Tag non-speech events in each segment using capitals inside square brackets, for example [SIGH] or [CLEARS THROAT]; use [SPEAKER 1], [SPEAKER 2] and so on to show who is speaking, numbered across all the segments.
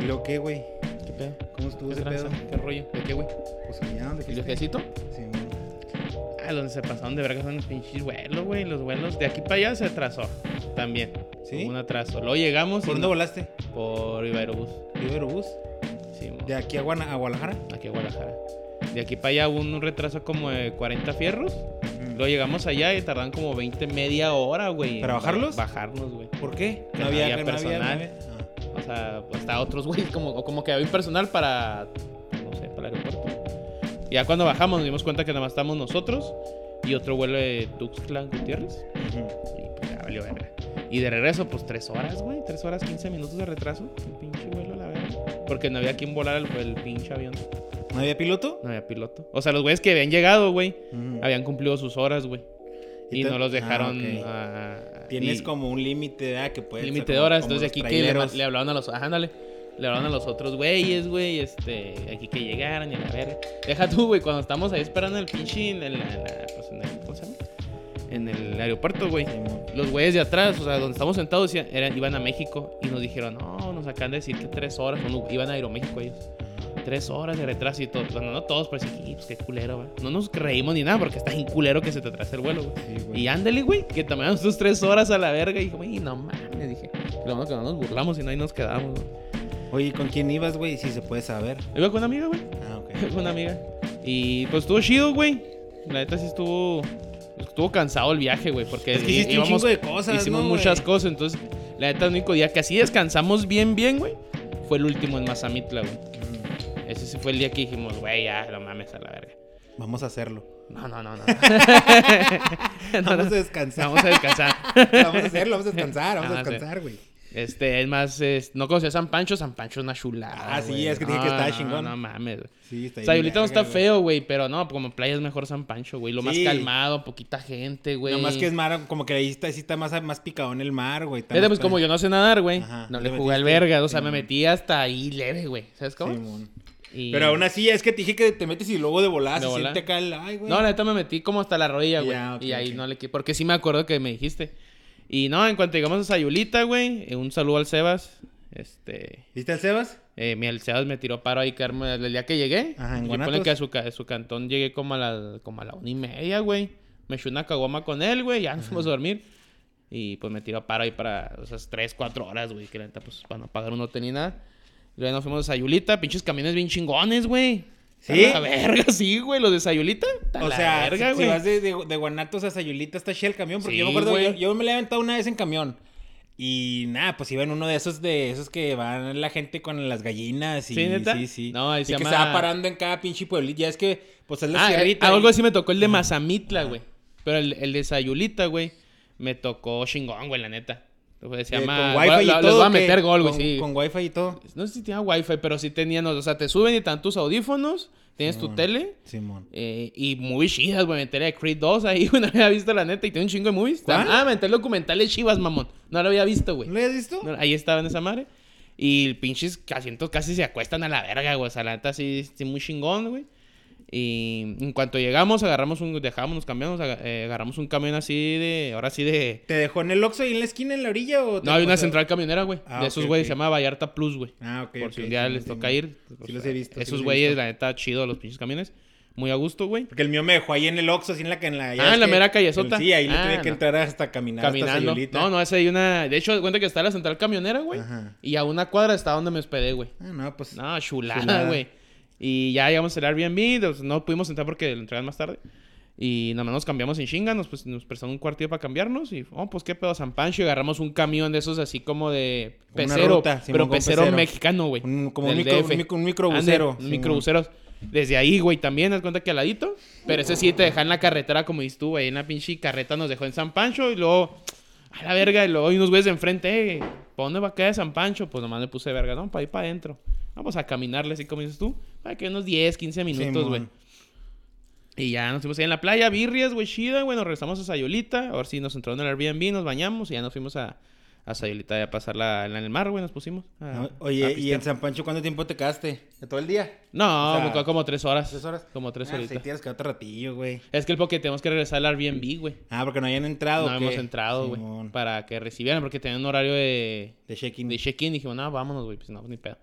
[SPEAKER 1] ¿Y lo qué, güey?
[SPEAKER 2] ¿Qué pedo?
[SPEAKER 1] ¿Cómo estuvo
[SPEAKER 2] ¿Qué
[SPEAKER 1] ese
[SPEAKER 2] tranza?
[SPEAKER 1] pedo?
[SPEAKER 2] ¿Qué rollo? ¿De qué, güey?
[SPEAKER 1] Pues allá donde
[SPEAKER 2] ¿El
[SPEAKER 1] fuiste.
[SPEAKER 2] viajecito?
[SPEAKER 1] Sí, güey.
[SPEAKER 2] Ah, donde se pasaron de verga son los pinches vuelos, güey. Los vuelos de aquí para allá se atrasó también.
[SPEAKER 1] ¿Sí?
[SPEAKER 2] Hubo Un atraso. Luego llegamos. y
[SPEAKER 1] ¿Por dónde
[SPEAKER 2] no-
[SPEAKER 1] volaste?
[SPEAKER 2] Por Iba Aerobús.
[SPEAKER 1] ¿De Aerobús?
[SPEAKER 2] Sí, mo-
[SPEAKER 1] ¿De aquí a, Guana- a Guadalajara?
[SPEAKER 2] aquí a Guadalajara. De aquí para allá hubo un retraso como de 40 fierros.
[SPEAKER 1] Mm.
[SPEAKER 2] Luego llegamos allá y tardan como 20, media hora, güey.
[SPEAKER 1] ¿Para
[SPEAKER 2] en
[SPEAKER 1] bajarlos?
[SPEAKER 2] ba- Bajarnos, güey.
[SPEAKER 1] ¿Por qué?
[SPEAKER 2] Que no había personal.
[SPEAKER 1] no había-
[SPEAKER 2] O sea, hasta otros güeyes, [LAUGHS] como, o como que había personal para, no sé, para el aeropuerto. Y ya cuando bajamos nos dimos cuenta que nada más estamos nosotros y otro vuelo de Tuxtlan Gutiérrez.
[SPEAKER 1] ah. Ujú.
[SPEAKER 2] Y pues ya valió verga. Y de regreso, pues tres horas, güey. Tres horas, 15 minutos de retraso. El pinche vuelo, la verga. Porque no había quien volar el, el pinche avión.
[SPEAKER 1] ¿No había piloto?
[SPEAKER 2] No había piloto. O sea, los güeyes que habían llegado, güey,
[SPEAKER 1] Ujú.
[SPEAKER 2] habían cumplido sus horas, güey.
[SPEAKER 1] Y
[SPEAKER 2] Y,
[SPEAKER 1] te-
[SPEAKER 2] no los dejaron.
[SPEAKER 1] Ah, ok.
[SPEAKER 2] ah,
[SPEAKER 1] Tienes
[SPEAKER 2] y-
[SPEAKER 1] como un límite, ah, que puedes...
[SPEAKER 2] límite de horas.
[SPEAKER 1] como
[SPEAKER 2] Entonces aquí
[SPEAKER 1] los
[SPEAKER 2] que le,
[SPEAKER 1] traileros.
[SPEAKER 2] le hablaron a los. Ajá, ándale. Le hablaron a los otros güeyes, güey. Este. Aquí que llegaran y a la verga. Deja tú, güey. Cuando estamos ahí esperando el pinche. En el, en la- pues, en el- ¿Cómo se llama? En el aeropuerto, güey.
[SPEAKER 1] Sí, mo.
[SPEAKER 2] Los güeyes de atrás, o sea, donde estamos sentados, decían- eran, iban a México y nos dijeron, no, nos acaban de decir que tres horas, bueno, iban a Aeroméxico ellos. Tres horas de retraso y todo. Bueno, no todos, pero sí, "Y, pues qué culero, güey. No nos reímos ni nada porque está bien culero que se te atrasa el vuelo, güey.
[SPEAKER 1] Sí, güey.
[SPEAKER 2] Y ándale, güey, que tomamos tus tres horas a la verga. Y dije, güey, no mames, dije. Lo bueno que no nos burlamos y no ahí nos quedamos, güey.
[SPEAKER 1] Oye, ¿y ¿con quién ibas, güey? Si se puede saber.
[SPEAKER 2] Iba con una amiga, güey.
[SPEAKER 1] Ah, ok.
[SPEAKER 2] Iba [LAUGHS] con una amiga. Y pues estuvo chido, güey. La neta sí estuvo. Estuvo cansado el viaje, güey, porque
[SPEAKER 1] Es que hiciste un
[SPEAKER 2] íbamos-
[SPEAKER 1] chingo de cosas,
[SPEAKER 2] hicimos
[SPEAKER 1] ¿no,
[SPEAKER 2] muchas
[SPEAKER 1] güey?
[SPEAKER 2] cosas. Entonces, la neta, el único día que así descansamos bien, bien, güey, fue el último en Mazamitla, güey.
[SPEAKER 1] Mm.
[SPEAKER 2] Ese sí fue el día que dijimos, güey, ya, no mames a la verga.
[SPEAKER 1] Vamos a hacerlo.
[SPEAKER 2] No, no, no, no. [LAUGHS] No, no.
[SPEAKER 1] Vamos a descansar.
[SPEAKER 2] Vamos Ah, a descansar.
[SPEAKER 1] [LAUGHS] Vamos a hacerlo, vamos a descansar, vamos a
[SPEAKER 2] Vamos a-
[SPEAKER 1] descansar, güey.
[SPEAKER 2] Este, es más, es- no conocía San Pancho, San Pancho es una chulada.
[SPEAKER 1] Ah, sí,
[SPEAKER 2] güey.
[SPEAKER 1] es que tiene que
[SPEAKER 2] No,
[SPEAKER 1] estar
[SPEAKER 2] no,
[SPEAKER 1] chingón.
[SPEAKER 2] No mames, güey.
[SPEAKER 1] Sí, está bien
[SPEAKER 2] Sayulita no
[SPEAKER 1] verga,
[SPEAKER 2] está
[SPEAKER 1] güey.
[SPEAKER 2] feo, güey, pero no, como playa es mejor San Pancho, güey. Lo más
[SPEAKER 1] Sí.
[SPEAKER 2] calmado, poquita gente, güey.
[SPEAKER 1] Nomás que es mar, como que ahí está, sí está más, más picado en el mar, güey. está
[SPEAKER 2] Fíjate,
[SPEAKER 1] más
[SPEAKER 2] pues
[SPEAKER 1] padre.
[SPEAKER 2] como yo no sé nadar, güey.
[SPEAKER 1] Ajá,
[SPEAKER 2] No
[SPEAKER 1] no
[SPEAKER 2] le
[SPEAKER 1] te
[SPEAKER 2] jugué al
[SPEAKER 1] metiste.
[SPEAKER 2] verga. O sea,
[SPEAKER 1] Sí,
[SPEAKER 2] me
[SPEAKER 1] mon.
[SPEAKER 2] metí hasta ahí leve, güey. ¿Sabes cómo?
[SPEAKER 1] Simón.
[SPEAKER 2] Y-
[SPEAKER 1] Pero aún así, es que te dije que te metes y luego de volada se
[SPEAKER 2] De volada.
[SPEAKER 1] siente acá el... Ay, güey.
[SPEAKER 2] No, la neta me metí como hasta la rodilla, güey.
[SPEAKER 1] Ya, ok,
[SPEAKER 2] y ahí
[SPEAKER 1] ok.
[SPEAKER 2] no le quité. Porque sí me acuerdo que me dijiste. Y no, en cuanto llegamos a Sayulita, güey, eh, un saludo al Sebas. Este.
[SPEAKER 1] ¿Viste al Sebas?
[SPEAKER 2] Eh, mi Sebas me tiró paro ahí, Carmen, el día que llegué.
[SPEAKER 1] Ajá, en
[SPEAKER 2] yo
[SPEAKER 1] Guanatos.
[SPEAKER 2] ponle que a su, ca- a su cantón llegué como a la, como a la una y media, güey. Me eché una caguama con él, güey, ya nos fuimos a dormir. Y pues me tiró paro ahí para esas tres, cuatro horas, güey, que la neta, pues para no pagar uno tenía nada. Y luego nos fuimos a Sayulita, pinches camiones bien chingones, güey.
[SPEAKER 1] ¿Sí?
[SPEAKER 2] A la verga, [LAUGHS] sí, güey, los de Sayulita. a
[SPEAKER 1] O
[SPEAKER 2] la
[SPEAKER 1] sea,
[SPEAKER 2] verga,
[SPEAKER 1] si, si
[SPEAKER 2] güey.
[SPEAKER 1] vas de, de- de Guanatos a Sayulita está chido el camión, porque
[SPEAKER 2] Sí,
[SPEAKER 1] yo me acuerdo,
[SPEAKER 2] güey.
[SPEAKER 1] yo, yo me la he aventado una vez en camión. Y nada, pues iba en uno de esos de esos que van la gente con las gallinas y
[SPEAKER 2] ¿Sí, neta?
[SPEAKER 1] sí, sí.
[SPEAKER 2] No,
[SPEAKER 1] y
[SPEAKER 2] ahí se
[SPEAKER 1] que
[SPEAKER 2] llama-
[SPEAKER 1] se va parando en cada pinche pueblito. Ya es que, pues es la
[SPEAKER 2] Ah, eh,
[SPEAKER 1] sierrita.
[SPEAKER 2] algo
[SPEAKER 1] y-
[SPEAKER 2] así me tocó el de Mazamitla, güey. Pero el, el de Sayulita, güey, me tocó chingón, güey, la neta. Entonces, se
[SPEAKER 1] que
[SPEAKER 2] llama...
[SPEAKER 1] Eh, Con wifi
[SPEAKER 2] lo-
[SPEAKER 1] y
[SPEAKER 2] lo-
[SPEAKER 1] todo.
[SPEAKER 2] les voy a
[SPEAKER 1] que-
[SPEAKER 2] meter gol, güey,
[SPEAKER 1] con-
[SPEAKER 2] sí.
[SPEAKER 1] Con wifi y todo.
[SPEAKER 2] No sé si tenía wifi, pero sí tenían... O sea, te suben y te dan tus audífonos, tienes tu
[SPEAKER 1] Simón.
[SPEAKER 2] tele...
[SPEAKER 1] Simón.
[SPEAKER 2] eh, y movies chidas, güey. Me enteré de Creed 2 ahí, [LAUGHS] güey. No había visto la neta y tiene un chingo de movies.
[SPEAKER 1] ¿Cuál?
[SPEAKER 2] Ah, me enteré de documentales chivas, mamón. No lo había visto, güey.
[SPEAKER 1] ¿No lo habías visto?
[SPEAKER 2] No, ahí estaba en esa madre. Y el pinches asientos casi se acuestan a la verga, güey. O sea, la neta sí, sí, muy chingón, güey. Y en cuanto llegamos, agarramos un, dejamos, nos cambiamos, aga- eh, agarramos un camión así de, ahora sí de...
[SPEAKER 1] ¿Te dejó en el Oxxo ahí en la esquina, en la orilla? O te-
[SPEAKER 2] No, hay
[SPEAKER 1] o
[SPEAKER 2] una
[SPEAKER 1] sea-
[SPEAKER 2] central camionera, güey.
[SPEAKER 1] Ah,
[SPEAKER 2] de
[SPEAKER 1] ok,
[SPEAKER 2] esos güeyes,
[SPEAKER 1] ok.
[SPEAKER 2] se llama Vallarta Plus, güey.
[SPEAKER 1] Ah, ok.
[SPEAKER 2] Por si
[SPEAKER 1] ok,
[SPEAKER 2] un día
[SPEAKER 1] Simón,
[SPEAKER 2] les toca
[SPEAKER 1] Simón.
[SPEAKER 2] ir. o
[SPEAKER 1] Sí, los
[SPEAKER 2] sea,
[SPEAKER 1] he visto. sí los
[SPEAKER 2] Esos
[SPEAKER 1] he
[SPEAKER 2] güeyes,
[SPEAKER 1] visto.
[SPEAKER 2] la neta, chido, los pinches camiones. Muy a gusto, güey.
[SPEAKER 1] Porque el mío me dejó ahí en el Oxxo, así en la... En la ya
[SPEAKER 2] Ah, en
[SPEAKER 1] ves
[SPEAKER 2] la
[SPEAKER 1] que-
[SPEAKER 2] mera callezota.
[SPEAKER 1] Sí, ahí le
[SPEAKER 2] Ah,
[SPEAKER 1] tuve que
[SPEAKER 2] no.
[SPEAKER 1] entrar hasta caminar. Hasta
[SPEAKER 2] Caminando.
[SPEAKER 1] Sayulita.
[SPEAKER 2] No, no, esa hay una... De hecho, cuenta que está la central camionera, güey.
[SPEAKER 1] Ajá.
[SPEAKER 2] Y a una cuadra está donde me hospedé, güey.
[SPEAKER 1] Ah, no, pues.
[SPEAKER 2] No,
[SPEAKER 1] Chulada.
[SPEAKER 2] chulada, güey. Y ya llegamos al Airbnb, pues, no pudimos entrar porque lo entregan más tarde. Y nada más nos cambiamos en chinga, nos, pues, nos prestaron un cuartillo para cambiarnos. Y, oh, pues qué pedo, San Pancho. Y agarramos un camión de esos así como de
[SPEAKER 1] Una
[SPEAKER 2] pecero,
[SPEAKER 1] ruta, Simón,
[SPEAKER 2] pero
[SPEAKER 1] con
[SPEAKER 2] pecero,
[SPEAKER 1] pecero.
[SPEAKER 2] mexicano, güey.
[SPEAKER 1] Un- como un
[SPEAKER 2] del
[SPEAKER 1] micro-
[SPEAKER 2] DF.
[SPEAKER 1] un micro- un microbusero,
[SPEAKER 2] Ande, un
[SPEAKER 1] Simón.
[SPEAKER 2] microbuseros. Desde ahí, güey, también, haz cuenta que al ladito. Pero ese sí te dejan en la carretera, como dices tú, güey. En la pinche carreta nos dejó en San Pancho y luego, a la verga, y luego hay unos güeyes de enfrente, eh, ¿para dónde va a quedar San Pancho? Pues nomás le puse verga, no, para ir para adentro. Vamos a caminarle, así como dices tú. Para que unos 10, 15 minutos,
[SPEAKER 1] Simón.
[SPEAKER 2] güey. Y ya nos fuimos ahí en la playa, birrias, güey, chida, güey, nos regresamos a Sayolita, ahora sí nos entró en el Airbnb, nos bañamos y ya nos fuimos a, a Sayolita a pasarla en el mar, güey, nos pusimos. a-
[SPEAKER 1] No,
[SPEAKER 2] a
[SPEAKER 1] Ah, Oye, ¿y
[SPEAKER 2] pistear.
[SPEAKER 1] en San Pancho cuánto tiempo te quedaste? ¿De ¿Todo el día?
[SPEAKER 2] No,
[SPEAKER 1] O sea,
[SPEAKER 2] me quedó como tres horas.
[SPEAKER 1] ¿Tres horas?
[SPEAKER 2] Como tres
[SPEAKER 1] ah,
[SPEAKER 2] horitas.
[SPEAKER 1] Sí, tienes que otro ratillo, güey.
[SPEAKER 2] es que el porque tenemos que regresar al Airbnb, güey.
[SPEAKER 1] Ah, porque no habían entrado.
[SPEAKER 2] No
[SPEAKER 1] ¿o qué?
[SPEAKER 2] hemos entrado, güey.
[SPEAKER 1] Simón.
[SPEAKER 2] Para que recibieran, porque tenían un horario de,
[SPEAKER 1] De check-in.
[SPEAKER 2] de check-in. Dijimos, no, vámonos, güey. Pues no, pues, ni pedo.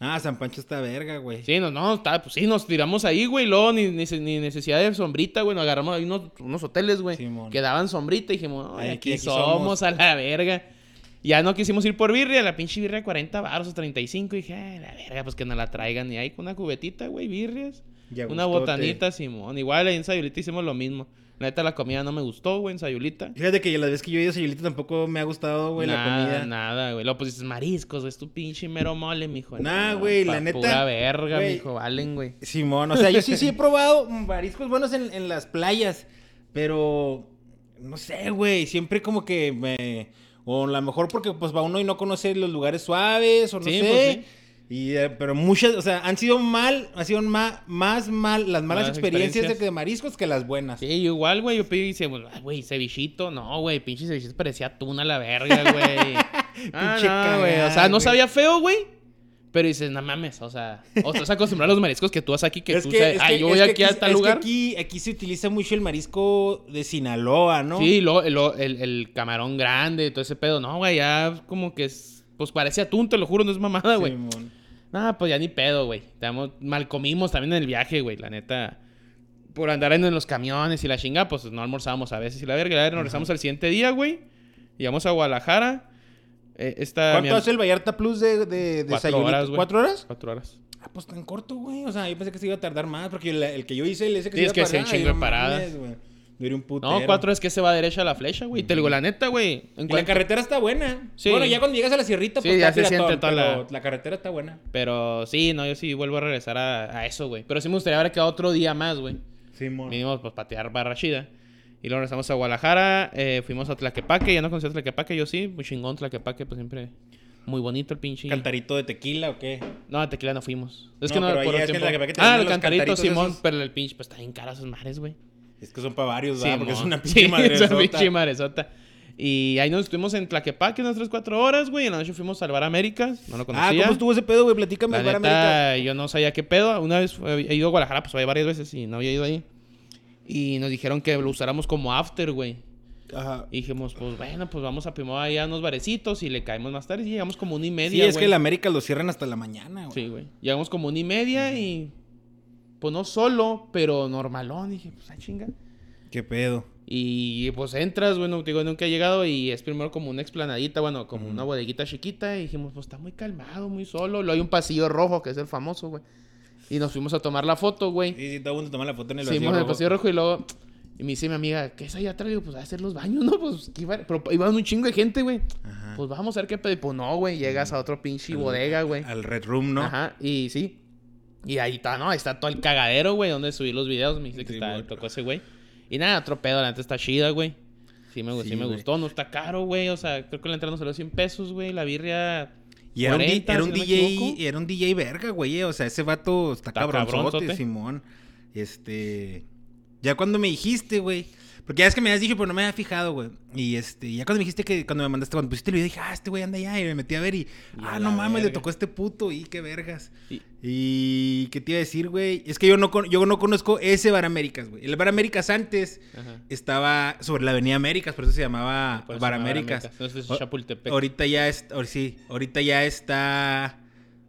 [SPEAKER 1] Ah, San Pancho está verga, güey.
[SPEAKER 2] Sí, no, no, está- pues sí, nos tiramos ahí, güey. Luego ni, ni, se- ni necesidad de sombrita, güey. Nos agarramos ahí unos, unos hoteles, güey.
[SPEAKER 1] Simón.
[SPEAKER 2] que daban sombrita y dijimos, "Ay,
[SPEAKER 1] Ay, aquí-
[SPEAKER 2] aquí,
[SPEAKER 1] aquí
[SPEAKER 2] somos
[SPEAKER 1] somos".
[SPEAKER 2] a la verga. Ya no quisimos ir por birria, la pinche birria 40 baros o 35. Y dije, "Ay, la verga, pues que nos la traigan. Y ahí con una cubetita, güey, birrias.
[SPEAKER 1] Y a
[SPEAKER 2] Una
[SPEAKER 1] gustote.
[SPEAKER 2] botanita, Simón. Igual ahí en Sayulita hicimos lo mismo. La neta, la comida no me gustó, güey, en Sayulita.
[SPEAKER 1] Fíjate que las veces que yo he ido a Sayulita tampoco me ha gustado, güey, la
[SPEAKER 2] nada,
[SPEAKER 1] comida.
[SPEAKER 2] nada, güey. Luego pues dices mariscos, güey, es tu pinche mero mole, mijo.
[SPEAKER 1] Nah,
[SPEAKER 2] No,
[SPEAKER 1] güey, la
[SPEAKER 2] pa'
[SPEAKER 1] neta,
[SPEAKER 2] Pura verga,
[SPEAKER 1] güey.
[SPEAKER 2] mijo, valen, güey.
[SPEAKER 1] Simón, o sea, yo sí, sí he probado mariscos buenos en, en las playas, pero no sé, güey, siempre como que me... O a lo mejor porque pues va uno y no conoce los lugares suaves, o no
[SPEAKER 2] Sí,
[SPEAKER 1] sé.
[SPEAKER 2] pues,
[SPEAKER 1] y, eh, pero muchas, o sea, han sido mal, han sido ma- más mal las malas
[SPEAKER 2] Malas
[SPEAKER 1] experiencias,
[SPEAKER 2] experiencias.
[SPEAKER 1] De, de mariscos que las buenas.
[SPEAKER 2] Sí, yo igual, güey, yo pedí y dice, bueno, ah, güey, cevichito. No, güey, pinche cevichito parecía tuna a la verga,
[SPEAKER 1] [LAUGHS]
[SPEAKER 2] güey. ah,
[SPEAKER 1] Pinche
[SPEAKER 2] no, güey. O
[SPEAKER 1] cagada,
[SPEAKER 2] sea, no
[SPEAKER 1] güey.
[SPEAKER 2] sabía feo, güey. Pero dices, no mames, o sea, o estás acostumbrado a los mariscos que tú vas aquí, que tú sabes, ah, yo
[SPEAKER 1] es
[SPEAKER 2] voy
[SPEAKER 1] que
[SPEAKER 2] aquí a
[SPEAKER 1] es
[SPEAKER 2] tal
[SPEAKER 1] que
[SPEAKER 2] lugar.
[SPEAKER 1] aquí, aquí se utiliza mucho el marisco de Sinaloa, ¿no?
[SPEAKER 2] Sí, lo, lo- el, el camarón grande, todo ese pedo. No, güey, ya como que es, pues parece atún, te lo juro, no es mamada, güey.
[SPEAKER 1] Simón.
[SPEAKER 2] Nah, pues ya ni pedo, güey. Estamos- Mal comimos también en el viaje, güey, la neta. Por andar en en los camiones y la chinga, pues no almorzábamos a veces. Y la verga, la verga, nos regresamos al siguiente día, güey. Llegamos a Guadalajara. Eh, esta, mi
[SPEAKER 1] ¿Cuánto
[SPEAKER 2] am-
[SPEAKER 1] hace el Vallarta Plus de, de, de
[SPEAKER 2] Cuatro
[SPEAKER 1] Sayulita?
[SPEAKER 2] horas, güey.
[SPEAKER 1] ¿Cuatro horas?
[SPEAKER 2] Cuatro horas.
[SPEAKER 1] Ah, pues tan corto, güey. O sea, yo pensé que se iba a tardar más, porque la- el que yo hice, el ese que
[SPEAKER 2] Sí,
[SPEAKER 1] se
[SPEAKER 2] es
[SPEAKER 1] iba
[SPEAKER 2] que
[SPEAKER 1] a
[SPEAKER 2] es un
[SPEAKER 1] parar. ay,
[SPEAKER 2] chingo de
[SPEAKER 1] no
[SPEAKER 2] paradas.
[SPEAKER 1] mames, güey. Duré un putero.
[SPEAKER 2] No, cuatro es que se va derecha a la flecha, güey. Te digo, la neta, güey.
[SPEAKER 1] Y
[SPEAKER 2] en
[SPEAKER 1] la
[SPEAKER 2] cuanto-
[SPEAKER 1] carretera está buena.
[SPEAKER 2] Sí.
[SPEAKER 1] Bueno, ya cuando llegas a la sierrita,
[SPEAKER 2] Sí,
[SPEAKER 1] pues
[SPEAKER 2] ya
[SPEAKER 1] está
[SPEAKER 2] se siente
[SPEAKER 1] piratón,
[SPEAKER 2] toda la-
[SPEAKER 1] pero la carretera está buena.
[SPEAKER 2] Pero sí, no, yo sí vuelvo a regresar a, a eso, güey. Pero sí me gustaría haber quedado otro día más, güey.
[SPEAKER 1] Sí, mon.
[SPEAKER 2] Vinimos, pues, patear barra chida. Y luego regresamos a Guadalajara, eh, fuimos a Tlaquepaque, ya no conocía Tlaquepaque, yo sí, muy chingón Tlaquepaque, pues siempre muy bonito el pinche.
[SPEAKER 1] ¿Cantarito de tequila o qué?
[SPEAKER 2] No, a Tequila no fuimos. Es
[SPEAKER 1] No,
[SPEAKER 2] que no,
[SPEAKER 1] pero ahí
[SPEAKER 2] por
[SPEAKER 1] es
[SPEAKER 2] el
[SPEAKER 1] que en
[SPEAKER 2] tiempo.
[SPEAKER 1] Tlaquepaque te
[SPEAKER 2] Ah,
[SPEAKER 1] venden
[SPEAKER 2] el
[SPEAKER 1] los
[SPEAKER 2] cantarito,
[SPEAKER 1] cantaritos
[SPEAKER 2] Simón,
[SPEAKER 1] esos.
[SPEAKER 2] pero el pinche, pues está bien caro esos mares, güey.
[SPEAKER 1] Es que son para varios, ¿verdad? Pues, ah, porque es
[SPEAKER 2] Simón.
[SPEAKER 1] una pinche
[SPEAKER 2] [LAUGHS] Sí,
[SPEAKER 1] madre. Ah,
[SPEAKER 2] es una pinche madresota. Y ahí nos estuvimos en Tlaquepaque unas 3, 4 horas, güey, en la noche fuimos al Bar Américas, no lo conocía.
[SPEAKER 1] Ah, ¿cómo estuvo ese pedo, güey? Platícame,
[SPEAKER 2] La
[SPEAKER 1] el Bar América.
[SPEAKER 2] neta, yo no sabía qué pedo. Una vez fue- he ido a Guadalajara, pues varias veces y no había ido ahí. Y nos dijeron que lo usáramos como after, güey.
[SPEAKER 1] Ajá.
[SPEAKER 2] Y dijimos, pues bueno, pues vamos a primero allá a unos barecitos y le caemos más tarde. Y llegamos como una y media,
[SPEAKER 1] Sí, es
[SPEAKER 2] güey.
[SPEAKER 1] que el América lo cierran hasta la mañana, güey.
[SPEAKER 2] Sí, güey. Llegamos como una y media y... Pues no solo, pero normalón. Y dije, pues ah, chinga.
[SPEAKER 1] ¿Qué pedo?
[SPEAKER 2] Y pues entras, bueno, te digo, nunca he llegado y es primero como una explanadita, bueno, como una bodeguita chiquita. Y dijimos, pues está muy calmado, muy solo. Luego hay un pasillo rojo que es el famoso, güey. Y nos fuimos a tomar la foto, güey.
[SPEAKER 1] Sí, sí, todo el mundo toma la foto en el
[SPEAKER 2] Sí,
[SPEAKER 1] vacío
[SPEAKER 2] en el
[SPEAKER 1] rojo.
[SPEAKER 2] pasillo rojo y luego... Y me dice mi amiga, ¿qué es allá atrás? Le Digo, pues a hacer los baños, [LAUGHS] ¿no? Pues que iba- pero iban un chingo de gente, güey.
[SPEAKER 1] Ajá.
[SPEAKER 2] Pues vamos a ver qué pedo. Y, Pues no, güey, llegas a otro pinche
[SPEAKER 1] Al-
[SPEAKER 2] bodega, güey.
[SPEAKER 1] Al Red Room, ¿no?
[SPEAKER 2] Ajá, y sí. Y ahí está, ¿no? Ahí está todo el cagadero, güey, donde subí los videos. Me dice que
[SPEAKER 1] Sí,
[SPEAKER 2] está,
[SPEAKER 1] güey.
[SPEAKER 2] tocó ese güey. Y nada, otro pedo, la neta está chida, güey. Sí me, gu- sí
[SPEAKER 1] Sí,
[SPEAKER 2] me
[SPEAKER 1] güey.
[SPEAKER 2] gustó, no está caro, güey. O sea, creo que la entrada nos salió 100 pesos, güey. La birria.
[SPEAKER 1] Y era, un, di-
[SPEAKER 2] 40,
[SPEAKER 1] era un
[SPEAKER 2] si no me equivoco.
[SPEAKER 1] DJ, era un DJ verga, güey. eh, O sea, ese vato está,
[SPEAKER 2] Está
[SPEAKER 1] cabronzote,
[SPEAKER 2] cabronzote.
[SPEAKER 1] Simón. Este. Ya cuando me dijiste, güey. Porque ya es que me habías dicho, pero no me había fijado, güey. Y este, ya cuando me dijiste que cuando me mandaste, cuando pusiste el video, dije, ah, este güey anda allá. Y me metí a ver y,
[SPEAKER 2] a
[SPEAKER 1] ah,
[SPEAKER 2] la
[SPEAKER 1] no mames, le
[SPEAKER 2] verga.
[SPEAKER 1] tocó a este puto. Y qué vergas.
[SPEAKER 2] Y-
[SPEAKER 1] Y, qué te iba a decir, güey. Es que yo no, con- yo no conozco ese Bar Américas, güey. El Bar Américas antes
[SPEAKER 2] Ajá.
[SPEAKER 1] estaba sobre la Avenida Américas, por eso se llamaba
[SPEAKER 2] Por eso
[SPEAKER 1] Bar
[SPEAKER 2] se llama
[SPEAKER 1] Américas.
[SPEAKER 2] No sé si
[SPEAKER 1] O-
[SPEAKER 2] es Chapultepec.
[SPEAKER 1] Ahorita ya está, ahor- sí, ahorita ya está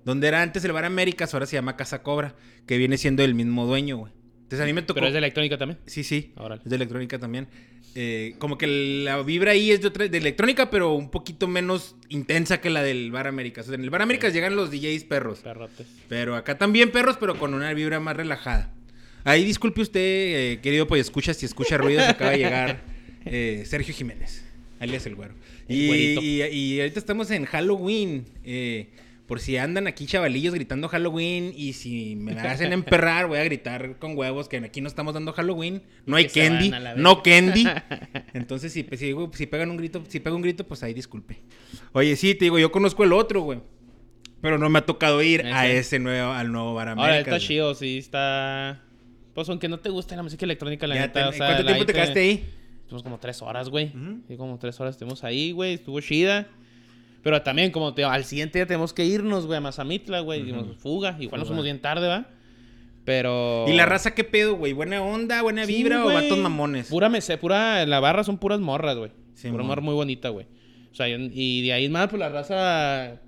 [SPEAKER 1] donde era antes el Bar Américas, ahora se llama Casa Cobra, que viene siendo el mismo dueño, güey. Entonces a mí me tocó
[SPEAKER 2] Pero es de electrónica también.
[SPEAKER 1] Sí, sí.
[SPEAKER 2] Órale.
[SPEAKER 1] Es de electrónica también. Eh, como que la vibra ahí es de, otra- de electrónica, pero un poquito menos intensa que la del Bar Américas. O sea, en el Bar Américas llegan los DJs perros,
[SPEAKER 2] Perrotes.
[SPEAKER 1] pero acá también perros, pero con una vibra más relajada. Ahí disculpe usted, eh, querido, pues escucha, si escucha ruidos, acaba de
[SPEAKER 2] [LAUGHS]
[SPEAKER 1] llegar eh, Sergio Jiménez, alias el güero.
[SPEAKER 2] El
[SPEAKER 1] y,
[SPEAKER 2] güerito.
[SPEAKER 1] y- y ahorita estamos en Halloween. eh, por si andan aquí chavalillos gritando Halloween y si me la hacen emperrar, voy a gritar con huevos que aquí no estamos dando Halloween. No hay
[SPEAKER 2] que se
[SPEAKER 1] candy,
[SPEAKER 2] van a la
[SPEAKER 1] no candy.
[SPEAKER 2] [LAUGHS]
[SPEAKER 1] Entonces, si, pues, si, digo- si pegan un grito, si pega un grito, pues ahí disculpe. Oye, sí, te digo, yo conozco el otro, güey. Pero no me ha tocado ir a
[SPEAKER 2] Ese.
[SPEAKER 1] ese nuevo, al nuevo Bar
[SPEAKER 2] Ahora
[SPEAKER 1] Américas,
[SPEAKER 2] está
[SPEAKER 1] güey.
[SPEAKER 2] chido, sí, está. Pues aunque no te guste la música electrónica, la
[SPEAKER 1] Ya
[SPEAKER 2] neta.
[SPEAKER 1] te-
[SPEAKER 2] o sea,
[SPEAKER 1] ¿Cuánto
[SPEAKER 2] la
[SPEAKER 1] tiempo te
[SPEAKER 2] gente-
[SPEAKER 1] quedaste ahí?
[SPEAKER 2] Estuvimos como tres horas, güey.
[SPEAKER 1] Ujú.
[SPEAKER 2] Sí, como tres horas estuvimos ahí, güey. Estuvo chida. Pero también, como te digo, al siguiente día tenemos que irnos, güey, a Mazamitla, güey. Dijimos, fuga. Igual
[SPEAKER 1] Fuga.
[SPEAKER 2] nos fuimos bien tarde, ¿va? Pero.
[SPEAKER 1] ¿Y la raza qué pedo, güey? ¿Buena onda, buena
[SPEAKER 2] Oh. Sí,
[SPEAKER 1] vibra o
[SPEAKER 2] güey.
[SPEAKER 1] vatos mamones?
[SPEAKER 2] Pura mese, pura. En la barra son puras morras, güey.
[SPEAKER 1] Sí,
[SPEAKER 2] pura
[SPEAKER 1] mon.
[SPEAKER 2] morra muy bonita, güey. O sea, y y de ahí en más, pues la raza.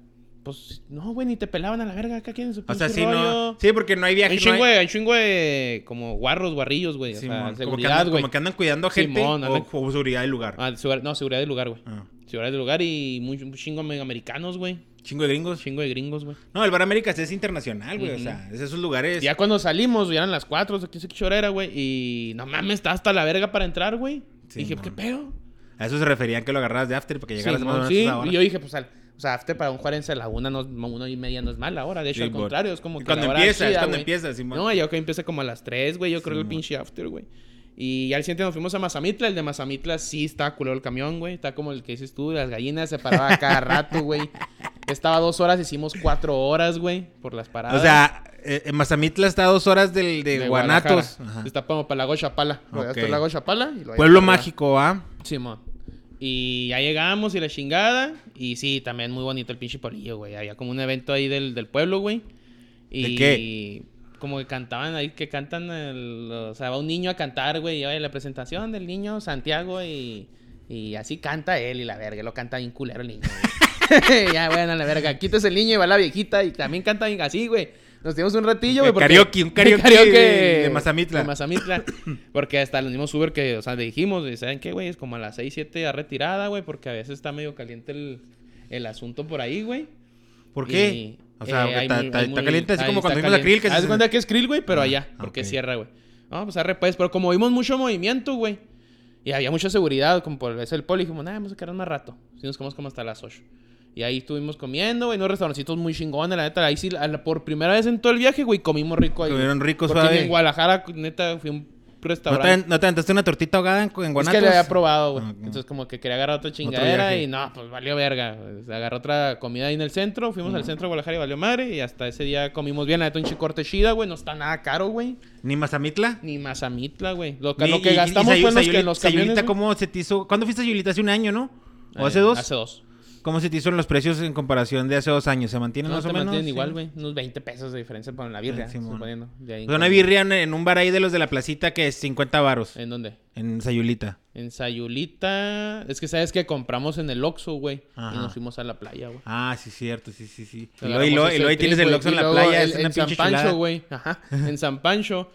[SPEAKER 2] Pues no, güey, ni te pelaban a la verga acá quieren su
[SPEAKER 1] O sea,
[SPEAKER 2] pinche
[SPEAKER 1] sí, no.
[SPEAKER 2] rollo.
[SPEAKER 1] Sí, porque no hay viaje.
[SPEAKER 2] Hay un
[SPEAKER 1] no
[SPEAKER 2] chingo,
[SPEAKER 1] hay-
[SPEAKER 2] de, hay un chingo de como guarros, guarrillos, güey. O
[SPEAKER 1] Simón,
[SPEAKER 2] sea,
[SPEAKER 1] como, que
[SPEAKER 2] seguridad,
[SPEAKER 1] andan,
[SPEAKER 2] güey.
[SPEAKER 1] como que andan cuidando a gente
[SPEAKER 2] Simón,
[SPEAKER 1] o,
[SPEAKER 2] andan-
[SPEAKER 1] o seguridad del lugar.
[SPEAKER 2] Ah, segura- no, seguridad del lugar, güey.
[SPEAKER 1] Ah.
[SPEAKER 2] Seguridad del lugar y muy, un chingo de americanos, güey.
[SPEAKER 1] Chingo de
[SPEAKER 2] Un
[SPEAKER 1] gringos.
[SPEAKER 2] chingo de gringos, güey.
[SPEAKER 1] No, el Bar Américas es internacional, güey. O sea, es esos lugares.
[SPEAKER 2] Ya cuando salimos, ya eran las 4, o sea, quién sabe qué hora era, güey. Y no mames, está hasta la verga para entrar, güey.
[SPEAKER 1] Sí,
[SPEAKER 2] dije,
[SPEAKER 1] mon.
[SPEAKER 2] ¿qué pedo?
[SPEAKER 1] A eso se referían que lo agarrabas de after porque llegaras
[SPEAKER 2] Sí,
[SPEAKER 1] más o
[SPEAKER 2] mon,
[SPEAKER 1] menos
[SPEAKER 2] sí.
[SPEAKER 1] a esa hora.
[SPEAKER 2] Y yo dije, pues, al, o sea, after para un juarense a la una, no, una y media no es mala hora. De hecho,
[SPEAKER 1] Sí,
[SPEAKER 2] al
[SPEAKER 1] por-
[SPEAKER 2] contrario, es como
[SPEAKER 1] y
[SPEAKER 2] que
[SPEAKER 1] cuando
[SPEAKER 2] la hora
[SPEAKER 1] empieza, es
[SPEAKER 2] chida,
[SPEAKER 1] cuando
[SPEAKER 2] güey.
[SPEAKER 1] empieza, Simón.
[SPEAKER 2] No, yo creo que empieza como a las 3, güey. Yo creo el
[SPEAKER 1] Simón.
[SPEAKER 2] pinche after, güey. Y ya al siguiente nos fuimos a Mazamitla. El de Mazamitla sí está culero el camión, güey. Está como el que dices tú, las gallinas se paraba cada rato, güey.
[SPEAKER 1] [LAUGHS]
[SPEAKER 2] Estaba dos horas, hicimos cuatro horas, güey, por las paradas.
[SPEAKER 1] O sea, eh, eh, Mazamitla está a dos horas del, de,
[SPEAKER 2] de
[SPEAKER 1] Guanatos.
[SPEAKER 2] Guadalajara.
[SPEAKER 1] Ajá.
[SPEAKER 2] Está como para Lago Chapala.
[SPEAKER 1] Ok.
[SPEAKER 2] Está Lago Chapala y lo
[SPEAKER 1] Pueblo
[SPEAKER 2] ahí-
[SPEAKER 1] mágico, ¿ah?
[SPEAKER 2] Simón. Y ya llegamos y la chingada. Y sí, también muy bonito el pinche polillo, güey. Había como un evento ahí del, del pueblo, güey. Y
[SPEAKER 1] ¿De qué?
[SPEAKER 2] como que cantaban ahí, que cantan, el- o sea, va un niño a cantar, güey. Y oye, la presentación del niño Santiago y, y así canta él y la verga. Lo canta bien culero el niño, güey. [LAUGHS] ya, bueno, la verga. Quitas el niño y va la viejita y también canta bien así, güey. Nos dimos un ratillo,
[SPEAKER 1] De
[SPEAKER 2] güey. porque-
[SPEAKER 1] Eh, karaoke, un karaoke de- de Mazamitla.
[SPEAKER 2] de Mazamitla. [CLEARS THROAT] Porque hasta los mismos Uber que, o sea, le dijimos, y, ¿saben qué, güey? Es como a las 6, 7 ya retirada, güey, porque a veces está medio caliente el, el asunto por ahí, güey.
[SPEAKER 1] ¿Por
[SPEAKER 2] Y,
[SPEAKER 1] qué? o sea,
[SPEAKER 2] eh,
[SPEAKER 1] que
[SPEAKER 2] hay
[SPEAKER 1] está,
[SPEAKER 2] muy-
[SPEAKER 1] está-
[SPEAKER 2] hay
[SPEAKER 1] está
[SPEAKER 2] muy-
[SPEAKER 1] caliente, así
[SPEAKER 2] ahí
[SPEAKER 1] como
[SPEAKER 2] está
[SPEAKER 1] cuando vimos la Krill.
[SPEAKER 2] caliente.
[SPEAKER 1] Que
[SPEAKER 2] Haz
[SPEAKER 1] se-
[SPEAKER 2] cuenta que es krill, güey, pero
[SPEAKER 1] Ah,
[SPEAKER 2] allá, porque
[SPEAKER 1] ok.
[SPEAKER 2] cierra, güey. No, pues arre, pues, pero como vimos mucho movimiento, güey, y había mucha seguridad, como por eso el poli, dijimos, nada, vamos a quedar más rato. Si nos comemos como hasta las 8. Y ahí estuvimos comiendo, güey, en unos restaurancitos muy chingones, la neta. Ahí sí, a la- por primera vez en todo el viaje, güey, comimos rico ahí. güey.
[SPEAKER 1] Comieron rico,
[SPEAKER 2] Porque
[SPEAKER 1] suave.
[SPEAKER 2] en Guadalajara, neta, fui a un
[SPEAKER 1] ¿No te,
[SPEAKER 2] restaurante.
[SPEAKER 1] no te aventaste una tortita ahogada en, en
[SPEAKER 2] es
[SPEAKER 1] Guanatos?
[SPEAKER 2] que le había probado, güey.
[SPEAKER 1] Ah, ok.
[SPEAKER 2] Entonces, como que quería agarrar otra chingadera
[SPEAKER 1] viaje.
[SPEAKER 2] y no, pues valió verga. O sea, agarró otra comida ahí en el centro. Fuimos al centro de Guadalajara y valió madre. Y hasta ese día comimos bien. La neta, un chicorte chida, güey. No está nada caro, güey.
[SPEAKER 1] ¿Ni Mazamitla?
[SPEAKER 2] Ni Mazamitla, güey. Lo,
[SPEAKER 1] Ni-
[SPEAKER 2] que- lo que
[SPEAKER 1] y- y
[SPEAKER 2] gastamos
[SPEAKER 1] Sayu-
[SPEAKER 2] fue en los, que-
[SPEAKER 1] Sayuli-
[SPEAKER 2] en los
[SPEAKER 1] Sayulita,
[SPEAKER 2] camiones. güey.
[SPEAKER 1] ¿cómo se te hizo? ¿Cuándo fuiste a Sayulita? ¿Hace un año, no? ¿O
[SPEAKER 2] Eh,
[SPEAKER 1] hace dos?
[SPEAKER 2] Hace dos.
[SPEAKER 1] ¿Cómo se te hizo en los precios en comparación de hace dos años? ¿Se mantienen
[SPEAKER 2] No,
[SPEAKER 1] más o
[SPEAKER 2] te
[SPEAKER 1] menos?
[SPEAKER 2] mantienen igual,
[SPEAKER 1] Sí.
[SPEAKER 2] güey. Unos 20 pesos de diferencia para la birria,
[SPEAKER 1] Ah, Simón.
[SPEAKER 2] suponiendo. De ahí
[SPEAKER 1] O
[SPEAKER 2] en
[SPEAKER 1] sea, una
[SPEAKER 2] cambio.
[SPEAKER 1] birria en, en un bar ahí de los de la placita que es 50 varos
[SPEAKER 2] ¿En dónde?
[SPEAKER 1] en Sayulita.
[SPEAKER 2] En Sayulita. Es que sabes que compramos en el Oxxo, güey. Y
[SPEAKER 1] Ajá.
[SPEAKER 2] nos fuimos a la playa, güey.
[SPEAKER 1] Ah, sí, cierto, sí, sí, sí. Y luego,
[SPEAKER 2] Agarramos
[SPEAKER 1] y luego- y
[SPEAKER 2] ese
[SPEAKER 1] luego ahí
[SPEAKER 2] trip,
[SPEAKER 1] tienes el
[SPEAKER 2] güey,
[SPEAKER 1] Oxxo
[SPEAKER 2] y
[SPEAKER 1] en la
[SPEAKER 2] luego
[SPEAKER 1] playa,
[SPEAKER 2] el-
[SPEAKER 1] es una
[SPEAKER 2] en
[SPEAKER 1] pinche
[SPEAKER 2] San
[SPEAKER 1] chulada.
[SPEAKER 2] Pancho, güey. Ajá, en San Pancho.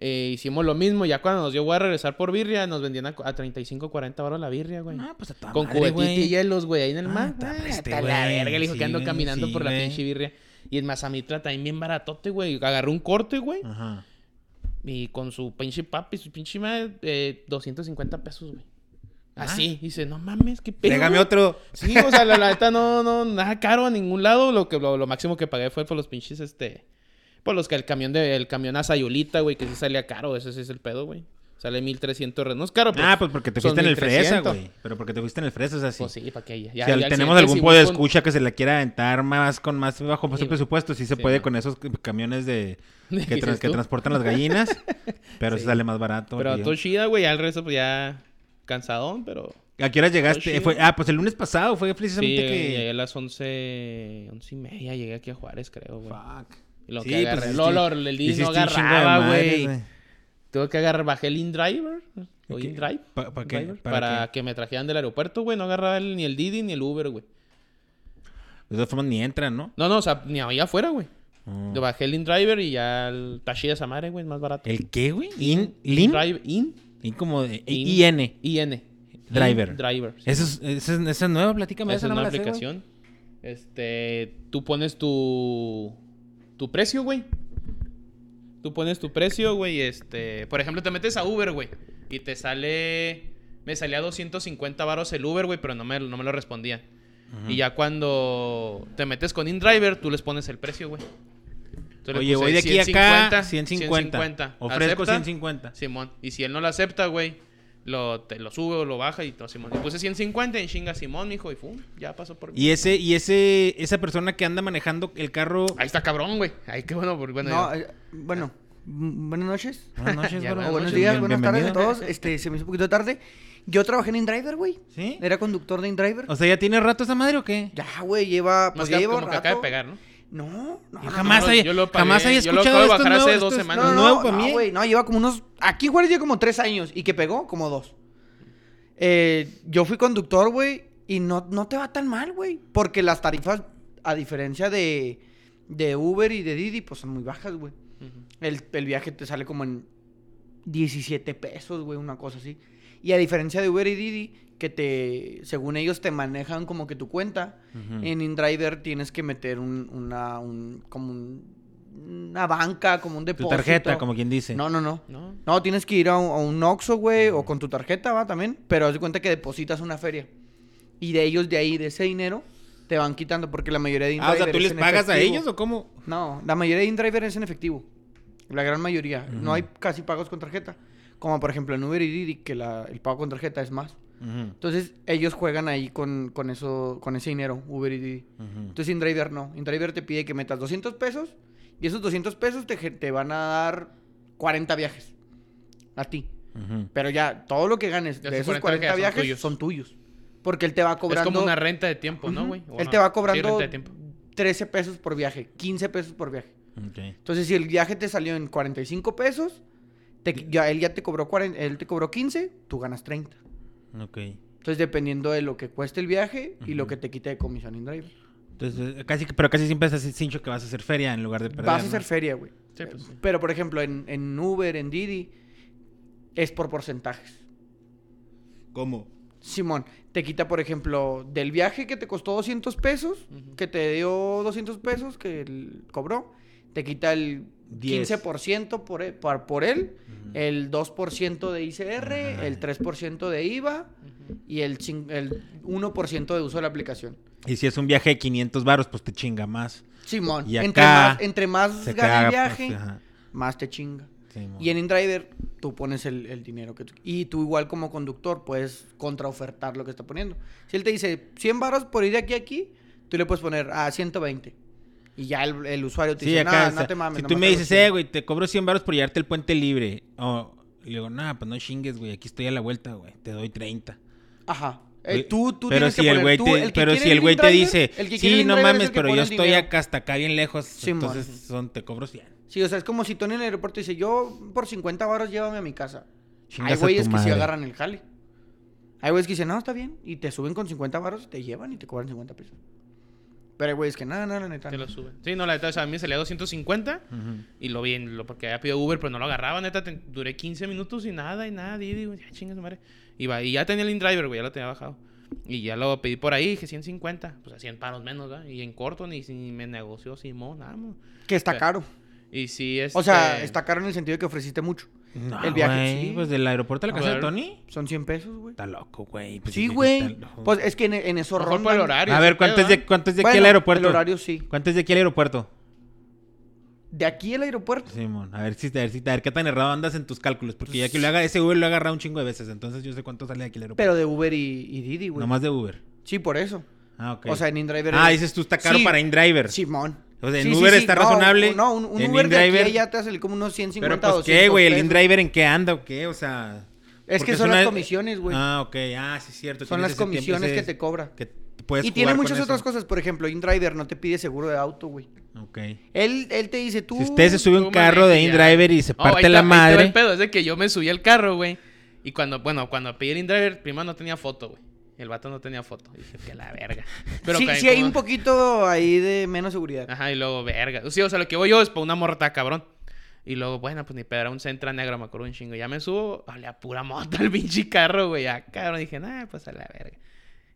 [SPEAKER 2] eh, hicimos lo mismo. Ya cuando nos dio, voy a regresar por birria, nos vendían a, cu- a 35, 40 baros la birria, güey.
[SPEAKER 1] Ah, pues a toda
[SPEAKER 2] Con
[SPEAKER 1] madre,
[SPEAKER 2] cubetita
[SPEAKER 1] güey.
[SPEAKER 2] y hielos, güey, ahí en el
[SPEAKER 1] Ah,
[SPEAKER 2] mar.
[SPEAKER 1] está
[SPEAKER 2] Ah,
[SPEAKER 1] preste,
[SPEAKER 2] Hasta la
[SPEAKER 1] güey.
[SPEAKER 2] verga, le dijo
[SPEAKER 1] Sí,
[SPEAKER 2] que ando
[SPEAKER 1] güey,
[SPEAKER 2] caminando
[SPEAKER 1] sí,
[SPEAKER 2] por la
[SPEAKER 1] güey.
[SPEAKER 2] pinche birria. Y en Mazamitla también bien baratote, güey. Agarró un corte, güey.
[SPEAKER 1] Ajá.
[SPEAKER 2] Y con su pinche papi, su pinche madre, eh, 250 pesos, güey.
[SPEAKER 1] Ah.
[SPEAKER 2] Así. Dice, no mames, qué pedo.
[SPEAKER 1] Trégame
[SPEAKER 2] güey".
[SPEAKER 1] otro.
[SPEAKER 2] Sí, o sea, la la neta no, no, nada caro a ningún lado. Lo que lo, lo máximo que pagué fue por los pinches, este. Por los que el camión de el camión a Sayulita, güey, que sí salía caro, ese sí es el pedo, güey. Sale 1300 re- No es caro,
[SPEAKER 1] Ah, pues porque te
[SPEAKER 2] son
[SPEAKER 1] fuiste en el fresa,
[SPEAKER 2] 1300.
[SPEAKER 1] güey. Pero porque te fuiste en el fresa, o sea, sí.
[SPEAKER 2] Pues sí, para que ya.
[SPEAKER 1] si
[SPEAKER 2] ya
[SPEAKER 1] al-
[SPEAKER 2] al
[SPEAKER 1] tenemos
[SPEAKER 2] siguiente
[SPEAKER 1] algún
[SPEAKER 2] sí
[SPEAKER 1] pueblo de
[SPEAKER 2] voy con- [LAUGHS]
[SPEAKER 1] escucha que se la quiera aventar más con más bajo
[SPEAKER 2] Sí, güey.
[SPEAKER 1] presupuesto, sí se
[SPEAKER 2] Sí,
[SPEAKER 1] puede
[SPEAKER 2] güey.
[SPEAKER 1] con esos que- camiones
[SPEAKER 2] [LAUGHS]
[SPEAKER 1] de
[SPEAKER 2] ¿Qué
[SPEAKER 1] que, trans-
[SPEAKER 2] dices
[SPEAKER 1] que
[SPEAKER 2] tú?
[SPEAKER 1] transportan las
[SPEAKER 2] [LAUGHS]
[SPEAKER 1] gallinas, pero se
[SPEAKER 2] Sí.
[SPEAKER 1] sale más barato.
[SPEAKER 2] Pero
[SPEAKER 1] tío.
[SPEAKER 2] todo chida, güey. Ya el resto, pues ya. Cansadón, pero.
[SPEAKER 1] ¿A qué hora llegaste?
[SPEAKER 2] todo
[SPEAKER 1] Eh, fue-
[SPEAKER 2] chido.
[SPEAKER 1] ah, pues el lunes pasado fue
[SPEAKER 2] Sí,
[SPEAKER 1] precisamente
[SPEAKER 2] llegué,
[SPEAKER 1] que
[SPEAKER 2] llegué a las 11. 11 y media. Llegué aquí a Juárez, creo, güey.
[SPEAKER 1] Fuck.
[SPEAKER 2] Lo que
[SPEAKER 1] Sí,
[SPEAKER 2] agarré.
[SPEAKER 1] pues,
[SPEAKER 2] lo,
[SPEAKER 1] hiciste-
[SPEAKER 2] lo- el disco no
[SPEAKER 1] hiciste un chingo de
[SPEAKER 2] agarraba,
[SPEAKER 1] madres,
[SPEAKER 2] güey. Tuve que agarrar, bajé el InDriver. O InDrive.
[SPEAKER 1] ¿Pa- pa' qué?
[SPEAKER 2] Driver,
[SPEAKER 1] ¿Para
[SPEAKER 2] ¿Para,
[SPEAKER 1] qué?
[SPEAKER 2] que me trajeran del aeropuerto, güey. No agarraba el- ni el Didi ni el Uber, güey.
[SPEAKER 1] De todas formas ni entran, ¿no?
[SPEAKER 2] No, no, o sea, ni allá afuera, güey.
[SPEAKER 1] Oh.
[SPEAKER 2] Yo bajé el InDriver y ya el Tashida Samare, güey, es más barato.
[SPEAKER 1] ¿El qué, güey? ¿In? ¿Lin?
[SPEAKER 2] Drive- In,
[SPEAKER 1] ¿In como de
[SPEAKER 2] In.
[SPEAKER 1] IN?
[SPEAKER 2] IN.
[SPEAKER 1] Driver.
[SPEAKER 2] Driver. sí.
[SPEAKER 1] Eso es, eso es- esa es nueva, platícame.
[SPEAKER 2] Esa es
[SPEAKER 1] no me
[SPEAKER 2] una
[SPEAKER 1] la sé, güey.
[SPEAKER 2] aplicación. Este, tú pones tu tu precio, güey. Tú pones tu precio, güey, este, por ejemplo, te metes a Uber, güey, y te sale me salía 250 varos el Uber, güey, pero no me, no me lo respondían.
[SPEAKER 1] Ujú.
[SPEAKER 2] Y ya cuando te metes con InDriver, tú les pones el precio, güey. Entonces le
[SPEAKER 1] Oye,
[SPEAKER 2] puse
[SPEAKER 1] voy de aquí a acá, 150.
[SPEAKER 2] 150.
[SPEAKER 1] Ofrezco
[SPEAKER 2] ¿Acepta?
[SPEAKER 1] 150.
[SPEAKER 2] Simón. Y si él no lo acepta, güey, lo, te lo sube o lo baja y todo, Simón. Y puse 150 en chinga Simón, mijo, y fum, ya pasó por mí.
[SPEAKER 1] Y ese, y ese, esa persona que anda manejando el carro.
[SPEAKER 2] Ahí está cabrón, güey. Ay, qué bueno, porque bueno.
[SPEAKER 3] No,
[SPEAKER 2] ya-
[SPEAKER 3] eh, bueno, mm, buenas noches.
[SPEAKER 1] Buenas
[SPEAKER 3] [LAUGHS]
[SPEAKER 1] noches,
[SPEAKER 2] [LAUGHS] Ya,
[SPEAKER 1] bro.
[SPEAKER 3] O
[SPEAKER 2] buenas
[SPEAKER 3] buenos
[SPEAKER 2] noches,
[SPEAKER 3] días,
[SPEAKER 2] bien-
[SPEAKER 3] buenas tardes a
[SPEAKER 1] bienvenido.
[SPEAKER 3] todos. Este, se me hizo un poquito tarde. Yo trabajé en InDriver, güey.
[SPEAKER 1] ¿Sí?
[SPEAKER 3] Era conductor de InDriver.
[SPEAKER 1] O sea, ¿ya tiene rato esa madre o qué?
[SPEAKER 3] Ya, güey, lleva.
[SPEAKER 2] más
[SPEAKER 3] Pues
[SPEAKER 2] que,
[SPEAKER 3] ya lleva
[SPEAKER 2] como
[SPEAKER 3] un
[SPEAKER 2] que acaba de
[SPEAKER 3] rato.
[SPEAKER 2] pegar, ¿no?
[SPEAKER 3] No, no,
[SPEAKER 1] Yo
[SPEAKER 3] no,
[SPEAKER 1] Ah, jamás,
[SPEAKER 2] no,
[SPEAKER 1] había,
[SPEAKER 2] yo lo pagué,
[SPEAKER 1] jamás había
[SPEAKER 2] yo lo
[SPEAKER 1] escuchado
[SPEAKER 2] acabo de
[SPEAKER 1] esto
[SPEAKER 2] bajar
[SPEAKER 1] nuevo,
[SPEAKER 2] hace
[SPEAKER 1] esto
[SPEAKER 2] dos
[SPEAKER 1] es
[SPEAKER 2] semanas.
[SPEAKER 3] No, no,
[SPEAKER 1] nuevo
[SPEAKER 3] no,
[SPEAKER 1] para
[SPEAKER 3] no,
[SPEAKER 1] mí.
[SPEAKER 3] güey, no, lleva como unos. Aquí en Juárez lleva como tres años y que pegó como dos. Eh, yo fui conductor, güey, y no, no te va tan mal, güey. Porque las tarifas a diferencia de, de Uber y de Didi, pues son muy bajas, güey. El, el viaje te sale como en 17 pesos, güey, una cosa así. Y a diferencia de Uber y Didi, que te, según ellos, te manejan como que tu cuenta,
[SPEAKER 1] Ujú.
[SPEAKER 3] en InDriver tienes que meter un, una, un, como un- una banca, como un
[SPEAKER 1] Tu
[SPEAKER 3] depósito.
[SPEAKER 1] tarjeta, como quien dice.
[SPEAKER 3] No, no, no.
[SPEAKER 2] ¿No?
[SPEAKER 3] No, tienes que ir a un, a un Oxxo, güey, o con tu tarjeta, va, también. Pero haz de cuenta que depositas una feria. Y de ellos, de ahí, de ese dinero, te van quitando porque la mayoría de
[SPEAKER 1] ah, o
[SPEAKER 3] InDriver
[SPEAKER 1] sea, ¿tú
[SPEAKER 3] es
[SPEAKER 1] les
[SPEAKER 3] en
[SPEAKER 1] pagas a
[SPEAKER 3] efectivo.
[SPEAKER 1] ellos o cómo?
[SPEAKER 3] No, la mayoría de InDriver es en efectivo. La gran mayoría. No hay casi pagos con tarjeta. Como por ejemplo en Uber y Didi, que la- el pago con tarjeta es más.
[SPEAKER 1] Ujú,
[SPEAKER 3] Entonces, ellos juegan ahí con, con, eso, con ese dinero, Uber y Didi.
[SPEAKER 1] ujú.
[SPEAKER 3] Entonces, InDriver no. InDriver te pide que metas 200 pesos y esos 200 pesos te, ge- te van a dar 40 viajes a ti.
[SPEAKER 1] Ujú.
[SPEAKER 3] Pero ya, todo lo que ganes
[SPEAKER 2] Ya
[SPEAKER 3] de
[SPEAKER 2] esos
[SPEAKER 3] esos 40,
[SPEAKER 2] 40
[SPEAKER 3] viajes son
[SPEAKER 2] tuyos.
[SPEAKER 3] tuyos. Porque él te va
[SPEAKER 2] Es
[SPEAKER 3] cobrando...
[SPEAKER 2] como una renta de tiempo, ¿no, güey?
[SPEAKER 3] Ujú.
[SPEAKER 2] O
[SPEAKER 3] Él
[SPEAKER 2] no.
[SPEAKER 3] te va
[SPEAKER 2] Sí,
[SPEAKER 3] cobrando
[SPEAKER 2] renta de tiempo.
[SPEAKER 3] 13 pesos por viaje, 15 pesos por viaje.
[SPEAKER 1] Ok.
[SPEAKER 3] Entonces, si el viaje te salió en 45 pesos, te- ya, él ya te cobró 40, él te cobró 15, tú ganas 30.
[SPEAKER 1] Ok.
[SPEAKER 3] Entonces, dependiendo de lo que cueste el viaje y lo
[SPEAKER 1] Ujú.
[SPEAKER 3] que te quite de comisión en driver.
[SPEAKER 1] Entonces, eh, casi, que- pero casi siempre es así, cincho, que vas a hacer feria en lugar de perder.
[SPEAKER 3] Vas a
[SPEAKER 1] ¿no?
[SPEAKER 3] hacer feria, güey.
[SPEAKER 2] Sí, pues, sí.
[SPEAKER 3] Pero, por ejemplo, en, en Uber, en Didi, es por porcentajes.
[SPEAKER 1] ¿Cómo?
[SPEAKER 3] Simón, te quita, por ejemplo, del viaje que te costó 200 pesos,
[SPEAKER 2] Ujú.
[SPEAKER 3] que te dio 200 pesos, que él cobró, te quita el
[SPEAKER 1] Diez.
[SPEAKER 3] 15% por él, por, por él el 2% de ICR,
[SPEAKER 1] Ajá.
[SPEAKER 3] el 3% de IVA
[SPEAKER 2] Ujú.
[SPEAKER 3] y el, cin- el 1% de uso de la aplicación.
[SPEAKER 1] Y si es un viaje de 500 varos, pues te chinga más.
[SPEAKER 3] Simón,
[SPEAKER 1] Y
[SPEAKER 3] entre
[SPEAKER 1] acá
[SPEAKER 3] más, entre más
[SPEAKER 1] Se
[SPEAKER 3] gana
[SPEAKER 1] caga,
[SPEAKER 3] el viaje,
[SPEAKER 1] pues, ajá.
[SPEAKER 3] más te chinga.
[SPEAKER 1] Sí, mo.
[SPEAKER 3] Y en InDriver, tú pones el, el dinero que tú... Y tú igual como conductor puedes contraofertar lo que está poniendo. Si él te dice 100 varos por ir de aquí a aquí, tú le puedes poner a 120. Y ya el, el usuario te
[SPEAKER 1] Sí,
[SPEAKER 3] dice,
[SPEAKER 1] acá,
[SPEAKER 3] "Nah,
[SPEAKER 1] o sea,
[SPEAKER 3] no te mames.
[SPEAKER 1] si tú
[SPEAKER 3] nomás
[SPEAKER 1] me
[SPEAKER 3] te lo
[SPEAKER 1] dices,
[SPEAKER 3] chingo".
[SPEAKER 1] eh, güey, te cobro 100 varos por llevarte el puente libre. O le digo, nah, pues no chingues, güey, aquí estoy a la vuelta, güey, te doy 30.
[SPEAKER 3] Ajá. Eh,
[SPEAKER 1] Güey,
[SPEAKER 3] tú, tú
[SPEAKER 1] pero
[SPEAKER 3] tienes
[SPEAKER 1] si
[SPEAKER 3] que
[SPEAKER 1] el
[SPEAKER 3] poner,
[SPEAKER 1] güey
[SPEAKER 3] tú,
[SPEAKER 1] te,
[SPEAKER 3] el que
[SPEAKER 1] pero
[SPEAKER 3] quiere
[SPEAKER 1] si
[SPEAKER 3] ir
[SPEAKER 1] el güey te
[SPEAKER 3] InDriver,
[SPEAKER 1] dice,
[SPEAKER 3] el que quiere ir
[SPEAKER 1] sí, no
[SPEAKER 3] InDriver es el
[SPEAKER 1] mames,
[SPEAKER 3] que
[SPEAKER 1] pero
[SPEAKER 3] pone
[SPEAKER 1] yo
[SPEAKER 3] el
[SPEAKER 1] estoy
[SPEAKER 3] dinero".
[SPEAKER 1] acá hasta acá bien lejos,
[SPEAKER 3] Simón.
[SPEAKER 1] entonces son, te cobro 100.
[SPEAKER 3] Sí, o sea, es como si Tony en el aeropuerto dice, yo por 50 varos llévame a mi casa.
[SPEAKER 1] Chingas a
[SPEAKER 3] Hay güeyes
[SPEAKER 1] tu
[SPEAKER 3] que sí
[SPEAKER 1] madre.
[SPEAKER 3] agarran el jale. Hay güeyes que dicen, no, está bien. Y te suben con 50 varos y te llevan y te cobran 50 pesos. Pero hay güeyes que, nada, nada, la neta.
[SPEAKER 2] Te
[SPEAKER 3] no".
[SPEAKER 2] lo suben. Sí, no, la neta, o sea, a mí me salía 250
[SPEAKER 1] Ujú.
[SPEAKER 2] y lo vi en lo porque había pedido Uber, pero no lo agarraba, neta, te- duré 15 minutos y nada, y nada, y digo, ya chingas madre. Iba, y ya tenía el InDriver, güey, ya lo tenía bajado. Y ya lo pedí por ahí, dije 150, pues a 100 paros menos, ¿verdad? Y en corto ni, ni me negoció Simón, nada, mo.
[SPEAKER 3] Que está
[SPEAKER 2] Pero-
[SPEAKER 3] caro.
[SPEAKER 2] Y sí, este, es.
[SPEAKER 3] O sea, está caro en el sentido de que ofreciste mucho.
[SPEAKER 1] No,
[SPEAKER 3] El viaje,
[SPEAKER 1] güey,
[SPEAKER 3] sí.
[SPEAKER 1] pues del aeropuerto a la casa de
[SPEAKER 2] Claro.
[SPEAKER 1] Tony.
[SPEAKER 3] Son 100 pesos, güey.
[SPEAKER 1] Está loco, güey. pues,
[SPEAKER 3] Sí,
[SPEAKER 1] dije,
[SPEAKER 3] güey.
[SPEAKER 1] está loco.
[SPEAKER 3] Pues es que en, en eso
[SPEAKER 2] Mejor por
[SPEAKER 3] rondan-
[SPEAKER 2] el horario.
[SPEAKER 1] a ver,
[SPEAKER 2] ese
[SPEAKER 1] ¿cuánto
[SPEAKER 2] pedo,
[SPEAKER 1] es de,
[SPEAKER 2] ¿no?
[SPEAKER 1] cuánto es de aquí
[SPEAKER 3] ¿eh? Bueno,
[SPEAKER 1] al aeropuerto?
[SPEAKER 3] El horario sí.
[SPEAKER 1] ¿Cuánto es de aquí al aeropuerto?
[SPEAKER 3] De aquí al aeropuerto.
[SPEAKER 1] Simón, a ver si, a ver si, a ver qué tan errado andas en tus cálculos, porque ya que lo
[SPEAKER 3] Pues
[SPEAKER 1] haga ese Uber lo he agarrado un chingo de veces, entonces yo sé cuánto sale de aquí al aeropuerto.
[SPEAKER 3] Pero de Uber y, y Didi, güey.
[SPEAKER 1] Nomás de Uber.
[SPEAKER 3] Sí, por eso.
[SPEAKER 1] Ah, ok.
[SPEAKER 3] O sea, en InDriver.
[SPEAKER 1] Ah, dices tú está caro
[SPEAKER 3] Sí.
[SPEAKER 1] para InDriver.
[SPEAKER 3] Simón.
[SPEAKER 1] O sea, en Uber está
[SPEAKER 3] No,
[SPEAKER 1] razonable,
[SPEAKER 3] No, un, un
[SPEAKER 1] en
[SPEAKER 3] Uber de
[SPEAKER 1] InDriver-
[SPEAKER 3] aquí a allá te hace como unos 150
[SPEAKER 1] Pero pues qué,
[SPEAKER 3] 200
[SPEAKER 1] güey, el
[SPEAKER 3] pesos.
[SPEAKER 1] InDriver en qué anda o qué, o sea.
[SPEAKER 3] Es
[SPEAKER 1] porque
[SPEAKER 3] que son las
[SPEAKER 1] una-
[SPEAKER 3] comisiones, güey.
[SPEAKER 1] Ah, ok, ah, sí, cierto.
[SPEAKER 3] Son
[SPEAKER 1] tienes
[SPEAKER 3] las
[SPEAKER 1] ese tiempo,
[SPEAKER 3] comisiones
[SPEAKER 1] ese-
[SPEAKER 3] que te cobra.
[SPEAKER 1] que t- puedes
[SPEAKER 3] Y tiene
[SPEAKER 1] jugar con
[SPEAKER 3] muchas
[SPEAKER 1] eso.
[SPEAKER 3] otras cosas. Por ejemplo, InDriver no te pide seguro de auto, güey.
[SPEAKER 1] Ok.
[SPEAKER 3] Él, él te dice, tú...
[SPEAKER 1] Si usted se sube a
[SPEAKER 2] Tú
[SPEAKER 1] un carro de
[SPEAKER 2] manejas y ya.
[SPEAKER 1] InDriver y se
[SPEAKER 2] No, ahí
[SPEAKER 1] parte
[SPEAKER 2] te-
[SPEAKER 1] la
[SPEAKER 2] ahí te va
[SPEAKER 1] madre.
[SPEAKER 2] el pedo es de que yo me subí al carro, güey. Y cuando, bueno, cuando pedí el InDriver, prima no tenía foto, güey. El vato no tenía foto. Dije, que la
[SPEAKER 3] [LAUGHS]
[SPEAKER 2] verga.
[SPEAKER 3] sí,
[SPEAKER 2] que-
[SPEAKER 3] sí hay
[SPEAKER 2] como- Ah,
[SPEAKER 3] un poquito ahí de menos seguridad.
[SPEAKER 2] Ajá, y luego, verga. Sí, o sea, lo que voy yo es para una morta, cabrón. Y luego, bueno, pues ni pedo, era un centra negro, me acuerdo un chingo. Ya me subo, hablé a pura mota el [LAUGHS] pinche carro, güey. Ya, cabrón, dije, nah, pues a la verga.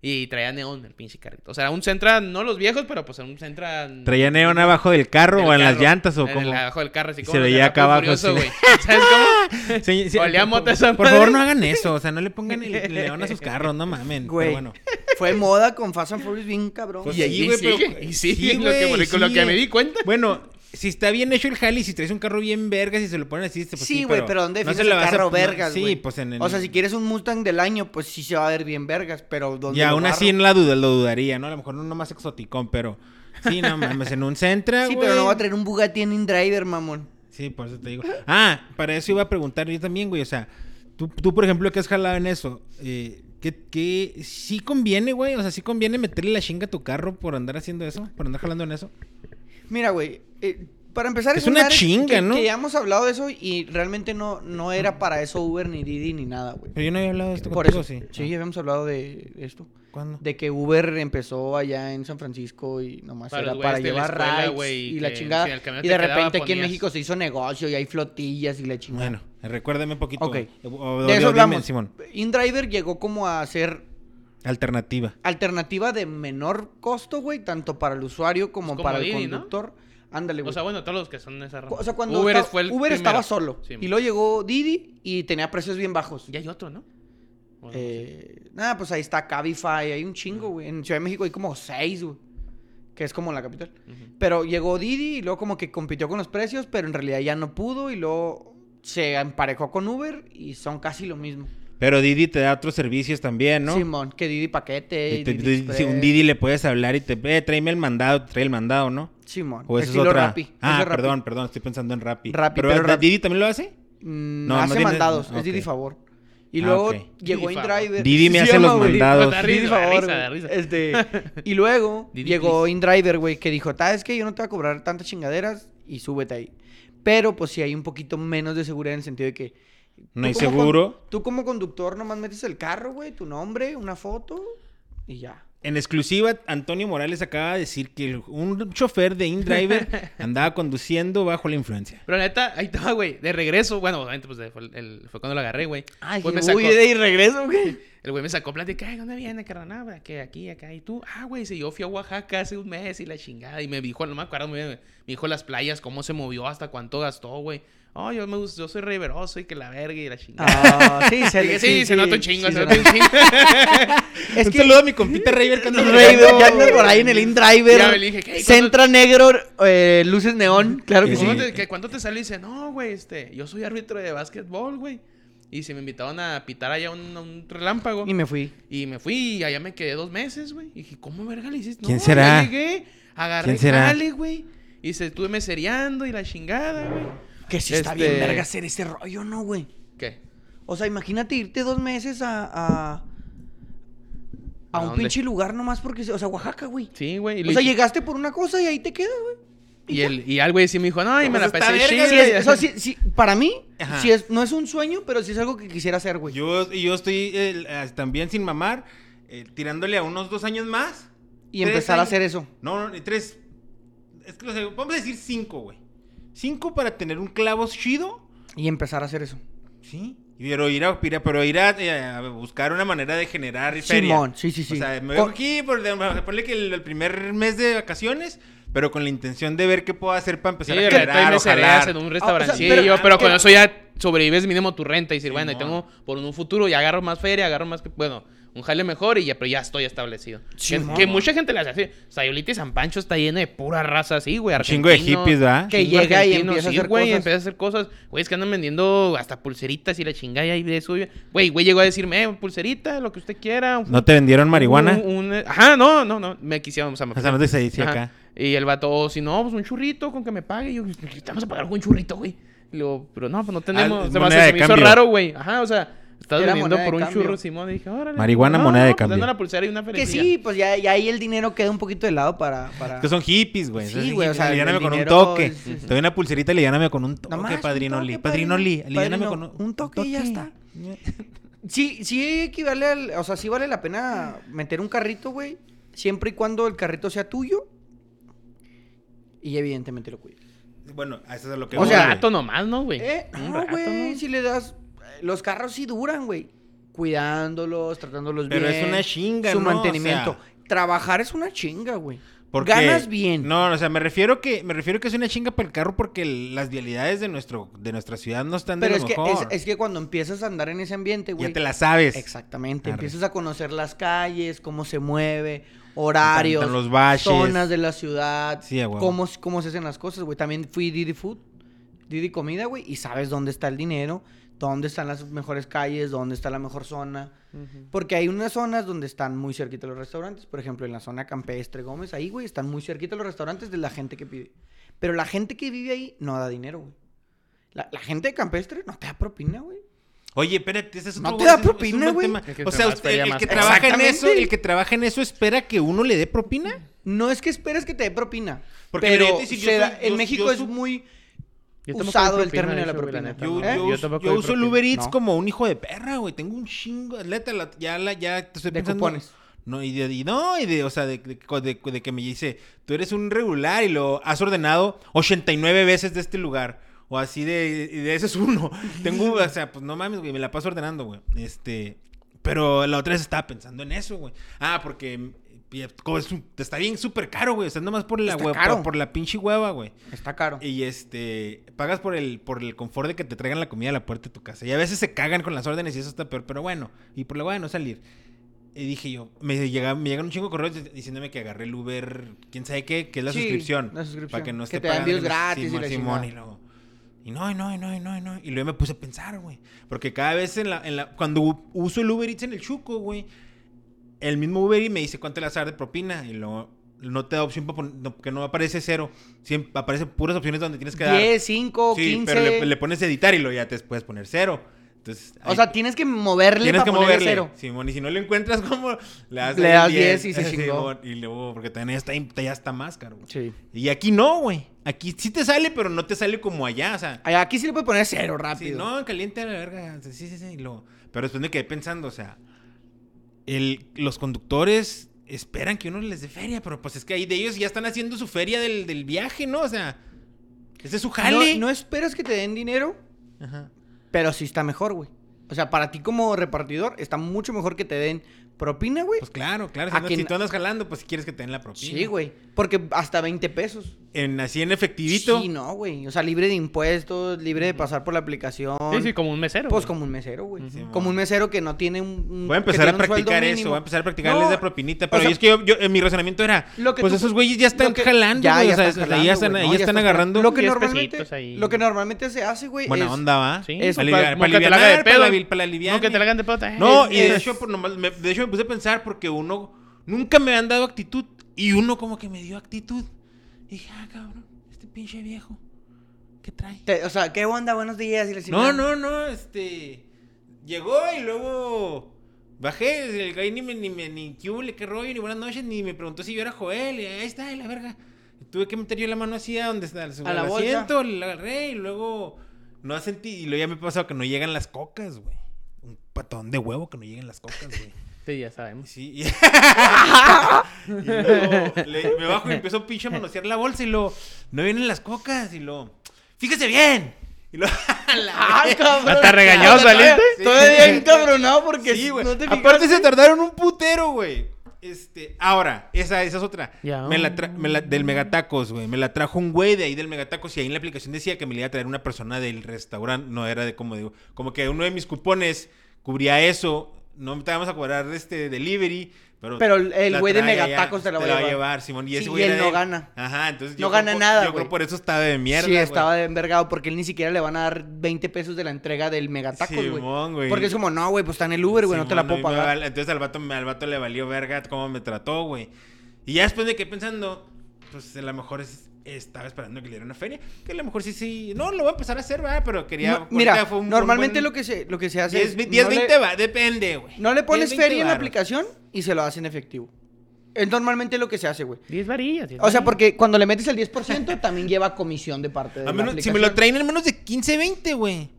[SPEAKER 2] Y traía neón el pinche carrito. O sea, un centra, no los viejos, pero pues era un centra.
[SPEAKER 1] ¿Traía neón abajo del carro
[SPEAKER 2] del
[SPEAKER 1] o en las
[SPEAKER 2] carro.
[SPEAKER 1] llantas o
[SPEAKER 2] En
[SPEAKER 1] cómo?
[SPEAKER 2] el- abajo del carro, así
[SPEAKER 1] Y
[SPEAKER 2] como.
[SPEAKER 1] se
[SPEAKER 2] los de
[SPEAKER 1] veía acá
[SPEAKER 2] Rápido y
[SPEAKER 1] abajo,
[SPEAKER 2] Furioso, güey. [LAUGHS] ¿Sabes cómo?
[SPEAKER 1] [LAUGHS] Sí, sí,
[SPEAKER 2] Olía
[SPEAKER 1] por-
[SPEAKER 2] mota
[SPEAKER 1] por-
[SPEAKER 2] esa
[SPEAKER 1] Por favor,
[SPEAKER 2] madre.
[SPEAKER 1] no hagan eso. O sea, no le pongan el, el león a sus carros, no mamen.
[SPEAKER 3] Güey.
[SPEAKER 1] Pero bueno.
[SPEAKER 3] [LAUGHS] Fue moda con Fast and Furious bien cabrón.
[SPEAKER 1] Pues
[SPEAKER 2] y allí,
[SPEAKER 1] sí,
[SPEAKER 2] güey,
[SPEAKER 1] pero-
[SPEAKER 2] sigue, y sigue,
[SPEAKER 1] sí,
[SPEAKER 2] lo que,
[SPEAKER 1] güey,
[SPEAKER 2] con lo que
[SPEAKER 1] sigue.
[SPEAKER 2] me di cuenta.
[SPEAKER 1] Bueno, si está bien hecho el jale, si traes un carro bien vergas y se lo ponen así, pues
[SPEAKER 3] sí, güey, pero, ¿dónde
[SPEAKER 1] no se
[SPEAKER 3] defines
[SPEAKER 1] lo
[SPEAKER 3] el
[SPEAKER 1] vas a-
[SPEAKER 3] carro
[SPEAKER 1] no,
[SPEAKER 3] vergas,
[SPEAKER 1] Sí,
[SPEAKER 3] güey?
[SPEAKER 1] pues en el...
[SPEAKER 3] O sea, si quieres un Mustang del año, pues sí se va a ver bien vergas, pero ¿dónde
[SPEAKER 1] Y aún
[SPEAKER 3] lo
[SPEAKER 1] así
[SPEAKER 3] agarro?
[SPEAKER 1] no la duda, lo dudaría, ¿no? A lo mejor no más exoticón, pero... Sí, no mames, en un Sentra,
[SPEAKER 3] Sí,
[SPEAKER 1] güey.
[SPEAKER 3] pero no va a traer un Bugatti en InDriver, mamón.
[SPEAKER 1] Sí, por eso te digo. Ah, para eso iba a preguntar yo también, güey. O sea, tú, tú por ejemplo, que has jalado en eso, eh, ¿qué, qué sí conviene, güey? O sea, ¿sí conviene meterle la chinga a tu carro por andar haciendo eso? ¿Por andar jalando en eso?
[SPEAKER 3] Mira, güey, eh, Para empezar,
[SPEAKER 1] Es
[SPEAKER 3] un
[SPEAKER 1] una
[SPEAKER 3] área que-
[SPEAKER 1] chinga,
[SPEAKER 3] que-
[SPEAKER 1] ¿no?
[SPEAKER 3] Que ya hemos hablado de eso y realmente no, no era para eso Uber ni Didi ni nada, güey.
[SPEAKER 1] Pero yo no había hablado de esto
[SPEAKER 3] Por
[SPEAKER 1] Este contigo,
[SPEAKER 3] eso, sí.
[SPEAKER 1] sí. Ah.
[SPEAKER 3] habíamos hablado de esto.
[SPEAKER 1] ¿Cuándo?
[SPEAKER 3] De que Uber empezó allá en San Francisco y nomás
[SPEAKER 2] Para
[SPEAKER 3] era
[SPEAKER 2] los
[SPEAKER 3] para
[SPEAKER 2] güeyes de la
[SPEAKER 3] llevar
[SPEAKER 2] escuela,
[SPEAKER 3] rides
[SPEAKER 2] güey,
[SPEAKER 3] y
[SPEAKER 2] que
[SPEAKER 3] la
[SPEAKER 2] si
[SPEAKER 3] chingada.
[SPEAKER 2] el camión
[SPEAKER 3] y
[SPEAKER 2] te
[SPEAKER 3] de
[SPEAKER 2] quedaba,
[SPEAKER 3] repente aquí en
[SPEAKER 2] ponías-
[SPEAKER 3] México se hizo negocio y hay flotillas y la chingada.
[SPEAKER 1] Bueno, recuérdame un poquito.
[SPEAKER 3] Ok.
[SPEAKER 1] eh, o- o-
[SPEAKER 3] de
[SPEAKER 1] dime,
[SPEAKER 3] eso hablamos.
[SPEAKER 1] Simón.
[SPEAKER 3] InDriver llegó como a ser
[SPEAKER 1] Alternativa.
[SPEAKER 3] alternativa de menor costo, güey, tanto para el usuario como,
[SPEAKER 2] Pues como
[SPEAKER 3] para
[SPEAKER 2] Didi,
[SPEAKER 3] el
[SPEAKER 2] ¿no?
[SPEAKER 3] conductor. Ándale, güey.
[SPEAKER 2] O sea, bueno, todos los que son de esa rama.
[SPEAKER 3] Cu- O sea, cuando
[SPEAKER 2] Uber
[SPEAKER 3] estaba-
[SPEAKER 2] fue el
[SPEAKER 3] Uber
[SPEAKER 2] primero.
[SPEAKER 3] estaba solo.
[SPEAKER 2] Sí,
[SPEAKER 3] y luego llegó Didi y tenía precios bien bajos.
[SPEAKER 2] Y hay otro, ¿no? O no
[SPEAKER 3] Eh, nada, pues ahí está Cabify, hay un chingo, güey. En Ciudad de México hay como seis, güey. Que es como la capital.
[SPEAKER 2] sé. Ujú.
[SPEAKER 3] Pero llegó Didi y luego como que compitió con los precios, pero en realidad ya no pudo y luego se emparejó con Uber y son casi lo mismo.
[SPEAKER 1] Pero Didi te da otros servicios también, ¿no?
[SPEAKER 3] Simón, que Didi Paquete.
[SPEAKER 1] Y
[SPEAKER 3] Y
[SPEAKER 1] te-
[SPEAKER 3] Didi
[SPEAKER 1] tú- si
[SPEAKER 3] Express.
[SPEAKER 1] un Didi le puedes hablar y te, eh, tráeme el mandado, te trae el mandado, ¿no?
[SPEAKER 3] Simón.
[SPEAKER 1] O esa es
[SPEAKER 3] estilo
[SPEAKER 1] otra.
[SPEAKER 3] Rappi, es
[SPEAKER 1] Ah,
[SPEAKER 3] de Rappi.
[SPEAKER 1] perdón, perdón, estoy pensando en Rappi.
[SPEAKER 3] Rappi,
[SPEAKER 1] pero,
[SPEAKER 3] pero
[SPEAKER 1] ¿la-
[SPEAKER 3] Rappi-
[SPEAKER 1] Didi también lo hace?
[SPEAKER 3] Mm,
[SPEAKER 1] No,
[SPEAKER 3] hace
[SPEAKER 1] más bien es-
[SPEAKER 3] mandados, es Didi
[SPEAKER 1] ok.
[SPEAKER 3] Favor. Y
[SPEAKER 1] Ah,
[SPEAKER 3] luego
[SPEAKER 1] ok.
[SPEAKER 3] llegó
[SPEAKER 2] Didi
[SPEAKER 3] InDriver.
[SPEAKER 2] Favor.
[SPEAKER 1] Didi me
[SPEAKER 3] Sí,
[SPEAKER 1] hace
[SPEAKER 3] se
[SPEAKER 1] los
[SPEAKER 3] llama, güey.
[SPEAKER 1] mandados.
[SPEAKER 2] Da
[SPEAKER 3] Didi
[SPEAKER 2] risa, da
[SPEAKER 3] Favor,
[SPEAKER 2] risa, da
[SPEAKER 3] güey.
[SPEAKER 2] risa. [LAUGHS]
[SPEAKER 3] Este, y luego
[SPEAKER 2] Didi,
[SPEAKER 3] llegó
[SPEAKER 2] please.
[SPEAKER 3] InDriver, güey, que dijo, "¿Sabes qué? Yo no te voy a cobrar tantas chingaderas y súbete ahí." Pero pues sí hay un poquito menos de seguridad en el sentido de que
[SPEAKER 1] No
[SPEAKER 3] tú
[SPEAKER 1] hay
[SPEAKER 3] como con-
[SPEAKER 1] seguro.
[SPEAKER 3] tú como conductor nomás metes el carro, güey, tu nombre, una foto y ya.
[SPEAKER 1] En exclusiva, Antonio Morales acaba de decir que el- un chofer de InDriver andaba conduciendo bajo la influencia.
[SPEAKER 2] Pero la neta, ahí estaba, güey. De regreso, bueno, obviamente, pues de- fue, el- el- fue cuando lo agarré, güey.
[SPEAKER 3] Ay,
[SPEAKER 2] Güey, me
[SPEAKER 3] uy,
[SPEAKER 2] sacó-
[SPEAKER 3] Pues de ahí regreso,
[SPEAKER 2] [LAUGHS]
[SPEAKER 3] güey.
[SPEAKER 2] El güey me sacó plática, ay, ¿dónde viene, carnal? Que aquí, acá, y tú, ah, güey, si yo fui a Oaxaca hace un mes y la chingada, y me dijo, no me acuerdo muy bien, güey, me dijo las playas, cómo se movió, hasta cuánto gastó, güey. Oh, yo me gusto, yo soy riveroso y que la verga y la chingada.
[SPEAKER 3] Ah, sí, se
[SPEAKER 2] Dije,
[SPEAKER 3] le-
[SPEAKER 2] sí, se nota un chingo,
[SPEAKER 3] sí,
[SPEAKER 2] se
[SPEAKER 3] se
[SPEAKER 2] nota un
[SPEAKER 3] [LAUGHS]
[SPEAKER 2] chingo.
[SPEAKER 3] Es
[SPEAKER 1] un
[SPEAKER 3] que
[SPEAKER 1] saludo a mi compita Raver que
[SPEAKER 3] [LAUGHS]
[SPEAKER 1] anda
[SPEAKER 3] Raver,
[SPEAKER 1] manejando.
[SPEAKER 3] ya anda por ahí en el
[SPEAKER 2] Ya me le
[SPEAKER 3] InDriver.
[SPEAKER 2] dije, ¿qué?
[SPEAKER 3] Centra negro, eh, luces neón, claro que
[SPEAKER 1] Sí.
[SPEAKER 3] sí.
[SPEAKER 2] ¿Cómo te- que ¿Cuánto te sale? Y dice, no, güey, este, yo soy árbitro de básquetbol, güey. Y se me invitaron a pitar allá un, un relámpago.
[SPEAKER 3] Y me fui.
[SPEAKER 2] Y me fui y allá me quedé dos meses, güey. Y dije, ¿cómo verga le hiciste?
[SPEAKER 1] ¿Quién
[SPEAKER 2] ya
[SPEAKER 1] será?
[SPEAKER 2] llegué, agarré
[SPEAKER 1] ¿Quién será?
[SPEAKER 2] jale, güey. Y se estuve mesereando y la chingada, güey.
[SPEAKER 3] Que sí está
[SPEAKER 2] Este-
[SPEAKER 3] bien verga hacer ese rollo, ¿no, güey?
[SPEAKER 2] ¿Qué?
[SPEAKER 3] O sea, imagínate irte dos meses a... A, a
[SPEAKER 2] ¿A
[SPEAKER 3] un
[SPEAKER 2] dónde?
[SPEAKER 3] pinche lugar nomás porque... se- O sea, Oaxaca, güey.
[SPEAKER 2] Sí, güey. Y,
[SPEAKER 3] O
[SPEAKER 2] lo
[SPEAKER 3] sea,
[SPEAKER 2] hice-
[SPEAKER 3] llegaste por una cosa y ahí te quedas, güey.
[SPEAKER 2] y, el, y al güey sí me dijo, no, y me
[SPEAKER 1] Pues
[SPEAKER 2] la
[SPEAKER 1] está
[SPEAKER 2] pasé
[SPEAKER 1] verga,
[SPEAKER 2] chido.
[SPEAKER 1] sí,
[SPEAKER 3] Sí, es- o sea, sí- sí, para mí,
[SPEAKER 1] Ajá.
[SPEAKER 3] sí es, no es un sueño, pero sí es algo que quisiera hacer, güey.
[SPEAKER 1] Yo, yo estoy eh, eh, también sin mamar, eh, tirándole a unos dos años más.
[SPEAKER 3] Y
[SPEAKER 1] Tres
[SPEAKER 3] empezar a
[SPEAKER 1] años-
[SPEAKER 3] hacer eso.
[SPEAKER 1] No, no, tres. Es que los vamos a decir cinco, güey. Cinco para tener un clavo chido.
[SPEAKER 3] Y empezar a hacer eso.
[SPEAKER 1] Sí. Pero ir a, ir a- pero ir a, eh, a buscar una manera de generar feria.
[SPEAKER 3] Simón, sí, sí, sí.
[SPEAKER 1] O sea, me
[SPEAKER 3] Co-
[SPEAKER 1] vengo aquí, por, de- ponle que el, el primer mes de vacaciones, pero con la intención de ver qué puedo hacer para
[SPEAKER 2] Sí,
[SPEAKER 1] empezar
[SPEAKER 2] de
[SPEAKER 1] a
[SPEAKER 2] repente ahí
[SPEAKER 1] generar
[SPEAKER 2] me
[SPEAKER 1] o
[SPEAKER 2] cereas
[SPEAKER 1] jalar.
[SPEAKER 2] en un
[SPEAKER 3] sea,
[SPEAKER 2] restaurancillo,
[SPEAKER 3] pero-
[SPEAKER 2] Ah, pero, con
[SPEAKER 3] pero-
[SPEAKER 2] eso ya sobrevives mínimo tu renta. Y decir,
[SPEAKER 1] Sí,
[SPEAKER 2] bueno, y
[SPEAKER 1] mon.
[SPEAKER 2] tengo por un futuro y agarro más feria, agarro más, que- bueno, un jale mejor y ya, pero ya estoy establecido.
[SPEAKER 3] Sí,
[SPEAKER 2] que,
[SPEAKER 3] mon.
[SPEAKER 2] que mucha gente le hace así. Sayulita y San Pancho está lleno de pura raza así, güey.
[SPEAKER 1] Un chingo de
[SPEAKER 2] argentinos,
[SPEAKER 1] hippies, ¿verdad?
[SPEAKER 3] Que
[SPEAKER 2] chingo de
[SPEAKER 3] llega y
[SPEAKER 2] argentinos,
[SPEAKER 3] empieza a
[SPEAKER 2] sí,
[SPEAKER 3] hacer
[SPEAKER 2] güey,
[SPEAKER 3] cosas.
[SPEAKER 2] empieza a hacer cosas. Güey, es que andan vendiendo hasta pulseritas y la chingada y de eso. y- Güey, güey llegó a decirme, eh, pulserita, lo que usted quiera. un-
[SPEAKER 1] ¿No te vendieron marihuana?
[SPEAKER 2] un- un- ajá, no, no, no. Me quisieron, o sea, me
[SPEAKER 1] o sea, no te dice
[SPEAKER 2] Ajá.
[SPEAKER 1] acá.
[SPEAKER 2] Y el vato, "Oh, si no, pues un churrito con que me pague. Y yo, "¿Qué te vamos a pagar con un churrito, güey. Y luego, pero no, pues no tenemos.
[SPEAKER 1] es
[SPEAKER 2] se me,
[SPEAKER 1] Ah, moneda
[SPEAKER 2] hace,
[SPEAKER 1] de
[SPEAKER 2] se me hizo
[SPEAKER 1] cambio.
[SPEAKER 2] raro, güey. Ajá, o sea, estás
[SPEAKER 3] Era
[SPEAKER 2] vendiendo
[SPEAKER 3] moneda
[SPEAKER 2] por
[SPEAKER 3] de
[SPEAKER 2] un
[SPEAKER 3] cambio.
[SPEAKER 2] churro, Simón. Y dije, órale.
[SPEAKER 1] Marihuana,
[SPEAKER 2] no,
[SPEAKER 1] moneda de
[SPEAKER 2] pues,
[SPEAKER 1] cambio.
[SPEAKER 2] dando la pulsera y una
[SPEAKER 3] Que
[SPEAKER 2] ferecilla.
[SPEAKER 3] sí, pues ya, ya ahí el dinero queda un poquito de lado para... para...
[SPEAKER 1] Es que son hippies, güey.
[SPEAKER 3] Sí,
[SPEAKER 1] Son
[SPEAKER 3] güey, o
[SPEAKER 1] hippies,
[SPEAKER 3] sea,
[SPEAKER 1] aliviáname
[SPEAKER 3] el
[SPEAKER 1] con un
[SPEAKER 3] dinero
[SPEAKER 1] toque.
[SPEAKER 3] es- es-
[SPEAKER 1] Te doy una pulserita, aliviáname con un toque,
[SPEAKER 3] Nomás un
[SPEAKER 1] padrino
[SPEAKER 3] toque,
[SPEAKER 1] Lee.
[SPEAKER 3] padrino.
[SPEAKER 1] Padrino Lee, aliviáname con
[SPEAKER 3] Padrino,
[SPEAKER 1] un,
[SPEAKER 3] un toque y ya está. Sí, sí equivale al... O sea, sí vale la pena meter un carrito, güey. Siempre y cuando el carrito sea tuyo. Y evidentemente lo cuides.
[SPEAKER 1] Bueno, a eso es a lo que
[SPEAKER 2] O
[SPEAKER 1] voy,
[SPEAKER 2] sea,
[SPEAKER 1] güey.
[SPEAKER 2] un rato nomás, ¿no, güey?
[SPEAKER 3] Eh,
[SPEAKER 2] Un
[SPEAKER 3] no,
[SPEAKER 2] rato,
[SPEAKER 3] güey.
[SPEAKER 2] ¿no?
[SPEAKER 3] Si le das... Los carros sí duran, güey. Cuidándolos, tratándolos
[SPEAKER 1] Pero
[SPEAKER 3] bien.
[SPEAKER 1] es una chinga,
[SPEAKER 3] Su
[SPEAKER 1] ¿no? O
[SPEAKER 3] mantenimiento.
[SPEAKER 1] sea-
[SPEAKER 3] Trabajar es una chinga, güey.
[SPEAKER 1] Porque-
[SPEAKER 3] Ganas bien.
[SPEAKER 1] No, o sea, me refiero que me refiero que es una chinga para el carro porque el- las vialidades de nuestro de nuestra ciudad no están
[SPEAKER 3] Pero
[SPEAKER 1] de
[SPEAKER 3] es
[SPEAKER 1] lo
[SPEAKER 3] que, es,
[SPEAKER 1] mejor.
[SPEAKER 3] es que cuando empiezas a andar en ese ambiente, güey.
[SPEAKER 1] ya te la sabes.
[SPEAKER 3] Exactamente.
[SPEAKER 1] Arre.
[SPEAKER 3] Empiezas a conocer las calles, cómo se mueve, horarios,
[SPEAKER 1] Tan- tan los baches.
[SPEAKER 3] zonas de la ciudad,
[SPEAKER 1] Sí, a huevo.
[SPEAKER 3] cómo, s- cómo se hacen las cosas, güey. También fui Didi Food, Didi Comida, güey, y sabes dónde está el dinero, dónde están las mejores calles, dónde está la mejor zona. Porque hay unas zonas donde están muy cerquita los restaurantes. Por ejemplo, en la zona campestre Gómez, ahí, güey, están muy cerquita los restaurantes de la gente que pide. Pero la gente que vive ahí no da dinero, güey. La, la gente de campestre no te da propina, güey.
[SPEAKER 1] Oye, espérate, ese es
[SPEAKER 3] No
[SPEAKER 1] otro
[SPEAKER 3] te da
[SPEAKER 1] ese es- ese es
[SPEAKER 3] propina,
[SPEAKER 1] un buen
[SPEAKER 3] güey.
[SPEAKER 1] tema.
[SPEAKER 2] Es que
[SPEAKER 1] O
[SPEAKER 2] se
[SPEAKER 1] sea,
[SPEAKER 2] más
[SPEAKER 1] usted-
[SPEAKER 2] feria,
[SPEAKER 1] el
[SPEAKER 2] más
[SPEAKER 1] que
[SPEAKER 2] feria.
[SPEAKER 1] trabaja en eso,
[SPEAKER 3] Exactamente.
[SPEAKER 1] el que trabaja en eso espera que uno le dé propina.
[SPEAKER 3] No es que esperes que te dé propina.
[SPEAKER 1] Porque
[SPEAKER 3] pero
[SPEAKER 1] debería decir, yo
[SPEAKER 3] se da-
[SPEAKER 1] soy-
[SPEAKER 3] en
[SPEAKER 1] yo-
[SPEAKER 3] México
[SPEAKER 1] yo
[SPEAKER 3] es
[SPEAKER 1] soy-
[SPEAKER 3] muy
[SPEAKER 2] Yo tampoco
[SPEAKER 3] usado
[SPEAKER 2] doy
[SPEAKER 3] el término de
[SPEAKER 2] hecho,
[SPEAKER 3] la
[SPEAKER 2] güey,
[SPEAKER 3] propina.
[SPEAKER 2] neta,
[SPEAKER 1] Yo,
[SPEAKER 2] no.
[SPEAKER 3] ¿Eh?
[SPEAKER 1] yo-
[SPEAKER 2] Yo tampoco
[SPEAKER 1] yo
[SPEAKER 2] doy
[SPEAKER 1] uso el
[SPEAKER 2] propina.
[SPEAKER 1] Uber Eats
[SPEAKER 3] No.
[SPEAKER 1] como un hijo de perra, güey. Tengo un chingo. Neta, la- ya, la, ya te estoy
[SPEAKER 3] de
[SPEAKER 1] pensando.
[SPEAKER 3] cupones.
[SPEAKER 1] No, y de, y no, y de, o sea, de, de- de- de que me dice, tú eres un regular y lo has ordenado 89 veces de este lugar. O así de, y de ese es uno. [LAUGHS] Tengo, o sea, pues no mames, güey, me la paso ordenando, güey. Este, pero la otra vez estaba pensando en eso, güey. Ah, porque eh, como es un- está bien súper caro, güey. O sea, nomás por la
[SPEAKER 3] Está
[SPEAKER 1] hueva,
[SPEAKER 3] caro.
[SPEAKER 1] por, por la pinche hueva, güey.
[SPEAKER 3] Está caro.
[SPEAKER 1] Y este, pagas por el, por el confort de que te traigan la comida a la puerta de tu casa. Y a veces se cagan con las órdenes y eso está peor, pero bueno, y por la hueá de no salir. Y dije yo, me, llega, me llegan un chingo de correos dic- diciéndome que agarré el Uber, quién sabe qué, que es la
[SPEAKER 3] Sí,
[SPEAKER 1] suscripción.
[SPEAKER 3] la suscripción.
[SPEAKER 1] Para que no
[SPEAKER 3] Que
[SPEAKER 1] esté
[SPEAKER 3] te dan
[SPEAKER 1] pagando
[SPEAKER 3] envíos gratis y
[SPEAKER 1] Simón,
[SPEAKER 3] la
[SPEAKER 1] Simón,
[SPEAKER 3] chingada.
[SPEAKER 1] y luego. Y no, y no, y no, y no, y no. Y luego me puse a pensar, güey. Porque cada vez en la, en la, cuando u- uso el Uber Eats en el Chuco, güey, el mismo Uber y me dice cuánto le vas a dar de propina. Y luego no te da opción para poner, no, que no aparece cero. Siempre aparecen puras opciones donde tienes que dar.
[SPEAKER 3] 10, 5,
[SPEAKER 1] Sí,
[SPEAKER 3] 15.
[SPEAKER 1] pero le, le pones editar y luego ya te puedes poner cero. Entonces,
[SPEAKER 3] O
[SPEAKER 1] ahí-
[SPEAKER 3] sea, tienes que moverle
[SPEAKER 1] tienes
[SPEAKER 3] para
[SPEAKER 1] que
[SPEAKER 3] ponerle
[SPEAKER 1] moverle.
[SPEAKER 3] cero.
[SPEAKER 1] Simón, y si no lo encuentras, [LAUGHS] ¿cómo? Le das,
[SPEAKER 3] Le
[SPEAKER 1] ahí el [LAUGHS]
[SPEAKER 3] das 10 y se
[SPEAKER 1] Simón,
[SPEAKER 3] chingó.
[SPEAKER 1] y luego, porque también está, ya está más caro. güey.
[SPEAKER 3] Sí.
[SPEAKER 1] Y aquí no, güey. Aquí sí te sale, pero no te sale como allá, o sea.
[SPEAKER 3] Ay, Aquí sí le puede poner cero rápido.
[SPEAKER 1] Sí, no, en caliente a la verga. Sí, sí, sí. y luego- Pero después me quedé pensando, o sea, el, los conductores esperan que uno les dé feria, pero pues es que ahí de ellos ya están haciendo su feria del, del viaje, ¿no? O sea, ese es su jale.
[SPEAKER 3] No, no esperas que te den dinero,
[SPEAKER 1] Ajá.
[SPEAKER 3] pero sí está mejor, güey. O sea, para ti como repartidor está mucho mejor que te den propina, güey.
[SPEAKER 1] Pues claro, claro.
[SPEAKER 3] A
[SPEAKER 1] Si, no-
[SPEAKER 3] quien-
[SPEAKER 1] si tú andas jalando, pues si quieres que te den la propina.
[SPEAKER 3] sí, güey. Porque hasta 20 pesos.
[SPEAKER 1] En, así en efectivito.
[SPEAKER 3] Sí, no, güey. O sea, libre de impuestos, libre de pasar por la aplicación.
[SPEAKER 2] Sí, sí, como un mesero. güey.
[SPEAKER 3] Pues como un mesero, güey.
[SPEAKER 1] Ujú.
[SPEAKER 3] Como un mesero que no tiene un. un-
[SPEAKER 1] Voy a
[SPEAKER 3] que
[SPEAKER 1] empezar a
[SPEAKER 3] tiene un sueldo
[SPEAKER 1] practicar eso,
[SPEAKER 3] mínimo.
[SPEAKER 1] voy a empezar a practicarles
[SPEAKER 3] No,
[SPEAKER 1] de propinita.
[SPEAKER 3] o
[SPEAKER 1] Pero
[SPEAKER 3] sea,
[SPEAKER 1] es que yo, yo- eh, mi razonamiento era,
[SPEAKER 3] lo que
[SPEAKER 1] pues
[SPEAKER 3] tú-
[SPEAKER 1] esos güeyes ya están
[SPEAKER 3] lo que-
[SPEAKER 1] jalando,
[SPEAKER 3] ya,
[SPEAKER 1] güey,
[SPEAKER 3] ya
[SPEAKER 1] o sea,
[SPEAKER 3] están
[SPEAKER 1] ahí ya
[SPEAKER 3] jalando,
[SPEAKER 1] están,
[SPEAKER 3] güey,
[SPEAKER 1] ahí
[SPEAKER 3] no,
[SPEAKER 1] ya
[SPEAKER 3] ya
[SPEAKER 1] están
[SPEAKER 3] están
[SPEAKER 1] agarrando
[SPEAKER 3] Lo que,
[SPEAKER 2] 10
[SPEAKER 3] normalmente,
[SPEAKER 2] pesitos ahí.
[SPEAKER 3] lo que normalmente se hace, güey.
[SPEAKER 1] buena
[SPEAKER 3] es-
[SPEAKER 1] onda, ¿va?
[SPEAKER 2] Sí.
[SPEAKER 3] ah, Es
[SPEAKER 1] Para
[SPEAKER 3] para-
[SPEAKER 1] aliviar,
[SPEAKER 2] como
[SPEAKER 1] para
[SPEAKER 2] que te la hagan de
[SPEAKER 1] alivianar, para,
[SPEAKER 2] pedo.
[SPEAKER 1] la, vil- para aliviar.
[SPEAKER 2] No, que te la hagan de pata.
[SPEAKER 1] No, y de
[SPEAKER 3] Es-
[SPEAKER 1] hecho, por nomás- me, de hecho me puse a pensar porque uno nunca me han dado actitud y uno como que me dio actitud. Y dije, ah, cabrón, este pinche viejo, ¿qué trae?
[SPEAKER 3] te- o sea, ¿qué onda? Buenos días. Y la chingada.
[SPEAKER 1] No, no, no, este. Llegó y luego. Bajé, el güey ni me, ni me, ni qué hubo, qué rollo, ni buenas noches, ni me preguntó si yo era Joel, y ahí está, y la verga. Tuve que meter yo la mano así a donde está el,
[SPEAKER 3] la bolsa.
[SPEAKER 1] asiento, la agarré, y luego no sentí, y luego ya me pasó que no llegan las cocas, güey. Un patón de huevo que no lleguen las cocas, güey.
[SPEAKER 2] Sí, ya sabemos.
[SPEAKER 1] Sí. Y, [LAUGHS] y luego le- me bajo y empiezo a pinche a manosear la bolsa y luego, no vienen las cocas y luego, fíjese bien. Y luego, [LAUGHS] a la
[SPEAKER 3] Ah,
[SPEAKER 1] [LAUGHS]
[SPEAKER 3] cabrón.
[SPEAKER 2] Hasta regañado
[SPEAKER 3] Todavía-
[SPEAKER 2] saliste.
[SPEAKER 3] Todavía encabronado porque
[SPEAKER 1] Sí, güey.
[SPEAKER 3] no te
[SPEAKER 1] Aparte
[SPEAKER 3] fijaste.
[SPEAKER 1] se tardaron un putero, güey. Este, ahora, esa, esa es otra.
[SPEAKER 2] Ya.
[SPEAKER 1] Me la tra- me la- del Megatacos, güey. Me la trajo un güey de ahí del Megatacos y ahí en la aplicación decía que me la iba a traer una persona del restaurante. No, era de como digo, como que uno de mis cupones cubría eso. No me estábamos a cobrar de este delivery, pero...
[SPEAKER 3] Pero el- el
[SPEAKER 1] la
[SPEAKER 3] güey de
[SPEAKER 1] trae allá,
[SPEAKER 3] Megatacos te la va a llevar.
[SPEAKER 1] Simón. Y
[SPEAKER 3] Sí,
[SPEAKER 1] ese
[SPEAKER 3] y
[SPEAKER 1] güey
[SPEAKER 3] él
[SPEAKER 1] era
[SPEAKER 3] no
[SPEAKER 1] de-
[SPEAKER 3] gana.
[SPEAKER 1] Ajá, entonces
[SPEAKER 3] No
[SPEAKER 1] yo
[SPEAKER 3] gana
[SPEAKER 1] creo-
[SPEAKER 3] nada,
[SPEAKER 1] Yo creo
[SPEAKER 3] güey.
[SPEAKER 1] por eso estaba de mierda,
[SPEAKER 3] sí,
[SPEAKER 1] güey.
[SPEAKER 3] estaba de envergado porque él ni siquiera le van a dar 20 pesos de la entrega del megatacos, güey.
[SPEAKER 1] Simón, güey.
[SPEAKER 3] Porque es como, no, güey, pues está en el Uber, güey, no te la
[SPEAKER 1] Simón,
[SPEAKER 3] puedo
[SPEAKER 1] a mí me
[SPEAKER 3] pagar.
[SPEAKER 1] vale- entonces al vato, me- al vato le valió verga cómo me trató, güey. Y ya después de que pensando, pues a lo mejor es- estaba esperando que le diera una feria. Que a lo mejor sí, sí. No, lo voy a empezar a hacer, ¿verdad? Pero quería.
[SPEAKER 3] No, mira,
[SPEAKER 1] ahorita fue un-
[SPEAKER 3] normalmente
[SPEAKER 1] un
[SPEAKER 3] lo,
[SPEAKER 1] buen-
[SPEAKER 3] que se, lo que se hace
[SPEAKER 1] 10,
[SPEAKER 3] es...
[SPEAKER 1] 10,
[SPEAKER 3] no le-
[SPEAKER 1] 20 va, depende, güey.
[SPEAKER 3] No le pones
[SPEAKER 1] 10, 20
[SPEAKER 3] feria en la
[SPEAKER 1] barras.
[SPEAKER 3] aplicación y se lo hacen efectivo. Es normalmente lo que se hace, güey.
[SPEAKER 2] 10 varillas. diez
[SPEAKER 3] O sea,
[SPEAKER 2] varillas. [LAUGHS]
[SPEAKER 3] porque cuando le metes el 10% también lleva comisión de parte de
[SPEAKER 1] A
[SPEAKER 3] la
[SPEAKER 1] menos- si
[SPEAKER 3] aplicación.
[SPEAKER 1] me lo traen en menos de 15, 20, güey.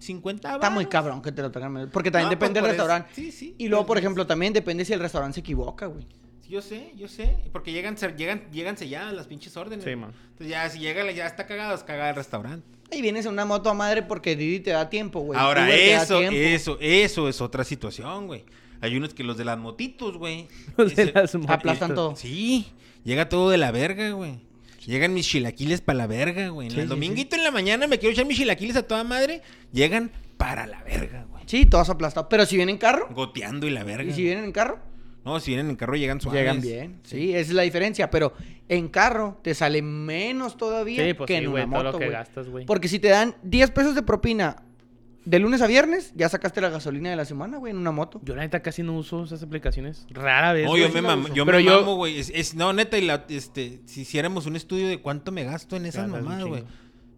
[SPEAKER 1] 50
[SPEAKER 3] Está muy
[SPEAKER 1] barras.
[SPEAKER 3] cabrón que te lo traigan. Porque también
[SPEAKER 1] No,
[SPEAKER 3] depende
[SPEAKER 1] pues,
[SPEAKER 3] del
[SPEAKER 1] por eso.
[SPEAKER 3] restaurante.
[SPEAKER 1] Sí, sí.
[SPEAKER 3] Y luego, por
[SPEAKER 1] Pues,
[SPEAKER 3] ejemplo, también depende si el restaurante se equivoca, güey.
[SPEAKER 1] Yo sé, yo sé. Porque llegan, se- llegan, llegan selladas las pinches órdenes.
[SPEAKER 2] Sí,
[SPEAKER 1] güey.
[SPEAKER 2] man.
[SPEAKER 1] Entonces ya, si llega, ya está cagado, es cagada el restaurante.
[SPEAKER 3] Ahí vienes en una moto a madre porque Didi te da tiempo, güey.
[SPEAKER 1] Ahora,
[SPEAKER 3] Pues, Uber te da
[SPEAKER 1] eso,
[SPEAKER 3] tiempo.
[SPEAKER 1] eso, eso es otra situación, güey. Hay unos que los de las motitos,
[SPEAKER 3] [LAUGHS]
[SPEAKER 1] güey.
[SPEAKER 2] Los de
[SPEAKER 1] Ese-
[SPEAKER 2] las motitos.
[SPEAKER 3] aplastan todo.
[SPEAKER 1] Sí, llega todo de la verga, güey. Llegan mis chilaquiles para la verga, güey. En
[SPEAKER 3] Sí,
[SPEAKER 1] el
[SPEAKER 3] sí,
[SPEAKER 1] dominguito en la mañana me quiero echar mis chilaquiles a toda madre. Llegan para la verga, güey.
[SPEAKER 3] Sí, todos aplastados. Pero si vienen en carro,
[SPEAKER 1] Goteando y la verga.
[SPEAKER 3] y si vienen en carro,
[SPEAKER 1] No, si vienen en carro llegan suaves.
[SPEAKER 3] llegan bien. Sí. esa es la diferencia. Pero en carro te sale menos todavía
[SPEAKER 2] Sí, pues
[SPEAKER 3] que
[SPEAKER 2] sí,
[SPEAKER 3] en
[SPEAKER 2] güey,
[SPEAKER 3] una
[SPEAKER 2] todo
[SPEAKER 3] moto,
[SPEAKER 2] lo que
[SPEAKER 3] güey.
[SPEAKER 2] gastas, güey.
[SPEAKER 3] Porque si te dan 10 pesos de propina de lunes a viernes, ya sacaste la gasolina de la semana, güey, en una moto.
[SPEAKER 2] Yo la neta casi no uso esas aplicaciones. Rara vez.
[SPEAKER 1] No,
[SPEAKER 2] güey.
[SPEAKER 1] yo me, mam- yo
[SPEAKER 2] Pero
[SPEAKER 1] me mamo, güey. Es, es- no, neta, y la, este, si hiciéramos un estudio de cuánto me gasto en esas
[SPEAKER 2] Ganas un
[SPEAKER 1] mamadas, güey.
[SPEAKER 2] chingo.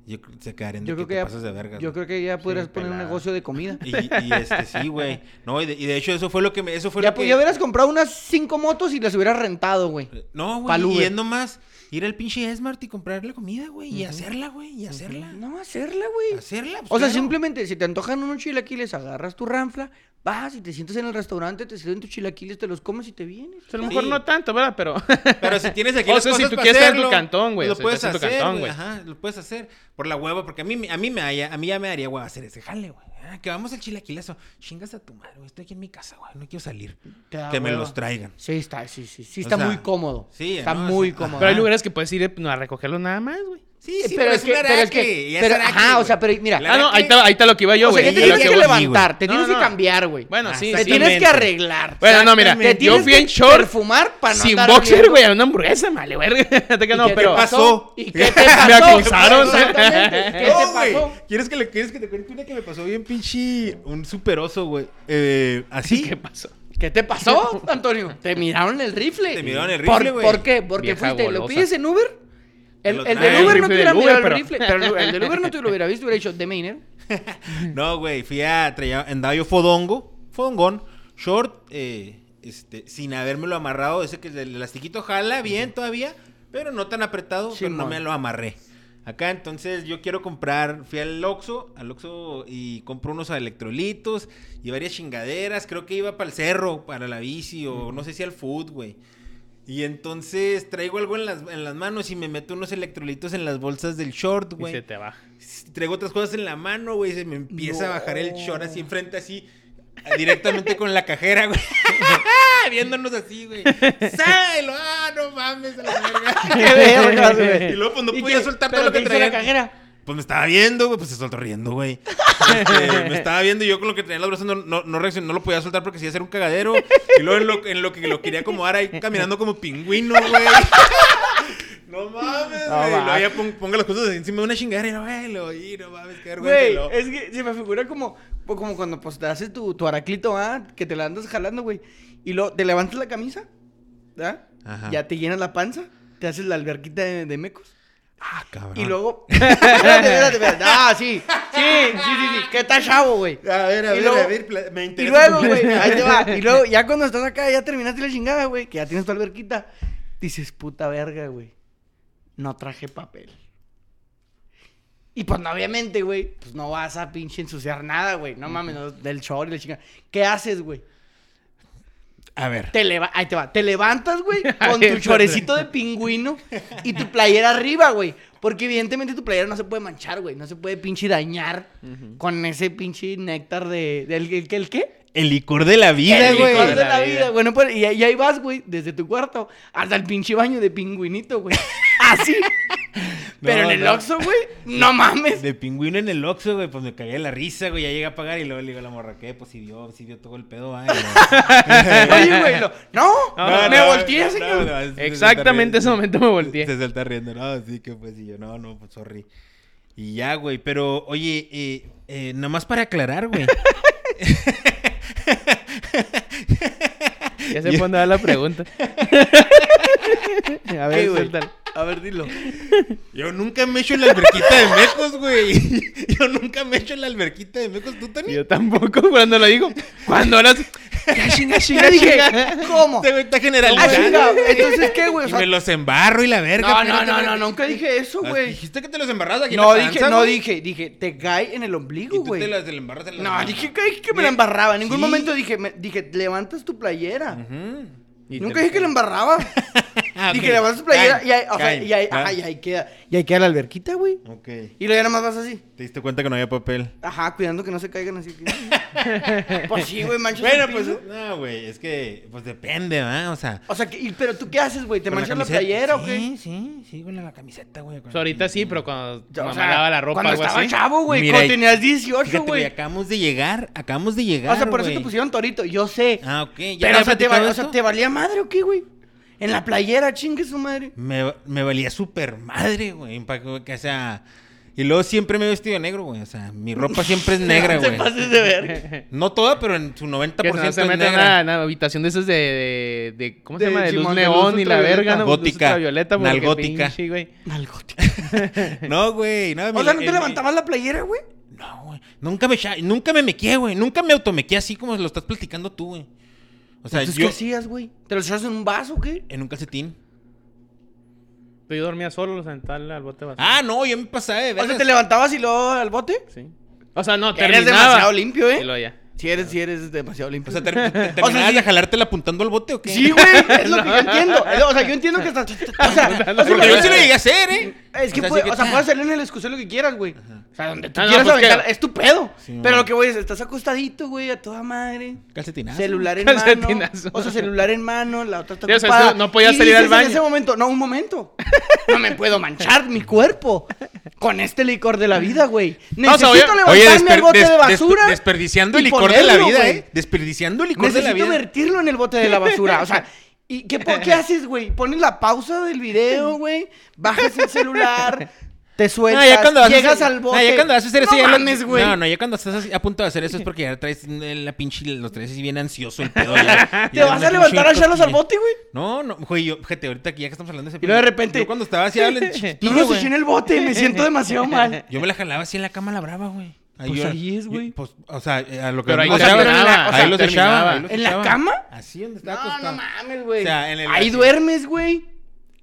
[SPEAKER 1] Yo cre- se quedarían de que
[SPEAKER 3] Yo creo que
[SPEAKER 1] te
[SPEAKER 3] ya-
[SPEAKER 1] pasas de verga.
[SPEAKER 3] Yo creo que ya podrías poner un
[SPEAKER 2] pelada.
[SPEAKER 3] negocio de comida.
[SPEAKER 1] [LAUGHS] Y, y este, sí, güey. No, y de, y de hecho eso fue lo que me... Eso fue
[SPEAKER 3] Ya,
[SPEAKER 1] lo
[SPEAKER 3] pues,
[SPEAKER 1] que...
[SPEAKER 3] ya hubieras comprado unas cinco motos y las hubieras rentado, güey.
[SPEAKER 1] Eh, No, güey.
[SPEAKER 3] Pa'l
[SPEAKER 1] Y
[SPEAKER 3] Uber.
[SPEAKER 1] es nomás ir al pinche Esmart y comprarle comida, güey. Y hacerla, güey. Y hacerla.
[SPEAKER 3] No, hacerla, güey.
[SPEAKER 1] Hacerla. pues,
[SPEAKER 3] O sea,
[SPEAKER 1] claro.
[SPEAKER 3] simplemente, si te antojan unos chilaquiles, agarras tu ranfla, vas y te sientas en el restaurante, te sirven tus chilaquiles, te los comes y te vienes.
[SPEAKER 2] O sea, pues, a lo mejor
[SPEAKER 1] Sí.
[SPEAKER 2] no tanto, ¿verdad? Pero. [LAUGHS]
[SPEAKER 1] Pero si tienes aquí
[SPEAKER 2] O
[SPEAKER 1] las
[SPEAKER 2] sea, si
[SPEAKER 1] cosas
[SPEAKER 2] tú
[SPEAKER 1] pa'
[SPEAKER 2] quieres estar en tu
[SPEAKER 1] hacerlo,
[SPEAKER 2] cantón, güey,
[SPEAKER 1] Lo
[SPEAKER 2] o sea,
[SPEAKER 1] puedes
[SPEAKER 2] estás en tu
[SPEAKER 1] hacer,
[SPEAKER 2] cantón,
[SPEAKER 1] güey.
[SPEAKER 2] güey.
[SPEAKER 1] Ajá, lo puedes hacer. Por la hueva, porque a mí, me- a mí, me, haya- a mí ya me daría hueva hacer ese jale, güey. Ah, que vamos al chilaquilazo. Chingas a tu madre, güey. Estoy aquí en mi casa, güey. No quiero salir.
[SPEAKER 3] Te da
[SPEAKER 1] que me
[SPEAKER 3] hueva.
[SPEAKER 1] los traigan.
[SPEAKER 3] Sí, está, sí, sí, sí,
[SPEAKER 1] O
[SPEAKER 3] está
[SPEAKER 1] sea,
[SPEAKER 3] muy cómodo.
[SPEAKER 1] sí,
[SPEAKER 3] está
[SPEAKER 1] ¿no? O
[SPEAKER 3] muy
[SPEAKER 1] sea,
[SPEAKER 3] cómodo.
[SPEAKER 2] Pero hay lugares que puedes ir eh, no, a recogerlos nada más, güey.
[SPEAKER 1] Sí,
[SPEAKER 3] Eh, pero es que- pero es que- pero- ajá, o sea, pero mira-
[SPEAKER 1] La
[SPEAKER 2] Ah, no,
[SPEAKER 1] verdad
[SPEAKER 2] ahí está, ahí está lo que iba yo,
[SPEAKER 3] o sea,
[SPEAKER 2] güey.
[SPEAKER 1] güey,
[SPEAKER 3] ya te
[SPEAKER 1] yo
[SPEAKER 2] Lo
[SPEAKER 1] lo
[SPEAKER 3] tienes
[SPEAKER 2] que
[SPEAKER 3] que
[SPEAKER 1] voy, güey.
[SPEAKER 3] levantar, te
[SPEAKER 2] No,
[SPEAKER 3] tienes
[SPEAKER 2] no.
[SPEAKER 3] que cambiar, güey.
[SPEAKER 2] Bueno, sí,
[SPEAKER 3] Te
[SPEAKER 1] Exactamente.
[SPEAKER 3] tienes que arreglar.
[SPEAKER 2] Bueno, no, mira,
[SPEAKER 3] Te
[SPEAKER 2] yo
[SPEAKER 3] tienes
[SPEAKER 2] fui en
[SPEAKER 3] que
[SPEAKER 2] short.
[SPEAKER 3] Perfumar para no
[SPEAKER 2] Sin
[SPEAKER 3] estar
[SPEAKER 2] boxer,
[SPEAKER 3] oliendo.
[SPEAKER 2] güey, a una hamburguesa, male, verga. [LAUGHS] Te que
[SPEAKER 3] ¿Y
[SPEAKER 2] no,
[SPEAKER 3] qué te
[SPEAKER 2] pero.
[SPEAKER 1] pasó?
[SPEAKER 3] ¿Y qué te
[SPEAKER 2] Me
[SPEAKER 3] pasó?
[SPEAKER 2] acusaron.
[SPEAKER 3] Exactamente, [LAUGHS] ¿Qué
[SPEAKER 1] No,
[SPEAKER 3] te
[SPEAKER 1] güey.
[SPEAKER 3] pasó?
[SPEAKER 1] ¿Quieres que, le, ¿Quieres que te cuente una que me pasó bien pinche... Un super oso, güey. Eh, así.
[SPEAKER 2] [LAUGHS] ¿Qué pasó?
[SPEAKER 3] [LAUGHS] ¿Qué te pasó, Antonio? Te miraron el rifle.
[SPEAKER 1] Te miraron el
[SPEAKER 3] ¿Por-
[SPEAKER 1] rifle, güey.
[SPEAKER 3] ¿Por, qué? Porque
[SPEAKER 2] Vieja
[SPEAKER 3] fuiste, ¿lo
[SPEAKER 2] golosa.
[SPEAKER 3] pides en Uber? El,
[SPEAKER 1] lo
[SPEAKER 3] el
[SPEAKER 1] traen.
[SPEAKER 3] del Uber no
[SPEAKER 2] El
[SPEAKER 3] te
[SPEAKER 2] rifle
[SPEAKER 3] hubiera
[SPEAKER 2] del
[SPEAKER 3] mirado
[SPEAKER 2] Uber,
[SPEAKER 3] el rifle. Pero el, el del Uber no te lo hubiera visto, hubiera dicho, deme dinero.
[SPEAKER 1] No, güey, fui a traía, andaba yo fodongo, fodongón, short, eh, este, sin habérmelo amarrado, ese que el elastiquito jala bien todavía, pero no tan apretado, pero no
[SPEAKER 3] Simón.
[SPEAKER 1] me lo amarré. Acá, entonces, yo quiero comprar, fui al Oxxo, al Oxxo y compré unos electrolitos y varias chingaderas, creo que iba para el cerro, para la bici o no sé si al food, güey. Y entonces traigo algo en las, en las manos y me meto unos electrolitos en las bolsas del short,
[SPEAKER 2] Y
[SPEAKER 1] güey
[SPEAKER 2] se te baja.
[SPEAKER 1] traigo otras cosas en la mano, güey. Se me empieza a bajar el
[SPEAKER 3] No.
[SPEAKER 1] short así enfrente, así. Directamente con la cajera, güey. [LAUGHS] Viéndonos así, güey. ¡Sáelo! ¡Ah, no mames! A la verga.
[SPEAKER 3] [LAUGHS]
[SPEAKER 1] [LAUGHS]
[SPEAKER 3] Qué vergas, güey.
[SPEAKER 1] Y luego, pues, no
[SPEAKER 3] ¿Y
[SPEAKER 1] podía
[SPEAKER 3] qué?
[SPEAKER 1] soltar
[SPEAKER 3] ¿Pero
[SPEAKER 1] todo lo
[SPEAKER 3] qué
[SPEAKER 1] que
[SPEAKER 3] hizo la
[SPEAKER 1] traía.
[SPEAKER 3] cajera?
[SPEAKER 1] Pues me estaba viendo, güey. Pues se soltó riendo, güey. Este, me estaba viendo y yo con lo que tenía en los brazos no, no, no reaccioné, no lo podía soltar porque se iba a hacer un cagadero. Y luego en lo, en lo que lo quería acomodar ahí caminando como pingüino, güey. No mames, güey.
[SPEAKER 2] No
[SPEAKER 1] Y luego
[SPEAKER 2] mames.
[SPEAKER 1] ya pon- ponga las cosas encima de una chingadera y no, güey, lo oí, no mames, qué vergüenza. Y
[SPEAKER 3] [LAUGHS] Güey, eh,
[SPEAKER 1] luego-
[SPEAKER 3] es que se me figura como, pues, como cuando pues, te haces tu, tu araclito, ¿ah? Que te la andas jalando, güey. Y luego te levantas la camisa, ¿ah?
[SPEAKER 1] Ajá.
[SPEAKER 3] Ya te llenas la panza, te haces la alberquita de, de mecos.
[SPEAKER 1] Ah, cabrón.
[SPEAKER 3] Y luego. [LAUGHS] espérate, espérate, espérate. Ah, sí. Sí, sí, sí, sí. ¿Qué tal, chavo, güey?
[SPEAKER 1] A ver, a
[SPEAKER 3] Y
[SPEAKER 1] ver,
[SPEAKER 3] luego-
[SPEAKER 1] a ver, pla- me
[SPEAKER 3] Y
[SPEAKER 1] interesa.
[SPEAKER 3] luego, güey, ahí te va. Y luego, ya cuando estás acá, ya terminaste la chingada, güey, que ya tienes tu alberquita. Dices, puta verga, güey. No traje papel. Y pues, no, obviamente, güey, pues no vas a pinche ensuciar nada, güey. No mames, no, del short y la chingada. ¿Qué haces, güey?
[SPEAKER 1] A ver.
[SPEAKER 3] Te leva- ahí te va. Te levantas, güey, con tu chorecito de pingüino y tu playera arriba, güey. Porque evidentemente tu playera no se puede manchar, güey. No se puede pinche dañar con ese pinche néctar de... ¿Del el, el qué?
[SPEAKER 1] El licor de la vida,
[SPEAKER 3] El licor
[SPEAKER 1] güey.
[SPEAKER 3] de la vida. Bueno, pues, y, y ahí vas, güey, desde tu cuarto hasta el pinche baño de pingüinito, güey. [LAUGHS] Así. Pero
[SPEAKER 1] No,
[SPEAKER 3] en el
[SPEAKER 1] no.
[SPEAKER 3] Oxxo, güey, no
[SPEAKER 1] [LAUGHS]
[SPEAKER 3] mames.
[SPEAKER 1] De pingüino en el Oxxo, güey, pues me cagué de la risa, güey, ya llegué a pagar y luego le digo a la morra, ¿qué? Pues si vio, si vio todo el pedo, ay,
[SPEAKER 3] [LAUGHS] Oye, güey, lo- no,
[SPEAKER 2] No, no,
[SPEAKER 3] me
[SPEAKER 2] no,
[SPEAKER 3] volteé, señor.
[SPEAKER 2] Exactamente ese momento me volteé.
[SPEAKER 1] Se salta riendo, no, sí que pues, y yo, no, no, pues, sorry. Y ya, güey, pero, oye, eh, eh, nada más para aclarar, güey. [LAUGHS]
[SPEAKER 2] Ya se pone a dar la pregunta. [LAUGHS] a
[SPEAKER 3] Ay,
[SPEAKER 2] ver,
[SPEAKER 3] güey.
[SPEAKER 2] suéltala.
[SPEAKER 3] [LAUGHS] A ver, dilo.
[SPEAKER 1] Yo nunca me echo la alberquita de mecos, güey. [LAUGHS] Yo nunca me echo la alberquita de mecos, ¿tú, Tony?
[SPEAKER 2] Yo tampoco, [LAUGHS] cuando lo digo. Cuando lo haces. Ya, chinga,
[SPEAKER 3] Ya
[SPEAKER 2] chinga,
[SPEAKER 3] dije,
[SPEAKER 2] chinga.
[SPEAKER 3] ¿cómo?
[SPEAKER 1] Este güey está
[SPEAKER 3] Ah,
[SPEAKER 1] generalizando.
[SPEAKER 3] chinga, Entonces, ¿qué, güey? O
[SPEAKER 1] Y
[SPEAKER 3] sea,
[SPEAKER 1] me los embarro y la verga.
[SPEAKER 3] no, no,
[SPEAKER 1] espérate,
[SPEAKER 3] no, no,
[SPEAKER 1] espérate.
[SPEAKER 3] nunca dije eso,
[SPEAKER 1] Ah,
[SPEAKER 3] güey.
[SPEAKER 1] Dijiste que te los embarras aquí en
[SPEAKER 3] No
[SPEAKER 1] la
[SPEAKER 3] dije,
[SPEAKER 1] panza,
[SPEAKER 3] no
[SPEAKER 1] güey.
[SPEAKER 3] dije, dije, te cae en el
[SPEAKER 1] Y
[SPEAKER 3] ombligo,
[SPEAKER 1] tú te
[SPEAKER 3] güey.
[SPEAKER 1] las embarras en la
[SPEAKER 3] No,
[SPEAKER 1] panza. [LAUGHS]
[SPEAKER 3] dije que, que me la embarraba. En ningún
[SPEAKER 1] Sí.
[SPEAKER 3] momento dije, me- dije, levantas tu playera.
[SPEAKER 1] Ujú.
[SPEAKER 2] Y
[SPEAKER 3] Nunca
[SPEAKER 2] te-
[SPEAKER 3] dije que
[SPEAKER 1] [LAUGHS]
[SPEAKER 3] la embarraba.
[SPEAKER 1] Ah,
[SPEAKER 3] Dije,
[SPEAKER 1] ok.
[SPEAKER 3] levantas tu playera
[SPEAKER 1] Caen,
[SPEAKER 3] y ahí, o sea,
[SPEAKER 1] caen,
[SPEAKER 3] y ahí,
[SPEAKER 1] ah.
[SPEAKER 3] ajá, y ahí queda, y ahí queda la alberquita, güey.
[SPEAKER 1] em- Ok.
[SPEAKER 3] Y luego ya nada más vas así.
[SPEAKER 1] Te diste cuenta que no había papel.
[SPEAKER 3] Ajá, cuidando que no se caigan así.
[SPEAKER 1] [LAUGHS]
[SPEAKER 3] pues sí, güey, manchas
[SPEAKER 1] Bueno,
[SPEAKER 3] el
[SPEAKER 1] pues.
[SPEAKER 3] piso.
[SPEAKER 1] No, güey. Es que. Pues depende, ¿va? O sea.
[SPEAKER 3] O sea, que- y- pero tú qué haces, güey? ¿Te
[SPEAKER 1] con
[SPEAKER 3] manchas la,
[SPEAKER 1] camiseta-
[SPEAKER 3] playera o
[SPEAKER 1] Sí,
[SPEAKER 3] qué?
[SPEAKER 1] sí. Sí, con la camiseta, güey. con
[SPEAKER 2] O
[SPEAKER 1] la
[SPEAKER 2] sea, Pues ahorita sí,
[SPEAKER 1] camiseta.
[SPEAKER 2] pero cuando tu
[SPEAKER 3] O
[SPEAKER 2] mamá
[SPEAKER 3] sea,
[SPEAKER 2] lava la ropa o
[SPEAKER 3] cuando
[SPEAKER 2] algo
[SPEAKER 3] estaba
[SPEAKER 2] así.
[SPEAKER 3] chavo, güey,
[SPEAKER 1] Mira,
[SPEAKER 3] cuando
[SPEAKER 1] y-
[SPEAKER 3] tenías 18,
[SPEAKER 1] Fíjate, güey.
[SPEAKER 3] güey.
[SPEAKER 1] Acabamos de llegar. Acabamos de llegar.
[SPEAKER 3] O sea, por eso
[SPEAKER 1] güey.
[SPEAKER 3] te pusieron torito, yo sé.
[SPEAKER 1] Ah, ok. ¿Ya
[SPEAKER 3] pero,
[SPEAKER 1] había
[SPEAKER 3] o sea, te,
[SPEAKER 1] platicado
[SPEAKER 3] val- o
[SPEAKER 1] esto?
[SPEAKER 3] sea, ¿te valía madre o qué, güey? En la playera, chingue su madre.
[SPEAKER 1] me, me valía super madre, güey. pa' que- que, O sea, Y luego siempre me he vestido de negro, güey. O sea, mi ropa
[SPEAKER 3] [LAUGHS]
[SPEAKER 1] siempre es negra,
[SPEAKER 3] Se
[SPEAKER 1] güey.
[SPEAKER 3] pases de ver.
[SPEAKER 1] [LAUGHS] No toda, pero en su 90%
[SPEAKER 2] Que no se
[SPEAKER 1] es
[SPEAKER 2] metan
[SPEAKER 1] negra.
[SPEAKER 2] a una habitación de esas de, de, de- ¿Cómo se
[SPEAKER 3] De
[SPEAKER 2] llama? De luz
[SPEAKER 3] Simón, de luz
[SPEAKER 2] neón y la
[SPEAKER 3] ultravioleta.
[SPEAKER 2] verga, ¿no? Luz
[SPEAKER 1] Gótica,
[SPEAKER 2] ultravioleta, porque
[SPEAKER 1] nalgótica.
[SPEAKER 2] pinche, güey.
[SPEAKER 1] No, güey. No, mi-
[SPEAKER 3] O sea, ¿no
[SPEAKER 1] el-
[SPEAKER 3] te levantabas la playera, güey?
[SPEAKER 1] No, güey. Nunca me, cha- nunca me mequé, güey. Nunca me automequé así como lo estás platicando tú, güey. O sea,
[SPEAKER 3] Entonces,
[SPEAKER 1] yo...
[SPEAKER 3] ¿qué hacías, güey? ¿Te lo echabas en un vaso o qué?
[SPEAKER 1] En un calcetín.
[SPEAKER 2] Pero Yo dormía solo, sentarle al bote vacío.
[SPEAKER 1] Ah, no, yo me pasaba de
[SPEAKER 3] O sea,
[SPEAKER 1] vergas.
[SPEAKER 3] ¿te levantabas y luego al bote?
[SPEAKER 2] Sí. O sea, no, terminaba.
[SPEAKER 3] Eres demasiado limpio,
[SPEAKER 2] Y
[SPEAKER 3] ¿eh?
[SPEAKER 2] luego ya.
[SPEAKER 3] Si eres, si eres demasiado limpio.
[SPEAKER 1] O sea,
[SPEAKER 3] [LAUGHS]
[SPEAKER 1] ter- te- terminabas de jalártela apuntando al bote o qué?
[SPEAKER 3] Sí, güey, es lo que yo entiendo. Es lo- O sea, yo entiendo que estás.
[SPEAKER 2] [LAUGHS]
[SPEAKER 3] O sea, o sea,
[SPEAKER 1] [LAUGHS] Porque yo sí lo
[SPEAKER 3] imagínate-
[SPEAKER 1] llegué
[SPEAKER 3] [LAUGHS]
[SPEAKER 1] a hacer, ¿eh?
[SPEAKER 3] Es que,
[SPEAKER 1] O sea,
[SPEAKER 3] puede-
[SPEAKER 1] sí
[SPEAKER 3] o sea,
[SPEAKER 1] ah,
[SPEAKER 3] puedes hacerle en el excusio lo que quieras, güey. O sea, donde tú
[SPEAKER 2] Ah, no,
[SPEAKER 3] quieras
[SPEAKER 2] pues,
[SPEAKER 3] aventar,
[SPEAKER 2] ¿qué?
[SPEAKER 3] es tu pedo.
[SPEAKER 1] Sí, man.
[SPEAKER 3] Pero lo que voy es, estás acostadito, güey, a toda madre.
[SPEAKER 1] Calcetinazo. [LAUGHS]
[SPEAKER 3] Celular en mano.
[SPEAKER 2] Calcetinazo.
[SPEAKER 3] O sea, celular en mano, la otra está
[SPEAKER 2] Sí, o sea,
[SPEAKER 3] ocupada.
[SPEAKER 2] no- no podías
[SPEAKER 3] Y
[SPEAKER 2] salir al
[SPEAKER 3] dices
[SPEAKER 2] baño.
[SPEAKER 3] En ese momento, no, un momento. No me puedo manchar mi cuerpo con este licor de la vida, güey.
[SPEAKER 2] No, o
[SPEAKER 3] Necesito
[SPEAKER 2] sea, oye-
[SPEAKER 3] levantarme al
[SPEAKER 1] desper-
[SPEAKER 3] bote
[SPEAKER 1] des-
[SPEAKER 3] de
[SPEAKER 1] des-
[SPEAKER 3] basura.
[SPEAKER 1] desperdiciando
[SPEAKER 3] y
[SPEAKER 1] el licor de la
[SPEAKER 3] ponerlo,
[SPEAKER 1] vida,
[SPEAKER 3] güey.
[SPEAKER 1] ¿eh? Desperdiciando el licor
[SPEAKER 3] Necesito
[SPEAKER 1] de la vida.
[SPEAKER 3] vertirlo en el bote de la basura.
[SPEAKER 1] [LAUGHS]
[SPEAKER 3] O sea, ¿y qué, po- qué haces, güey? Pones la pausa del video, güey. Bajas el celular. Te sueltas.
[SPEAKER 1] No, ya cuando haces-
[SPEAKER 3] llegas al bote.
[SPEAKER 1] No, ya cuando haces
[SPEAKER 3] no
[SPEAKER 1] eso, ya lo-
[SPEAKER 3] mames, güey.
[SPEAKER 1] No, no, ya cuando estás así a punto de hacer eso es porque ya traes eh, la pinche, los traes así bien ansioso el pedo.
[SPEAKER 3] [LAUGHS]
[SPEAKER 1] ya.
[SPEAKER 3] Te
[SPEAKER 1] Ya
[SPEAKER 3] vas
[SPEAKER 1] una
[SPEAKER 3] a levantar a
[SPEAKER 1] pinche
[SPEAKER 3] echarlos al
[SPEAKER 1] cosquilla.
[SPEAKER 3] bote, güey.
[SPEAKER 1] No, no, güey, yo, fíjate, ahorita que ya que estamos hablando de ese
[SPEAKER 3] Y luego de
[SPEAKER 1] pedo,
[SPEAKER 3] repente-
[SPEAKER 1] Yo cuando
[SPEAKER 3] [LAUGHS]
[SPEAKER 1] estaba así, hablando,
[SPEAKER 3] No los eché en el bote. Me
[SPEAKER 1] [LAUGHS]
[SPEAKER 3] siento demasiado mal.
[SPEAKER 1] Yo me la jalaba así en la cama la brava, güey.
[SPEAKER 3] Pues
[SPEAKER 1] yo-
[SPEAKER 3] ahí es, güey.
[SPEAKER 1] yo- Pues, o sea, eh, a lo que
[SPEAKER 2] Pero ahí
[SPEAKER 1] los
[SPEAKER 3] terminaba,
[SPEAKER 1] echaba,
[SPEAKER 3] o sea,
[SPEAKER 1] ahí los
[SPEAKER 2] terminaba.
[SPEAKER 1] echaba. ahí los
[SPEAKER 3] ¿En la
[SPEAKER 1] echaba.
[SPEAKER 3] cama?
[SPEAKER 1] Así donde estaba
[SPEAKER 3] No,
[SPEAKER 1] acostado.
[SPEAKER 3] no mames, güey.
[SPEAKER 1] O sea, en el-
[SPEAKER 3] Ahí duermes, güey.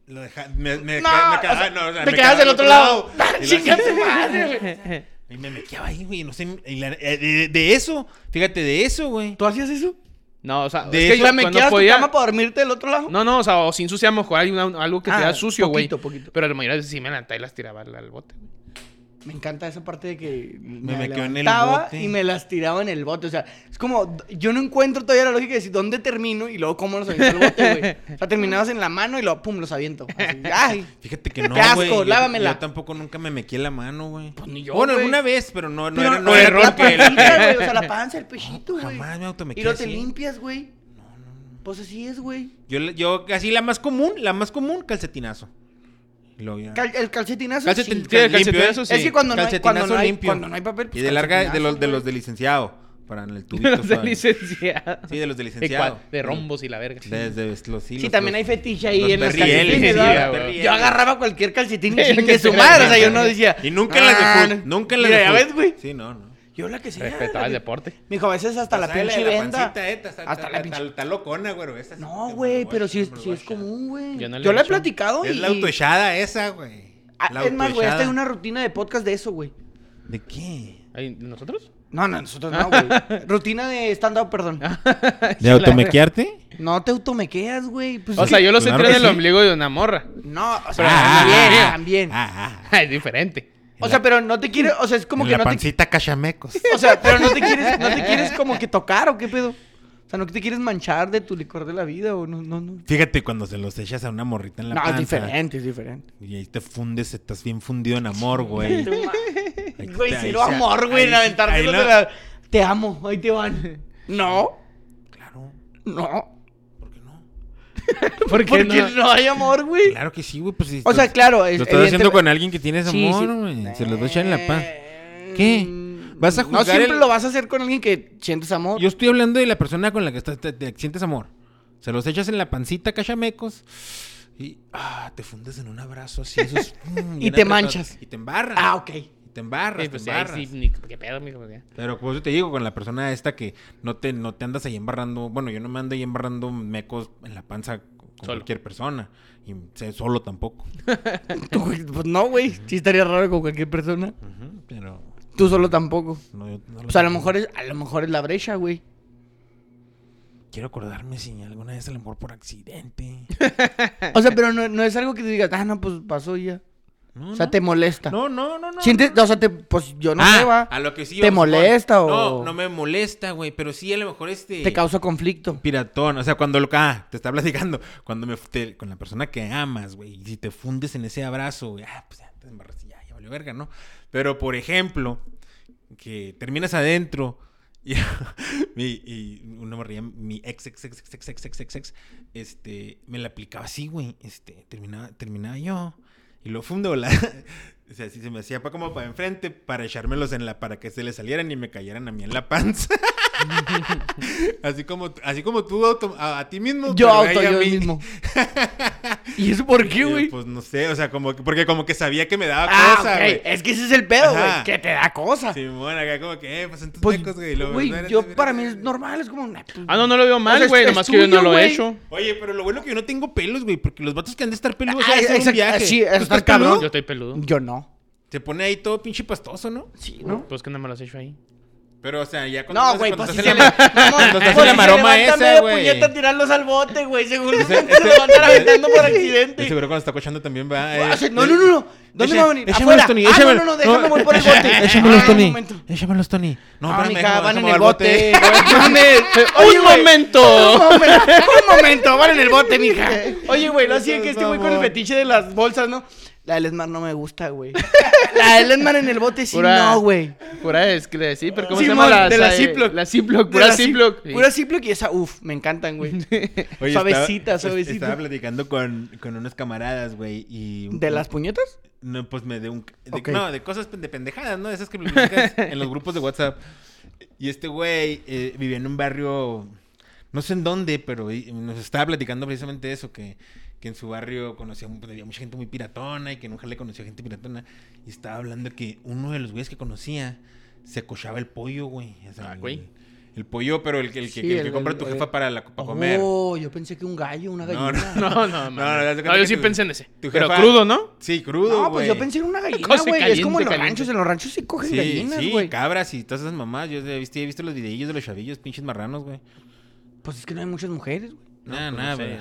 [SPEAKER 1] Lo deja- me, me,
[SPEAKER 3] No,
[SPEAKER 1] quedaba- me
[SPEAKER 3] o
[SPEAKER 1] quedaba-
[SPEAKER 3] sea,
[SPEAKER 1] no, o sea,
[SPEAKER 3] te
[SPEAKER 1] me
[SPEAKER 3] quedas
[SPEAKER 1] quedaba
[SPEAKER 3] del otro lado. Ah,
[SPEAKER 1] Y lo
[SPEAKER 3] Chinga
[SPEAKER 1] hacía- [LAUGHS]
[SPEAKER 3] tu madre, güey.
[SPEAKER 1] Y me mequeaba ahí, güey. No sé. y la- eh, de, de eso, fíjate, de eso, güey.
[SPEAKER 3] ¿Tú hacías eso?
[SPEAKER 2] [LAUGHS] No, o sea,
[SPEAKER 1] De
[SPEAKER 2] es que
[SPEAKER 1] eso,
[SPEAKER 2] yo
[SPEAKER 3] ¿Me
[SPEAKER 2] cuando
[SPEAKER 3] quedas
[SPEAKER 2] podía...
[SPEAKER 3] tu cama para dormirte del otro lado?
[SPEAKER 2] No, no, o sea, o sin sucia, a lo mejor hay una- algo que te
[SPEAKER 3] Ah,
[SPEAKER 2] da sucio, güey.
[SPEAKER 3] poquito, poquito.
[SPEAKER 2] Pero la mayoría de veces sí me levantaba y las tiraba al, al bote, güey.
[SPEAKER 3] Me encanta esa parte de que
[SPEAKER 1] Me metió en el
[SPEAKER 3] levantaba
[SPEAKER 1] bote.
[SPEAKER 3] y me las tiraba en el bote. O sea, es como, yo no encuentro todavía la lógica de decir dónde termino y luego cómo los aviento al bote, güey. O sea, terminabas en la mano y luego pum, los aviento. Así, Ay,
[SPEAKER 1] Fíjate que no,
[SPEAKER 3] Qué asco,
[SPEAKER 1] güey. Yo-
[SPEAKER 3] lávamela.
[SPEAKER 1] Yo, tampoco nunca me mequé la mano, güey.
[SPEAKER 3] Pues ni yo,
[SPEAKER 1] Bueno,
[SPEAKER 3] güey.
[SPEAKER 1] alguna vez, pero no, no
[SPEAKER 3] Pero
[SPEAKER 1] era, no
[SPEAKER 3] la-
[SPEAKER 1] era
[SPEAKER 3] la
[SPEAKER 1] porque-
[SPEAKER 3] panza, güey, O sea, la panza, el pechito, güey.
[SPEAKER 1] Jamás me automequé
[SPEAKER 3] Y luego te
[SPEAKER 1] así.
[SPEAKER 3] limpias, güey. Pues así es, güey.
[SPEAKER 1] Yo, le- yo, así la más común, la más común, calcetinazo. Y luego ya-
[SPEAKER 3] Cal- el calcetinazo.
[SPEAKER 1] Calcetin-
[SPEAKER 3] sí.
[SPEAKER 1] Ah. sí, el
[SPEAKER 2] limpio,
[SPEAKER 1] calcetinazo,
[SPEAKER 2] ¿eh?
[SPEAKER 1] sí.
[SPEAKER 3] Es que cuando no, hay, cuando, no
[SPEAKER 1] Calcetinazo
[SPEAKER 3] hay,
[SPEAKER 1] limpio.
[SPEAKER 3] cuando no hay papel, pues
[SPEAKER 1] Y de larga, de los, de
[SPEAKER 3] calcetinazo,
[SPEAKER 1] los de licenciado. Para
[SPEAKER 3] [LAUGHS]
[SPEAKER 1] en el
[SPEAKER 2] [LAUGHS]
[SPEAKER 1] tubito.
[SPEAKER 2] Los de
[SPEAKER 1] suave.
[SPEAKER 2] licenciado.
[SPEAKER 1] Sí, de los de
[SPEAKER 2] De
[SPEAKER 1] licenciado.
[SPEAKER 2] cua- De rombos y la verga.
[SPEAKER 1] Desde los
[SPEAKER 3] güey.
[SPEAKER 1] hilos.
[SPEAKER 3] Sí, también hay fetiche ahí en las
[SPEAKER 2] berrieles,
[SPEAKER 3] calcetines,
[SPEAKER 2] sí,
[SPEAKER 3] ¿verdad?
[SPEAKER 2] güey.
[SPEAKER 3] Yo agarraba
[SPEAKER 1] [LAUGHS]
[SPEAKER 3] cualquier calcetín y
[SPEAKER 2] Sí,
[SPEAKER 3] chingue
[SPEAKER 2] que
[SPEAKER 3] su
[SPEAKER 2] te
[SPEAKER 3] madre. O sea,
[SPEAKER 2] agarra.
[SPEAKER 3] yo no decía.
[SPEAKER 1] Y nunca en las de
[SPEAKER 3] "Ah,
[SPEAKER 1] fútbol. Nunca en las
[SPEAKER 3] mira,
[SPEAKER 1] de
[SPEAKER 3] ya
[SPEAKER 1] fútbol.
[SPEAKER 3] ves, güey.
[SPEAKER 1] Sí, no, no.
[SPEAKER 3] Yo la que sea.
[SPEAKER 2] Respetaba
[SPEAKER 3] la
[SPEAKER 2] el
[SPEAKER 3] que-
[SPEAKER 2] deporte.
[SPEAKER 3] Me dijo, a veces hasta la
[SPEAKER 1] Pues,
[SPEAKER 3] pinche
[SPEAKER 1] sale la
[SPEAKER 3] venda.
[SPEAKER 1] pancita, eh, ta- ta-
[SPEAKER 3] Hasta
[SPEAKER 1] ta-
[SPEAKER 3] la
[SPEAKER 1] ta-
[SPEAKER 3] pinche.
[SPEAKER 1] ta locona, güey. esa sí
[SPEAKER 3] No,
[SPEAKER 1] está
[SPEAKER 3] güey,
[SPEAKER 1] muy
[SPEAKER 3] pero sí
[SPEAKER 1] guacha,
[SPEAKER 3] es,
[SPEAKER 1] muy
[SPEAKER 3] sí es
[SPEAKER 1] guacha.
[SPEAKER 3] común, güey.
[SPEAKER 2] Yo no le
[SPEAKER 3] Yo
[SPEAKER 2] he
[SPEAKER 3] la he
[SPEAKER 2] hecho.
[SPEAKER 3] platicado y.
[SPEAKER 1] Es la autoechada esa, güey.
[SPEAKER 3] Ah,
[SPEAKER 1] La
[SPEAKER 3] Es más, güey, esta
[SPEAKER 1] autoechada.
[SPEAKER 3] es una rutina de podcast de eso, güey.
[SPEAKER 1] ¿De qué?
[SPEAKER 2] Ay, ¿Nosotros?
[SPEAKER 3] No, no, nosotros
[SPEAKER 1] [LAUGHS]
[SPEAKER 3] no, güey. rutina de stand-up, perdón.
[SPEAKER 1] Ah. ¿De automequearte?
[SPEAKER 3] No te automequeas, güey. Pues
[SPEAKER 2] O
[SPEAKER 3] es
[SPEAKER 2] sea,
[SPEAKER 3] que-
[SPEAKER 2] yo los
[SPEAKER 1] Claro
[SPEAKER 2] entré en
[SPEAKER 1] que
[SPEAKER 2] el
[SPEAKER 1] sí.
[SPEAKER 2] ombligo de una morra. [LAUGHS]
[SPEAKER 3] No, o sea,
[SPEAKER 1] Ah,
[SPEAKER 3] también, también.
[SPEAKER 1] Ah, ah.
[SPEAKER 2] Es diferente.
[SPEAKER 3] o sea, pero no te quieres, o sea, es como
[SPEAKER 1] En
[SPEAKER 3] que
[SPEAKER 1] la
[SPEAKER 3] no te,
[SPEAKER 1] pancita cachamecos.
[SPEAKER 3] o sea, pero no te quieres, no te quieres como que tocar o qué pedo. O sea, no te quieres manchar de tu licor de la vida o no, no, no.
[SPEAKER 1] Fíjate cuando se los echas a una morrita en la
[SPEAKER 3] no,
[SPEAKER 1] panza.
[SPEAKER 3] es diferente, es diferente.
[SPEAKER 1] Y ahí te fundes, estás bien fundido en amor, güey. Ahí-
[SPEAKER 3] Güey,
[SPEAKER 1] ahí
[SPEAKER 3] si lo
[SPEAKER 1] se-
[SPEAKER 3] amor, güey,
[SPEAKER 1] ahí-
[SPEAKER 3] en aventar
[SPEAKER 1] ahí
[SPEAKER 3] pelos
[SPEAKER 1] lo-
[SPEAKER 3] de la- Te amo, ahí te van. No,
[SPEAKER 1] Claro,
[SPEAKER 3] no.
[SPEAKER 1] ¿por qué no?
[SPEAKER 2] ¿Por qué
[SPEAKER 3] Porque
[SPEAKER 2] no?
[SPEAKER 3] no? hay amor, güey.
[SPEAKER 1] Claro que sí, güey. Pues, si
[SPEAKER 3] O sea,
[SPEAKER 1] estás-
[SPEAKER 3] claro, es-
[SPEAKER 1] Lo estás haciendo
[SPEAKER 3] evidente-
[SPEAKER 1] con alguien que tienes
[SPEAKER 3] Sí, sí. Eh, Mm.
[SPEAKER 1] amor, güey. Se los echan en la paz. ¿Qué? ¿Vas a
[SPEAKER 3] No
[SPEAKER 1] juzgar
[SPEAKER 3] siempre
[SPEAKER 1] el-
[SPEAKER 3] lo vas a hacer con alguien que sientes amor.
[SPEAKER 1] Yo estoy hablando de la persona con la que estás, te, te sientes amor. Se los echas en la pancita, cachamecos. Y ah, te fundes en un abrazo así.
[SPEAKER 3] [LAUGHS]
[SPEAKER 1] esos, mm, bien
[SPEAKER 3] te
[SPEAKER 1] apretados.
[SPEAKER 3] manchas. Eh,
[SPEAKER 1] Y te embarras.
[SPEAKER 3] Ah, ok.
[SPEAKER 1] Y te embarras.
[SPEAKER 2] Sí, pues,
[SPEAKER 1] te
[SPEAKER 2] ahí
[SPEAKER 1] embarras.
[SPEAKER 2] sí, ni- ¿Qué pedo, mijo? Ya.
[SPEAKER 1] Pero por eso te digo, con la persona esta que no te, no te andas ahí embarrando. Bueno, yo no me ando ahí embarrando mecos en la panza con
[SPEAKER 2] Solo.
[SPEAKER 1] cualquier persona. Y sé, solo tampoco.
[SPEAKER 3] Tú, güey, Pues no, güey. Sí estaría raro con cualquier persona.
[SPEAKER 1] Ujú, pero
[SPEAKER 3] Tú solo tampoco.
[SPEAKER 1] no, yo no lo
[SPEAKER 3] Pues a lo
[SPEAKER 1] sé.
[SPEAKER 3] mejor es, a lo mejor es la brecha, güey.
[SPEAKER 1] Quiero acordarme si alguna vez a lo mejor por
[SPEAKER 3] [LAUGHS]
[SPEAKER 1] accidente.
[SPEAKER 3] O sea, pero no, no es algo que te digas, ah, no, pues pasó y ya.
[SPEAKER 1] No,
[SPEAKER 3] O sea,
[SPEAKER 1] no.
[SPEAKER 3] te molesta.
[SPEAKER 1] No, no, no, no.
[SPEAKER 3] Sientes, o sea, te, pues yo no
[SPEAKER 1] Ah,
[SPEAKER 3] sé, va.
[SPEAKER 1] A lo que sí.
[SPEAKER 3] ¿Te
[SPEAKER 1] vamos,
[SPEAKER 3] molesta
[SPEAKER 1] Juan.
[SPEAKER 3] o-
[SPEAKER 1] No, no me molesta, güey. Pero sí, a lo mejor este.
[SPEAKER 3] Te causa conflicto.
[SPEAKER 1] Piratón, o sea, cuando lo. Ah, te está platicando. Cuando me. te- con la persona que amas, güey. Y si te fundes en ese abrazo, güey. Ah, pues ya te embarraste, ya, ya valió verga, ¿no? Pero, por ejemplo, que terminas adentro. Y, [LAUGHS] mi- y una morrilla, mi ex, ex, ex, ex, ex, ex, ex, ex, ex, este, me la [LAUGHS] aplicaba así, güey. Este, terminaba, terminaba yo. Y lo fue un dólar. O sea, si se me hacía pa- como para enfrente para echármelos en la, para que se le salieran y me cayeran a mí en la panza. [LAUGHS] así como, así como tú auto- a, a ti mismo.
[SPEAKER 3] Yo
[SPEAKER 1] pero a
[SPEAKER 3] auto,
[SPEAKER 1] ella a
[SPEAKER 3] yo
[SPEAKER 1] mí. [LAUGHS]
[SPEAKER 3] mismo. ¿Y eso por qué,
[SPEAKER 1] Y yo,
[SPEAKER 3] güey?
[SPEAKER 1] Pues no sé, o sea, como que- porque como que sabía que me daba
[SPEAKER 3] Ah,
[SPEAKER 1] cosa,
[SPEAKER 3] ok.
[SPEAKER 1] güey.
[SPEAKER 3] Es que ese es el pedo, güey.
[SPEAKER 1] Ajá.
[SPEAKER 3] Que te da cosa.
[SPEAKER 1] Simón, acá como que, eh, pues en tus
[SPEAKER 3] Pues,
[SPEAKER 1] tacos, güey. y luego,
[SPEAKER 3] güey,
[SPEAKER 1] "No,
[SPEAKER 3] yo
[SPEAKER 1] espérate,
[SPEAKER 3] para mí
[SPEAKER 1] espérate".
[SPEAKER 3] es normal, es como... nah, pues,
[SPEAKER 2] Ah, no, no lo veo
[SPEAKER 3] O sea,
[SPEAKER 2] mal,
[SPEAKER 3] es-
[SPEAKER 2] güey.
[SPEAKER 3] es
[SPEAKER 2] Nomás que yo no
[SPEAKER 3] tuyo,
[SPEAKER 2] lo he
[SPEAKER 3] güey.
[SPEAKER 2] hecho.
[SPEAKER 1] Oye, pero lo bueno que yo no tengo pelos, güey, porque los vatos que han de estar peludos
[SPEAKER 3] Ah,
[SPEAKER 1] ah, es
[SPEAKER 3] exacto,
[SPEAKER 1] un viaje.
[SPEAKER 3] sí,
[SPEAKER 1] ¿Tú
[SPEAKER 3] está
[SPEAKER 1] estás
[SPEAKER 3] cabrón.
[SPEAKER 1] peludo?
[SPEAKER 2] Yo estoy peludo.
[SPEAKER 3] Yo no.
[SPEAKER 1] Se pone ahí todo pinche pastoso, ¿no?
[SPEAKER 3] Sí, ¿no?
[SPEAKER 2] Pues que no me lo has hecho ahí.
[SPEAKER 1] Pero, o sea, ya cuando cuando
[SPEAKER 3] No, güey,
[SPEAKER 1] estás
[SPEAKER 3] pues si
[SPEAKER 1] en
[SPEAKER 3] se le...
[SPEAKER 1] la- [LAUGHS]
[SPEAKER 3] Mamón,
[SPEAKER 1] cuando estás
[SPEAKER 3] pues,
[SPEAKER 1] en la
[SPEAKER 3] si se
[SPEAKER 1] maroma
[SPEAKER 3] levanta
[SPEAKER 1] esa,
[SPEAKER 3] medio
[SPEAKER 1] güey.
[SPEAKER 3] puñeta a tirarlos al bote,
[SPEAKER 1] [LAUGHS]
[SPEAKER 3] güey. Seguro
[SPEAKER 1] Ese-
[SPEAKER 3] se
[SPEAKER 1] ese-
[SPEAKER 3] lo van a estar aventando por accidente.
[SPEAKER 1] De seguro cuando está cochando también va. eh,
[SPEAKER 3] Ah, sí, No, no, no, no. ¿Dónde
[SPEAKER 1] Echa-
[SPEAKER 3] va a venir?
[SPEAKER 1] échamelos,
[SPEAKER 3] Afuera.
[SPEAKER 1] Tony,
[SPEAKER 3] ah, no, no,
[SPEAKER 1] échamelos.
[SPEAKER 3] no, déjame,
[SPEAKER 1] No, [LAUGHS]
[SPEAKER 3] voy por el
[SPEAKER 1] echa-
[SPEAKER 3] bote.
[SPEAKER 1] Échamelos,
[SPEAKER 3] Ah, un
[SPEAKER 1] Tony.
[SPEAKER 3] momento.
[SPEAKER 1] Échamelos, Tony.
[SPEAKER 3] No,
[SPEAKER 1] espérame, déjame-
[SPEAKER 3] mija, van en
[SPEAKER 1] déjame
[SPEAKER 3] el
[SPEAKER 1] mover
[SPEAKER 3] bote. [LAUGHS] Oye,
[SPEAKER 2] ¡Un
[SPEAKER 3] güey.
[SPEAKER 2] momento!
[SPEAKER 3] Un momento, un momento, van en el bote, mija. [LAUGHS] Oye, güey, lo hacía
[SPEAKER 1] Seas
[SPEAKER 3] que este güey con el
[SPEAKER 1] mamón.
[SPEAKER 3] fetiche de las bolsas, ¿no? La del Esmar no me gusta, güey. La del Esmar en el bote sí,
[SPEAKER 2] Pura-
[SPEAKER 3] no, güey.
[SPEAKER 2] Pura es que le decía, pero ¿cómo
[SPEAKER 3] Sí,
[SPEAKER 2] se llama
[SPEAKER 3] man,
[SPEAKER 2] la
[SPEAKER 3] de la
[SPEAKER 2] eh,
[SPEAKER 3] Ziploc.
[SPEAKER 2] La Ziploc,
[SPEAKER 3] De
[SPEAKER 2] pura
[SPEAKER 3] la Zip-
[SPEAKER 2] Ziploc. Sí.
[SPEAKER 3] Pura Ziploc y esa, uff, me encantan, güey.
[SPEAKER 1] Oye,
[SPEAKER 3] suavecita,
[SPEAKER 1] estaba- es- Estaba
[SPEAKER 3] suavecita.
[SPEAKER 1] platicando con, con unos camaradas, güey, y... un-
[SPEAKER 3] ¿De las puñetas?
[SPEAKER 1] No, pues me de un... de-
[SPEAKER 3] Ok.
[SPEAKER 1] No, de cosas de pendejadas, ¿no? Esas que
[SPEAKER 3] [LAUGHS]
[SPEAKER 1] publicas en los grupos de WhatsApp. Y este güey eh, vivía en un barrio, no sé en dónde, pero y- nos estaba platicando precisamente eso, que, que en su barrio conocía, mu- había mucha gente muy piratona y que en un jale conocía gente piratona. Y estaba hablando que uno de los güeyes que conocía se cochaba el pollo, güey. O sea,
[SPEAKER 2] Ah,
[SPEAKER 1] el-
[SPEAKER 2] güey.
[SPEAKER 1] El pollo, pero el que, el que,
[SPEAKER 3] Sí,
[SPEAKER 1] el que
[SPEAKER 3] el-
[SPEAKER 1] compra
[SPEAKER 3] el-
[SPEAKER 1] tu
[SPEAKER 3] el-
[SPEAKER 1] jefa para, la, para comer.
[SPEAKER 3] Oh, yo pensé que un gallo, una
[SPEAKER 1] No,
[SPEAKER 3] gallina. No,
[SPEAKER 2] No, no, no.
[SPEAKER 1] no, haz de cuenta
[SPEAKER 2] yo
[SPEAKER 1] que
[SPEAKER 2] sí
[SPEAKER 1] tu-
[SPEAKER 2] pensé en ese.
[SPEAKER 1] tu
[SPEAKER 2] Pero
[SPEAKER 1] jefa-
[SPEAKER 2] crudo, ¿no?
[SPEAKER 1] Sí, crudo,
[SPEAKER 3] pues
[SPEAKER 1] güey.
[SPEAKER 3] yo pensé en una gallina,
[SPEAKER 2] Cosa
[SPEAKER 3] güey. Es
[SPEAKER 2] caliente,
[SPEAKER 3] como en los
[SPEAKER 2] caliente.
[SPEAKER 3] ranchos, en los ranchos sí cogen
[SPEAKER 1] Sí,
[SPEAKER 3] gallinas,
[SPEAKER 1] sí,
[SPEAKER 3] güey.
[SPEAKER 1] cabras y todas esas mamás. Yo he visto, he visto los videillos de los chavillos, pinches marranos, güey.
[SPEAKER 3] Pues es que no hay muchas mujeres, güey.
[SPEAKER 1] Nada,
[SPEAKER 2] pues
[SPEAKER 1] nada,
[SPEAKER 2] no sé.
[SPEAKER 1] güey.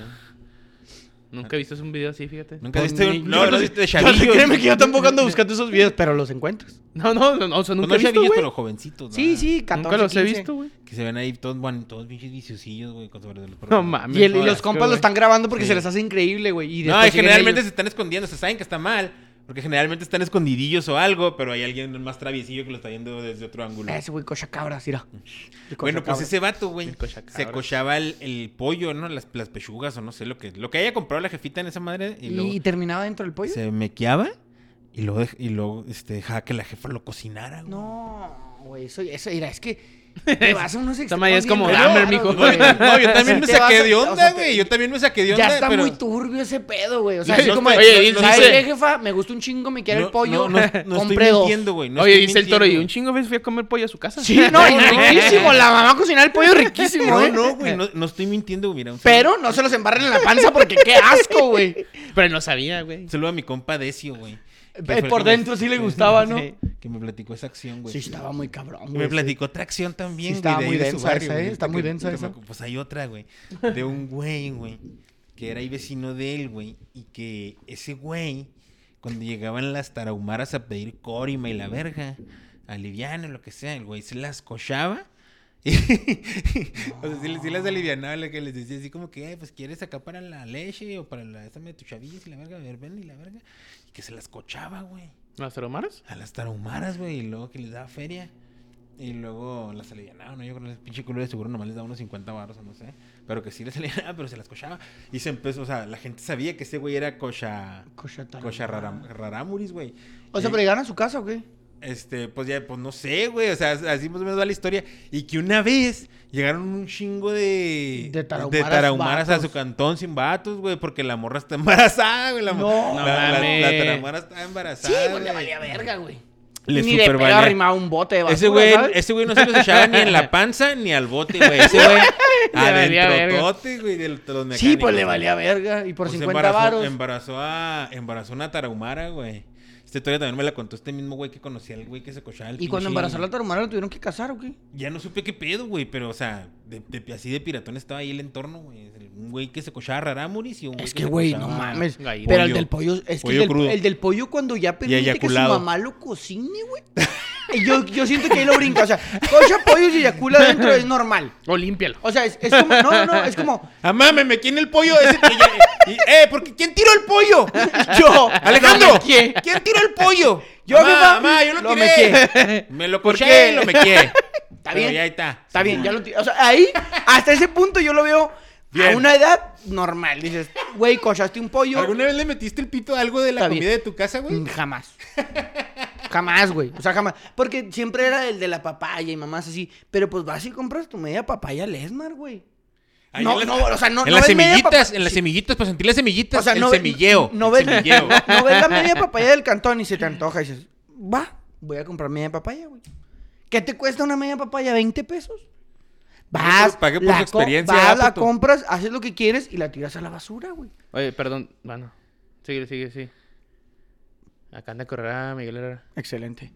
[SPEAKER 2] Nunca he visto un video así, fíjate.
[SPEAKER 1] Nunca
[SPEAKER 3] Pues
[SPEAKER 1] viste
[SPEAKER 3] ni-
[SPEAKER 1] un...
[SPEAKER 3] yo
[SPEAKER 1] No,
[SPEAKER 3] no
[SPEAKER 1] no
[SPEAKER 3] sé-
[SPEAKER 1] viste de
[SPEAKER 3] Yo sé,
[SPEAKER 1] chavillos.
[SPEAKER 3] Créeme que yo
[SPEAKER 1] [LAUGHS]
[SPEAKER 3] tampoco ando buscando esos videos, pero los encuentras.
[SPEAKER 2] No, no, no, no, o sea,
[SPEAKER 1] No, Pues no
[SPEAKER 2] nunca he visto,
[SPEAKER 1] chavillos,
[SPEAKER 2] güey.
[SPEAKER 1] pero jovencitos.
[SPEAKER 3] Sí,
[SPEAKER 1] nada.
[SPEAKER 3] sí, 14,
[SPEAKER 2] Nunca los he
[SPEAKER 3] 15.
[SPEAKER 2] visto, güey.
[SPEAKER 1] Que se ven ahí todos, bueno, todos pinches viciosillos, güey. con sobre los
[SPEAKER 2] No
[SPEAKER 1] programas.
[SPEAKER 2] mames.
[SPEAKER 3] Y, el- y
[SPEAKER 2] no,
[SPEAKER 3] los
[SPEAKER 2] asco,
[SPEAKER 3] compas lo
[SPEAKER 2] güey.
[SPEAKER 3] están grabando porque
[SPEAKER 1] Sí.
[SPEAKER 3] se les hace increíble, güey. Y
[SPEAKER 1] No,
[SPEAKER 3] después
[SPEAKER 1] y
[SPEAKER 3] siguen
[SPEAKER 1] generalmente se
[SPEAKER 3] ellos.
[SPEAKER 1] están escondiendo. Se saben que está mal. Porque generalmente están escondidillos o algo, pero hay alguien más traviesillo que lo está viendo desde otro ángulo.
[SPEAKER 3] Ese güey cocha cabras, mira. El cocha
[SPEAKER 1] Mm. Bueno, pues
[SPEAKER 3] cabras.
[SPEAKER 1] ese vato, güey,
[SPEAKER 2] El cochacabras.
[SPEAKER 1] se cochaba el, el pollo, ¿no? Las, las pechugas o no sé lo que... Lo que haya comprado la jefita en esa madre y
[SPEAKER 3] ¿Y,
[SPEAKER 1] luego...
[SPEAKER 3] terminaba dentro del pollo?
[SPEAKER 1] se mequeaba y luego, dej- y luego este, dejaba que la jefa lo cocinara. güey.
[SPEAKER 3] No, güey, eso, eso, mira,
[SPEAKER 1] [LAUGHS]
[SPEAKER 3] es que te vas a unos
[SPEAKER 2] Toma, ya es
[SPEAKER 3] extremos
[SPEAKER 2] como
[SPEAKER 3] bien
[SPEAKER 2] Dahmer,
[SPEAKER 3] raros,
[SPEAKER 2] mijo.
[SPEAKER 3] [LAUGHS] güey.
[SPEAKER 1] No, yo también me
[SPEAKER 3] Te vas
[SPEAKER 1] saqué
[SPEAKER 3] a-
[SPEAKER 1] de
[SPEAKER 3] o sea,
[SPEAKER 1] onda,
[SPEAKER 3] te-
[SPEAKER 1] güey. Yo también me saqué de onda.
[SPEAKER 3] Ya está
[SPEAKER 1] pero...
[SPEAKER 3] muy turbio ese pedo, güey.
[SPEAKER 1] [LAUGHS]
[SPEAKER 3] O sea,
[SPEAKER 2] Oye,
[SPEAKER 3] así como,
[SPEAKER 2] oye,
[SPEAKER 3] de,
[SPEAKER 2] dice-
[SPEAKER 3] ¿sabes
[SPEAKER 2] dice-
[SPEAKER 3] qué, jefa? Me gusta un chingo, me quiere el pollo.
[SPEAKER 1] No, no,
[SPEAKER 3] [LAUGHS]
[SPEAKER 1] no
[SPEAKER 3] compré
[SPEAKER 1] estoy
[SPEAKER 3] dos.
[SPEAKER 1] mintiendo, güey. no
[SPEAKER 2] Oye,
[SPEAKER 1] estoy
[SPEAKER 2] dice el toro, y
[SPEAKER 1] mintiendo.
[SPEAKER 2] un chingo de veces fui a comer pollo a su casa.
[SPEAKER 3] Sí,
[SPEAKER 2] [LAUGHS]
[SPEAKER 3] no, [LAUGHS] y riquísimo. La mamá cocinaba el pollo riquísimo,
[SPEAKER 1] No,
[SPEAKER 3] ¿eh?
[SPEAKER 1] no, güey. No, no estoy mintiendo, güey. Mira, un
[SPEAKER 3] Pero no se los embarren en la panza porque qué asco, güey.
[SPEAKER 2] Pero no sabía, güey.
[SPEAKER 1] saludo- Un saludo a mi compa Decio, güey. que fue
[SPEAKER 3] Eh,
[SPEAKER 1] el
[SPEAKER 3] Por
[SPEAKER 1] que me-
[SPEAKER 3] dentro sí
[SPEAKER 1] [LAUGHS]
[SPEAKER 3] le gustaba, ¿no?
[SPEAKER 2] Sí.
[SPEAKER 1] Que me platicó esa acción, güey.
[SPEAKER 3] Sí, estaba muy cabrón,
[SPEAKER 1] Y Me
[SPEAKER 3] güey.
[SPEAKER 1] platicó otra acción también,
[SPEAKER 3] Sí,
[SPEAKER 1] güey,
[SPEAKER 3] estaba
[SPEAKER 1] de ahí
[SPEAKER 3] muy
[SPEAKER 1] de su
[SPEAKER 3] densa
[SPEAKER 1] barrio,
[SPEAKER 3] esa,
[SPEAKER 1] güey,
[SPEAKER 3] ¿eh? Está
[SPEAKER 1] que-
[SPEAKER 3] muy densa
[SPEAKER 1] que me
[SPEAKER 3] esa.
[SPEAKER 1] acu- Pues hay otra, güey. De un güey, güey. Que era ahí vecino de él, güey. Y que ese güey, cuando llegaban las tarahumaras a pedir corima y la verga, aliviano, lo que sea, el güey se las cochaba. [LAUGHS] o sea, sí, les- sí las alivianaba, lo que les decía así como que, "Eh, pues quieres acá para la leche o para la esta de tu chavillas y la verga, a ver, ven y la verga. Y que se las cochaba, güey.
[SPEAKER 2] ¿Las aromaras?
[SPEAKER 1] A las tarahumaras, güey, y luego que les daba feria. Y luego las alivianaban, ¿no? Yo creo que el pinche culo de seguro nomás les daba unos 50 baros o no sé. Pero que sí les [LAUGHS] alivianaba, pero se las cochaba. Y se empezó, o sea, la gente sabía que ese güey era cocha...
[SPEAKER 3] Cocha tal-
[SPEAKER 1] Cocha raram- raramuris, güey.
[SPEAKER 3] O sea,
[SPEAKER 1] Y,
[SPEAKER 3] pero llegaron a su casa, ¿o qué?
[SPEAKER 1] Este, pues ya, pues no sé, güey. O sea, así más o menos va la historia. Y que una vez llegaron un chingo de...
[SPEAKER 3] De tarahumaras
[SPEAKER 1] tarahumaras a
[SPEAKER 3] vatos.
[SPEAKER 1] su cantón sin vatos, güey. Porque la morra está embarazada, güey. La, mo-
[SPEAKER 3] No.
[SPEAKER 1] la, la- la
[SPEAKER 2] mames.
[SPEAKER 1] tarahumara está
[SPEAKER 3] Sí,
[SPEAKER 1] embarazada,
[SPEAKER 3] pues le
[SPEAKER 1] güey.
[SPEAKER 3] valía verga, güey.
[SPEAKER 1] Le
[SPEAKER 3] Ni de pedo
[SPEAKER 1] supervalía.
[SPEAKER 3] arrimaba un bote de basura,
[SPEAKER 1] Ese güey,
[SPEAKER 3] ¿sabes?
[SPEAKER 1] ese güey no se los echaba ni en la
[SPEAKER 3] [LAUGHS]
[SPEAKER 1] panza ni al bote, güey. Ese güey
[SPEAKER 2] valía verga.
[SPEAKER 1] adentro tote, güey, de los de los
[SPEAKER 3] Sí, pues
[SPEAKER 1] mecánicos.
[SPEAKER 3] le valía verga. Y por
[SPEAKER 1] Pues
[SPEAKER 3] 50
[SPEAKER 1] embarazó,
[SPEAKER 3] varos.
[SPEAKER 1] Embarazó a, embarazó a una tarahumara, güey. Esta historia también me la contó este mismo güey que conocía al güey que se cochaba el
[SPEAKER 3] Y cuando
[SPEAKER 1] pinche-
[SPEAKER 3] embarazó a la tarumara, ¿lo tuvieron que casar o qué?
[SPEAKER 1] Ya no supe qué pedo, güey, pero, o sea, de, de- así de piratón estaba ahí el entorno, güey. Un güey que se cochaba a raramuris y un güey
[SPEAKER 3] Es
[SPEAKER 1] se
[SPEAKER 3] que, güey, no
[SPEAKER 1] cochaba-
[SPEAKER 3] mames.
[SPEAKER 2] gallina.
[SPEAKER 3] Pero el
[SPEAKER 1] Pollo.
[SPEAKER 3] del pollo, es que
[SPEAKER 1] Pollo
[SPEAKER 3] el, del,
[SPEAKER 1] crudo.
[SPEAKER 3] el del pollo cuando ya permite que su
[SPEAKER 1] eyaculado.
[SPEAKER 3] mamá lo cocine, güey. Y Yo, yo siento que ahí lo brinca. O sea, cocha pollos y eyacula dentro es normal.
[SPEAKER 2] O límpialo.
[SPEAKER 3] O sea, es, es como, no, no, no, es como,
[SPEAKER 1] ¡Ah, mames! ¿Me quién el pollo? Ese que ya- y- ¡Eh! Porque ¿quién tiró el pollo?
[SPEAKER 3] yo,
[SPEAKER 1] ¡Alejandro!
[SPEAKER 3] lo mequé.
[SPEAKER 1] ¿Quién tiró el pollo?
[SPEAKER 3] Yo,
[SPEAKER 1] mamá,
[SPEAKER 3] jefa,
[SPEAKER 1] mamá, yo lo,
[SPEAKER 3] lo
[SPEAKER 1] tiré. Me lo
[SPEAKER 3] ¿Por
[SPEAKER 1] coché
[SPEAKER 3] qué?
[SPEAKER 1] y lo mequé. Está
[SPEAKER 3] bien.
[SPEAKER 1] ya ahí está.
[SPEAKER 3] Está bien, ya lo tiré. O sea, ahí, hasta ese punto yo lo veo A una edad normal. Dices, güey, cochaste un pollo.
[SPEAKER 1] ¿Alguna vez le metiste el pito a algo de la
[SPEAKER 3] Está
[SPEAKER 1] comida
[SPEAKER 3] bien.
[SPEAKER 1] de tu casa, güey?
[SPEAKER 3] Mm, Jamás. jamás, güey. O sea, jamás. Porque siempre era el de la papaya y mamás así. Pero pues vas y compras tu media papaya Lesmar, güey.
[SPEAKER 1] Ahí
[SPEAKER 3] No,
[SPEAKER 1] en
[SPEAKER 3] no, o sea, no.
[SPEAKER 1] en
[SPEAKER 3] no
[SPEAKER 1] las
[SPEAKER 3] ves media
[SPEAKER 1] semillitas,
[SPEAKER 3] papa-
[SPEAKER 1] en las
[SPEAKER 3] sí.
[SPEAKER 1] semillitas, para sentir las semillitas,
[SPEAKER 3] O sea,
[SPEAKER 1] el
[SPEAKER 3] no ve-
[SPEAKER 1] semilleo.
[SPEAKER 3] No
[SPEAKER 1] el
[SPEAKER 3] ves,
[SPEAKER 1] semilleo.
[SPEAKER 3] [LAUGHS] no ves
[SPEAKER 1] [LAUGHS]
[SPEAKER 3] la media papaya del cantón y se te antoja y dices, va, voy a comprar media papaya, güey. ¿Qué te cuesta una media papaya? ¿20 pesos? Vas,
[SPEAKER 1] Pagué por
[SPEAKER 3] la
[SPEAKER 1] su
[SPEAKER 3] co-
[SPEAKER 1] experiencia,
[SPEAKER 3] vas,
[SPEAKER 1] ah,
[SPEAKER 3] la
[SPEAKER 1] puto.
[SPEAKER 3] compras, haces lo que quieres y la tiras a la basura, güey.
[SPEAKER 2] Oye, perdón, bueno. Sigue, sigue, sí. Acá anda a correr a Miguel Herrera.
[SPEAKER 3] Excelente.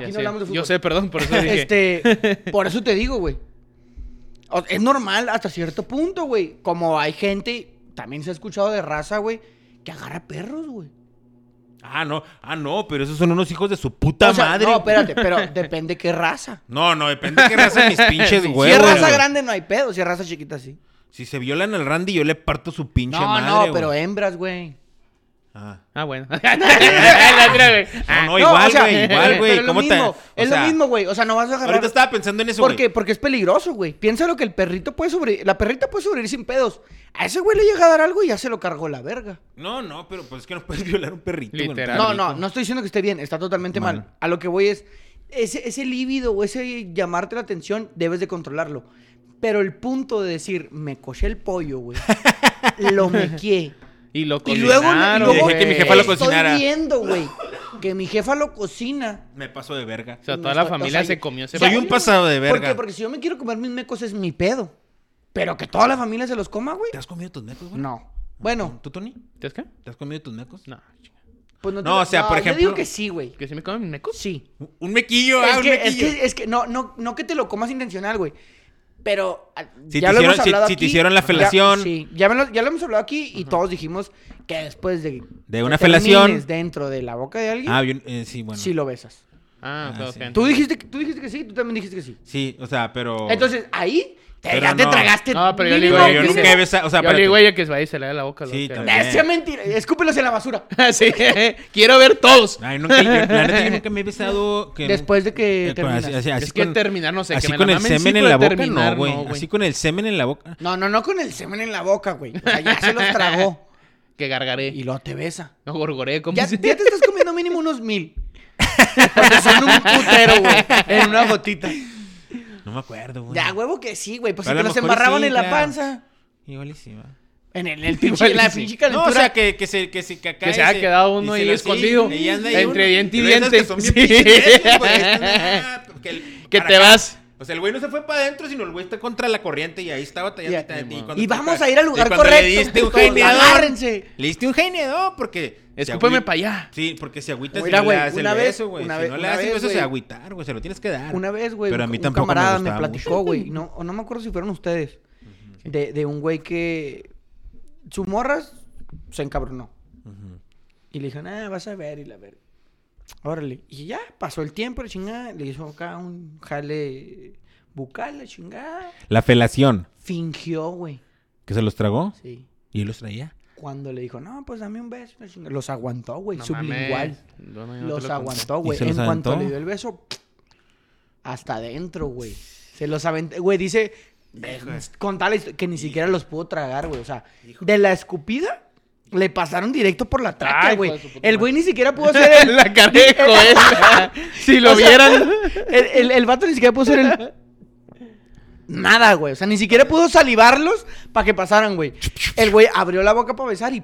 [SPEAKER 2] Ya
[SPEAKER 3] no
[SPEAKER 2] sé.
[SPEAKER 3] hablamos de fútbol.
[SPEAKER 2] Yo sé, perdón, por eso dije.
[SPEAKER 3] Este,
[SPEAKER 1] [LAUGHS]
[SPEAKER 3] por eso te digo, güey. O- Es normal hasta cierto punto, güey. Como hay gente, también se ha escuchado de raza, güey, que agarra perros, güey.
[SPEAKER 1] Ah, no, ah, no, pero esos son unos hijos de su puta
[SPEAKER 3] O sea,
[SPEAKER 1] madre.
[SPEAKER 3] No,
[SPEAKER 1] No,
[SPEAKER 3] espérate, pero
[SPEAKER 1] [LAUGHS]
[SPEAKER 3] depende qué raza.
[SPEAKER 1] no, depende de qué raza
[SPEAKER 3] [LAUGHS]
[SPEAKER 1] mis pinches
[SPEAKER 3] Si es
[SPEAKER 1] huevos.
[SPEAKER 3] raza
[SPEAKER 1] güey.
[SPEAKER 3] grande no hay pedo, si es raza chiquita sí.
[SPEAKER 1] Si se violan al Randy, yo le parto su pinche
[SPEAKER 3] No,
[SPEAKER 1] madre.
[SPEAKER 3] no,
[SPEAKER 1] güey.
[SPEAKER 3] pero hembras, güey.
[SPEAKER 1] Ah.
[SPEAKER 2] Ah,
[SPEAKER 3] [LAUGHS]
[SPEAKER 2] bueno. [LAUGHS] La otra vez.
[SPEAKER 1] No, no,
[SPEAKER 3] Ah, No,
[SPEAKER 1] igual,
[SPEAKER 3] o sea, [LAUGHS]
[SPEAKER 1] güey, igual,
[SPEAKER 3] pero
[SPEAKER 1] güey.
[SPEAKER 3] Es lo
[SPEAKER 1] ¿Cómo te-
[SPEAKER 3] mismo,
[SPEAKER 1] o
[SPEAKER 3] es
[SPEAKER 1] sea,
[SPEAKER 3] lo mismo, güey. O sea, no vas a agarrar...
[SPEAKER 1] Ahorita estaba pensando en eso, güey.
[SPEAKER 3] Porque, porque es peligroso, güey. Piensa lo que el perrito puede sobrevivir. La perrita puede sobrevivir sin pedos. A ese güey le llega a dar algo y ya se lo cargó la verga.
[SPEAKER 1] No, no, pero pues es que no puedes [LAUGHS] violar a un perrito. güey, un
[SPEAKER 2] Literal.
[SPEAKER 1] perrito.
[SPEAKER 3] No, no, no estoy diciendo que esté bien, está totalmente
[SPEAKER 1] Bueno.
[SPEAKER 3] mal. A lo que voy es, ese, ese líbido o ese llamarte la atención, debes de controlarlo. Pero el punto de decir, me coché el
[SPEAKER 1] [LAUGHS]
[SPEAKER 3] pollo, güey, lo mequé.
[SPEAKER 2] Y lo
[SPEAKER 3] Y luego, y
[SPEAKER 2] cocinaron,
[SPEAKER 3] luego
[SPEAKER 1] dejé que mi jefa lo
[SPEAKER 2] güey.
[SPEAKER 1] cocinara.
[SPEAKER 3] Estoy viendo, güey, que mi jefa lo cocina.
[SPEAKER 1] Me paso de verga.
[SPEAKER 2] O sea,
[SPEAKER 3] No
[SPEAKER 2] toda la
[SPEAKER 3] estoy- o
[SPEAKER 2] familia
[SPEAKER 3] sea,
[SPEAKER 2] se comió ese
[SPEAKER 1] soy
[SPEAKER 2] pollo.
[SPEAKER 1] un pasado de
[SPEAKER 3] ¿Por
[SPEAKER 1] verga.
[SPEAKER 3] qué? Porque si yo me quiero comer mis mecos es mi pedo. Pero que toda la familia se los coma, güey.
[SPEAKER 1] ¿Te has comido tus mecos, güey?
[SPEAKER 3] No. Bueno,
[SPEAKER 1] ¿Tú, Tony?
[SPEAKER 2] ¿Te has qué?
[SPEAKER 1] ¿Te has comido tus mecos?
[SPEAKER 2] No.
[SPEAKER 3] pues no te
[SPEAKER 1] No, o sea, por
[SPEAKER 3] Yo digo
[SPEAKER 1] ejemplo-
[SPEAKER 3] que sí, güey.
[SPEAKER 2] ¿Que si me comen mis mecos?
[SPEAKER 3] Sí.
[SPEAKER 1] Un [LAUGHS] mequillo, ah,
[SPEAKER 3] Es
[SPEAKER 1] un
[SPEAKER 3] que, es
[SPEAKER 1] mequillo.
[SPEAKER 3] que, es que no, no, no que te lo comas intencional, güey. Pero ah,
[SPEAKER 1] Si
[SPEAKER 3] ya
[SPEAKER 1] te
[SPEAKER 3] lo
[SPEAKER 1] hicieron-
[SPEAKER 3] hemos
[SPEAKER 1] si-
[SPEAKER 3] hablado
[SPEAKER 1] si te
[SPEAKER 3] aquí.
[SPEAKER 1] hicieron la
[SPEAKER 3] Ya-
[SPEAKER 1] felación.
[SPEAKER 3] sí, ya, me lo, ya lo hemos hablado aquí y todos dijimos que después de...
[SPEAKER 1] De una
[SPEAKER 3] que termines
[SPEAKER 1] felación.
[SPEAKER 3] dentro de la boca de alguien,
[SPEAKER 1] Ah, bien, eh, sí, bueno.
[SPEAKER 3] sí lo besas.
[SPEAKER 2] Ah,
[SPEAKER 1] Ah,
[SPEAKER 2] ok,
[SPEAKER 1] sí.
[SPEAKER 2] ok.
[SPEAKER 3] Tú dijiste, que- tú dijiste que sí, tú también dijiste que sí.
[SPEAKER 1] Sí, o sea, pero...
[SPEAKER 3] Entonces, ahí te-
[SPEAKER 1] Oh. Pero
[SPEAKER 3] ya te
[SPEAKER 1] no.
[SPEAKER 3] tragaste
[SPEAKER 2] No, pero yo le
[SPEAKER 3] mínimo
[SPEAKER 2] digo...
[SPEAKER 1] Pero yo
[SPEAKER 2] que
[SPEAKER 1] nunca
[SPEAKER 2] se-
[SPEAKER 1] he besado- o sea,
[SPEAKER 2] yo le digo
[SPEAKER 1] espérate.
[SPEAKER 2] a ella que se vaya y se le haga la boca. a la
[SPEAKER 1] Sí,
[SPEAKER 2] otra.
[SPEAKER 1] también.
[SPEAKER 3] ¡Ah, sea mentira! Escúpelos en la basura.
[SPEAKER 2] [LAUGHS] Sí, quiero ver todos.
[SPEAKER 1] Ay, nunca, yo- la
[SPEAKER 3] [LAUGHS]
[SPEAKER 1] neta, yo nunca me he besado que...
[SPEAKER 3] Después de
[SPEAKER 1] Eh,
[SPEAKER 3] que
[SPEAKER 1] con-
[SPEAKER 3] terminas.
[SPEAKER 1] así- así- así
[SPEAKER 2] es que
[SPEAKER 1] con-
[SPEAKER 2] terminar, no sé,
[SPEAKER 1] así
[SPEAKER 2] que me
[SPEAKER 1] con
[SPEAKER 2] la
[SPEAKER 1] el
[SPEAKER 2] mamen, sí,
[SPEAKER 1] semen en
[SPEAKER 2] pero
[SPEAKER 1] la boca,
[SPEAKER 2] terminar,
[SPEAKER 1] no, güey. Así con el semen en la boca.
[SPEAKER 3] No, no, no con el semen en la boca, güey. O sea, ya se los
[SPEAKER 2] [LAUGHS]
[SPEAKER 3] tragó.
[SPEAKER 2] Que gargaré.
[SPEAKER 3] Y luego te besa.
[SPEAKER 2] No gorgoré, ¿cómo
[SPEAKER 3] Ya,
[SPEAKER 2] se-
[SPEAKER 3] ya te estás comiendo mínimo unos mil. Porque son un putero, güey. [LAUGHS] En una gotita.
[SPEAKER 1] No me acuerdo, güey.
[SPEAKER 3] Ya, huevo que sí, güey. Pues
[SPEAKER 1] A
[SPEAKER 3] si
[SPEAKER 1] lo
[SPEAKER 3] te los
[SPEAKER 1] mejor
[SPEAKER 3] embarraban
[SPEAKER 1] sí,
[SPEAKER 3] en la
[SPEAKER 1] claro.
[SPEAKER 3] panza.
[SPEAKER 1] Igual y sí, va.
[SPEAKER 3] En el,
[SPEAKER 1] [LAUGHS]
[SPEAKER 3] el pinche,
[SPEAKER 2] Igual
[SPEAKER 3] la
[SPEAKER 2] y sí.
[SPEAKER 3] pinche
[SPEAKER 1] No, o
[SPEAKER 3] calentura.
[SPEAKER 1] sea, que, que se, que se, que acá
[SPEAKER 2] Que se
[SPEAKER 1] y
[SPEAKER 2] haya quedado uno
[SPEAKER 1] y se
[SPEAKER 2] ahí
[SPEAKER 1] lo-
[SPEAKER 2] escondido,
[SPEAKER 1] y anda ahí
[SPEAKER 2] entre
[SPEAKER 1] uno.
[SPEAKER 2] diente y
[SPEAKER 1] Pero esas
[SPEAKER 2] diente.
[SPEAKER 1] que son
[SPEAKER 3] [LAUGHS]
[SPEAKER 1] bien
[SPEAKER 2] Sí.
[SPEAKER 1] pinches lejos, güey, están, ah, [LAUGHS] que el-
[SPEAKER 2] Que
[SPEAKER 1] para
[SPEAKER 2] te
[SPEAKER 1] acá.
[SPEAKER 2] vas.
[SPEAKER 1] O sea, el güey no se fue para adentro, sino el güey está contra la corriente y ahí está batallando.
[SPEAKER 3] Ya.
[SPEAKER 1] está- cuando te-
[SPEAKER 3] y vamos a ir al
[SPEAKER 1] y
[SPEAKER 3] lugar
[SPEAKER 1] cuando
[SPEAKER 3] correcto.
[SPEAKER 1] Le diste un
[SPEAKER 3] putos,
[SPEAKER 1] geniador.
[SPEAKER 3] Agárrense.
[SPEAKER 1] Le diste un geniador porque. se
[SPEAKER 2] Escúpeme
[SPEAKER 1] agüi-
[SPEAKER 2] para allá.
[SPEAKER 1] Sí, porque si agüitas
[SPEAKER 3] Mira,
[SPEAKER 1] si
[SPEAKER 3] güey,
[SPEAKER 1] le das el
[SPEAKER 3] una vez-
[SPEAKER 1] beso, güey.
[SPEAKER 3] una
[SPEAKER 1] Si
[SPEAKER 3] vez-
[SPEAKER 1] no le
[SPEAKER 3] una
[SPEAKER 1] das el
[SPEAKER 3] vez,
[SPEAKER 1] beso, se
[SPEAKER 3] güey.
[SPEAKER 1] va a agüitar, güey. Se lo tienes que dar.
[SPEAKER 3] Una vez, güey,
[SPEAKER 1] Pero a
[SPEAKER 3] un-
[SPEAKER 1] mí
[SPEAKER 3] un
[SPEAKER 1] tampoco me
[SPEAKER 3] camarada me,
[SPEAKER 1] gustaba
[SPEAKER 3] platicó, güey, no, o no me acuerdo si fueron ustedes, de, de un güey que su morras se encabronó. Y le dijeron, ah, vas a ver, y la ver. Órale. Y ya, pasó el tiempo, la chingada, le hizo acá un jale bucal, la chingada.
[SPEAKER 1] La felación,
[SPEAKER 3] Fingió, güey.
[SPEAKER 1] que se los tragó
[SPEAKER 3] Sí.
[SPEAKER 1] y él los traía.
[SPEAKER 3] Cuando le dijo, no, pues dame un beso, la chingada. Los aguantó, güey,
[SPEAKER 2] No
[SPEAKER 3] sublingual.
[SPEAKER 2] mames. No, no, yo no te
[SPEAKER 3] Los
[SPEAKER 2] lo conté.
[SPEAKER 3] aguantó,
[SPEAKER 1] ¿Y
[SPEAKER 3] güey.
[SPEAKER 1] se
[SPEAKER 3] En
[SPEAKER 1] los
[SPEAKER 3] cuanto
[SPEAKER 1] aventó?
[SPEAKER 3] le dio el beso, hasta adentro, güey. Se los aventó. Güey, dice, con tal histo- que ni siquiera los pudo tragar, güey. O sea, de la escupida, le pasaron directo por la tráquea,
[SPEAKER 2] Ay,
[SPEAKER 3] güey.
[SPEAKER 2] hijo de su puta
[SPEAKER 3] El güey ni siquiera pudo
[SPEAKER 2] [LAUGHS]
[SPEAKER 3] hacer
[SPEAKER 2] [LAUGHS]
[SPEAKER 3] el...
[SPEAKER 2] la
[SPEAKER 3] [LAUGHS]
[SPEAKER 2] carejo esa. Si lo
[SPEAKER 3] o sea,
[SPEAKER 2] vieran.
[SPEAKER 3] [LAUGHS] El, el- el vato ni siquiera pudo hacer el... Nada, güey. O sea, ni siquiera pudo salivarlos para que pasaran, güey. El güey abrió la boca para besar y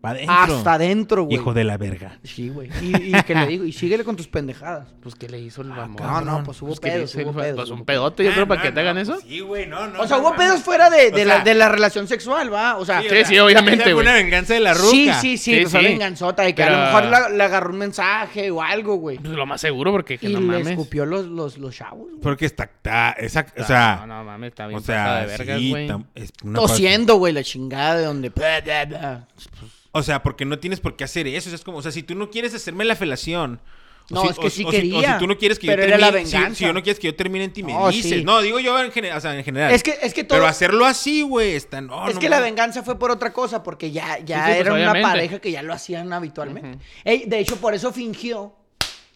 [SPEAKER 1] Pa' adentro.
[SPEAKER 3] hasta adentro, güey.
[SPEAKER 1] Hijo de la verga.
[SPEAKER 3] Sí, güey. Y, y que le digo, y síguele con tus pendejadas.
[SPEAKER 2] Pues que le hizo el
[SPEAKER 3] No,
[SPEAKER 2] mamón.
[SPEAKER 3] no, pues hubo
[SPEAKER 2] que le
[SPEAKER 3] pedos,
[SPEAKER 2] hizo el-
[SPEAKER 3] hubo pedos.
[SPEAKER 2] Pues
[SPEAKER 3] hubo
[SPEAKER 2] un pedote, yo
[SPEAKER 1] Ah,
[SPEAKER 2] creo, para
[SPEAKER 1] no,
[SPEAKER 2] que te hagan
[SPEAKER 1] no,
[SPEAKER 2] eso.
[SPEAKER 1] pues Sí, güey, no, no.
[SPEAKER 3] O sea,
[SPEAKER 1] no,
[SPEAKER 3] hubo
[SPEAKER 1] no.
[SPEAKER 3] pedos fuera de, de
[SPEAKER 1] O
[SPEAKER 3] la,
[SPEAKER 1] sea-
[SPEAKER 3] de la relación sexual, ¿va? O sea,
[SPEAKER 2] Sí,
[SPEAKER 1] o
[SPEAKER 2] sí, obviamente,
[SPEAKER 1] Fue
[SPEAKER 2] güey.
[SPEAKER 1] una venganza de la ruca.
[SPEAKER 3] sí, sí, sí,
[SPEAKER 2] Sí,
[SPEAKER 3] pues fue
[SPEAKER 2] sí.
[SPEAKER 3] venganzota de que a
[SPEAKER 2] Pero-
[SPEAKER 3] lo mejor la- le agarró un mensaje o algo, güey.
[SPEAKER 2] Pues lo más seguro, porque dije,
[SPEAKER 3] Y
[SPEAKER 2] no
[SPEAKER 3] le
[SPEAKER 2] mames.
[SPEAKER 3] escupió los, los, los chavos, güey.
[SPEAKER 1] Porque está, está- esa- o
[SPEAKER 2] No,
[SPEAKER 1] sea,
[SPEAKER 2] Ah, no, no mames, está bien.
[SPEAKER 1] o sea,
[SPEAKER 2] pasada de vergas,
[SPEAKER 1] sí,
[SPEAKER 2] güey.
[SPEAKER 1] tam- es una cosa-
[SPEAKER 3] Tosiendo, güey, la chingada de donde... bla, bla, bla.
[SPEAKER 1] O sea, porque no tienes por qué hacer eso. O sea, es como, o sea, si tú no quieres hacerme la felación. o
[SPEAKER 3] No, es que sí
[SPEAKER 1] si- o si
[SPEAKER 3] quería,
[SPEAKER 1] tú no quieres que yo
[SPEAKER 3] pero era la
[SPEAKER 1] termine- si-
[SPEAKER 3] venganza.
[SPEAKER 1] Si, yo no quieres que yo termine en ti, me
[SPEAKER 3] No,
[SPEAKER 1] dices.
[SPEAKER 3] sí.
[SPEAKER 1] No, digo yo en general. O sea, en general.
[SPEAKER 3] Es que, es que todo...
[SPEAKER 1] Pero hacerlo así, güey, está. No,
[SPEAKER 2] Oh,
[SPEAKER 3] es
[SPEAKER 1] no
[SPEAKER 3] que la
[SPEAKER 1] mames.
[SPEAKER 3] venganza fue por otra cosa, porque ya,
[SPEAKER 2] Sí,
[SPEAKER 3] ya
[SPEAKER 2] sí, pues,
[SPEAKER 3] era una
[SPEAKER 2] obviamente.
[SPEAKER 3] pareja que ya lo hacían habitualmente. Ey, de hecho, por eso fingió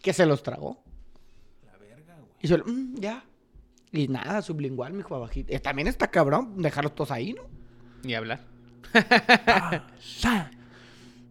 [SPEAKER 3] que se los tragó. Y solo, "Mm, ya. Y nada, sublingual, mijo, abajito. Eh, también está cabrón dejarlos todos ahí, ¿no?
[SPEAKER 2] Ni hablar.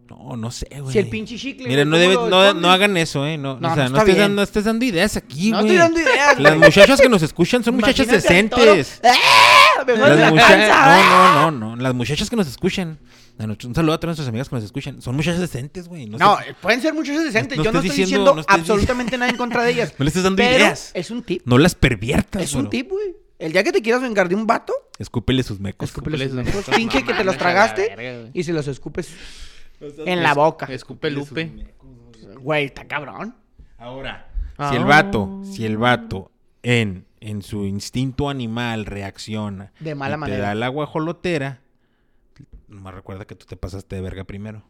[SPEAKER 1] No, no sé, güey.
[SPEAKER 3] Si el pinche chicle.
[SPEAKER 1] Mira,
[SPEAKER 3] güey,
[SPEAKER 1] no,
[SPEAKER 3] ¿cómo
[SPEAKER 1] debe-
[SPEAKER 3] lo
[SPEAKER 1] no,
[SPEAKER 3] escondes?
[SPEAKER 1] no hagan eso, ¿eh? No,
[SPEAKER 3] No,
[SPEAKER 1] o sea,
[SPEAKER 3] no
[SPEAKER 1] no,
[SPEAKER 3] está
[SPEAKER 1] estés,
[SPEAKER 3] bien.
[SPEAKER 1] dando- no estés dando ideas aquí, güey.
[SPEAKER 3] No estoy dando ideas,
[SPEAKER 1] Las
[SPEAKER 3] güey.
[SPEAKER 1] muchachas que nos escuchan son muchachas
[SPEAKER 3] Imagínate al toro.
[SPEAKER 1] decentes.
[SPEAKER 3] ¡Ah! Me
[SPEAKER 1] Las
[SPEAKER 3] la
[SPEAKER 1] muchachas.
[SPEAKER 3] panza, ¡ah!
[SPEAKER 1] No, no, no, no. Las muchachas que nos escuchan. a nuestro- Un saludo a todas nuestras amigas que nos escuchan. Son muchachas decentes, güey. No,
[SPEAKER 3] No,
[SPEAKER 1] sé-
[SPEAKER 3] eh, pueden ser muchos decentes.
[SPEAKER 1] No
[SPEAKER 3] Yo no
[SPEAKER 1] estoy
[SPEAKER 3] estoy
[SPEAKER 1] diciendo-
[SPEAKER 3] diciendo
[SPEAKER 1] no estoy
[SPEAKER 3] absolutamente nada en contra de ellas.
[SPEAKER 1] [LAUGHS] No le estés dando
[SPEAKER 3] Pero
[SPEAKER 1] ideas.
[SPEAKER 3] Es un tip.
[SPEAKER 1] no las perviertas,
[SPEAKER 3] Es un
[SPEAKER 1] güey.
[SPEAKER 3] tip, güey. El día que te quieras vengar de un vato,
[SPEAKER 1] Escúpele sus mecos.
[SPEAKER 3] escúpele
[SPEAKER 2] Escúpeles
[SPEAKER 3] sus
[SPEAKER 2] los
[SPEAKER 3] mecos.
[SPEAKER 2] mecos.
[SPEAKER 3] Finge que te los
[SPEAKER 2] Mames, a la verga,
[SPEAKER 3] tragaste
[SPEAKER 2] güey.
[SPEAKER 3] y se los escupes en la boca.
[SPEAKER 2] Escupe Lupe.
[SPEAKER 3] Güey, está cabrón.
[SPEAKER 1] Ahora,
[SPEAKER 2] Ah.
[SPEAKER 1] si el vato, si el vato en, en su instinto animal reacciona
[SPEAKER 3] De
[SPEAKER 1] y
[SPEAKER 3] mala
[SPEAKER 1] te
[SPEAKER 3] manera.
[SPEAKER 1] da la guajolotera, nomás recuerda que tú te pasaste de verga primero.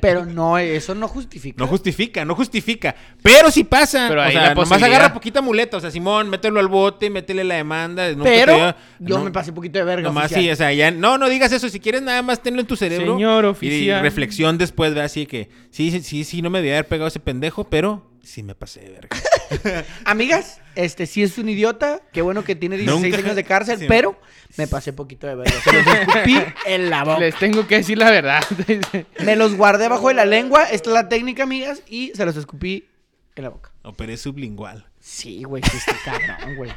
[SPEAKER 3] Pero no, eso no justifica.
[SPEAKER 1] No justifica, no justifica. Pero si pasa.
[SPEAKER 2] Pero
[SPEAKER 1] o
[SPEAKER 2] ahí
[SPEAKER 1] sea,
[SPEAKER 2] la
[SPEAKER 1] nomás
[SPEAKER 2] posibilidad.
[SPEAKER 1] agarra poquita muleta. O sea, Simón, mételo al bote, métele la demanda. nunca
[SPEAKER 3] Pero
[SPEAKER 1] te dio-
[SPEAKER 3] yo
[SPEAKER 1] no,
[SPEAKER 3] me pasé un poquito de verga.
[SPEAKER 1] Nomás
[SPEAKER 3] oficial.
[SPEAKER 1] sí, o sea, ya. No, no digas eso. Si quieres, nada más tenlo en tu cerebro.
[SPEAKER 2] Señor
[SPEAKER 1] y
[SPEAKER 2] oficial.
[SPEAKER 1] reflexión después, ve así que. Sí, sí, sí, sí, no me debía haber pegado ese pendejo, pero sí me pasé de
[SPEAKER 3] [LAUGHS]
[SPEAKER 1] verga.
[SPEAKER 3] Amigas, este sí es un idiota. Qué bueno que tiene 16
[SPEAKER 1] Nunca-
[SPEAKER 3] años de cárcel,
[SPEAKER 1] Sí.
[SPEAKER 3] pero me pasé poquito de verga. Se los
[SPEAKER 1] [LAUGHS]
[SPEAKER 3] escupí en la boca.
[SPEAKER 2] Les tengo que decir la verdad. [LAUGHS]
[SPEAKER 3] Me los guardé abajo de la lengua. Esta es la técnica, amigas. Y se los escupí en la boca.
[SPEAKER 1] Operé sublingual.
[SPEAKER 3] Sí, güey. Sí está cabrón, güey.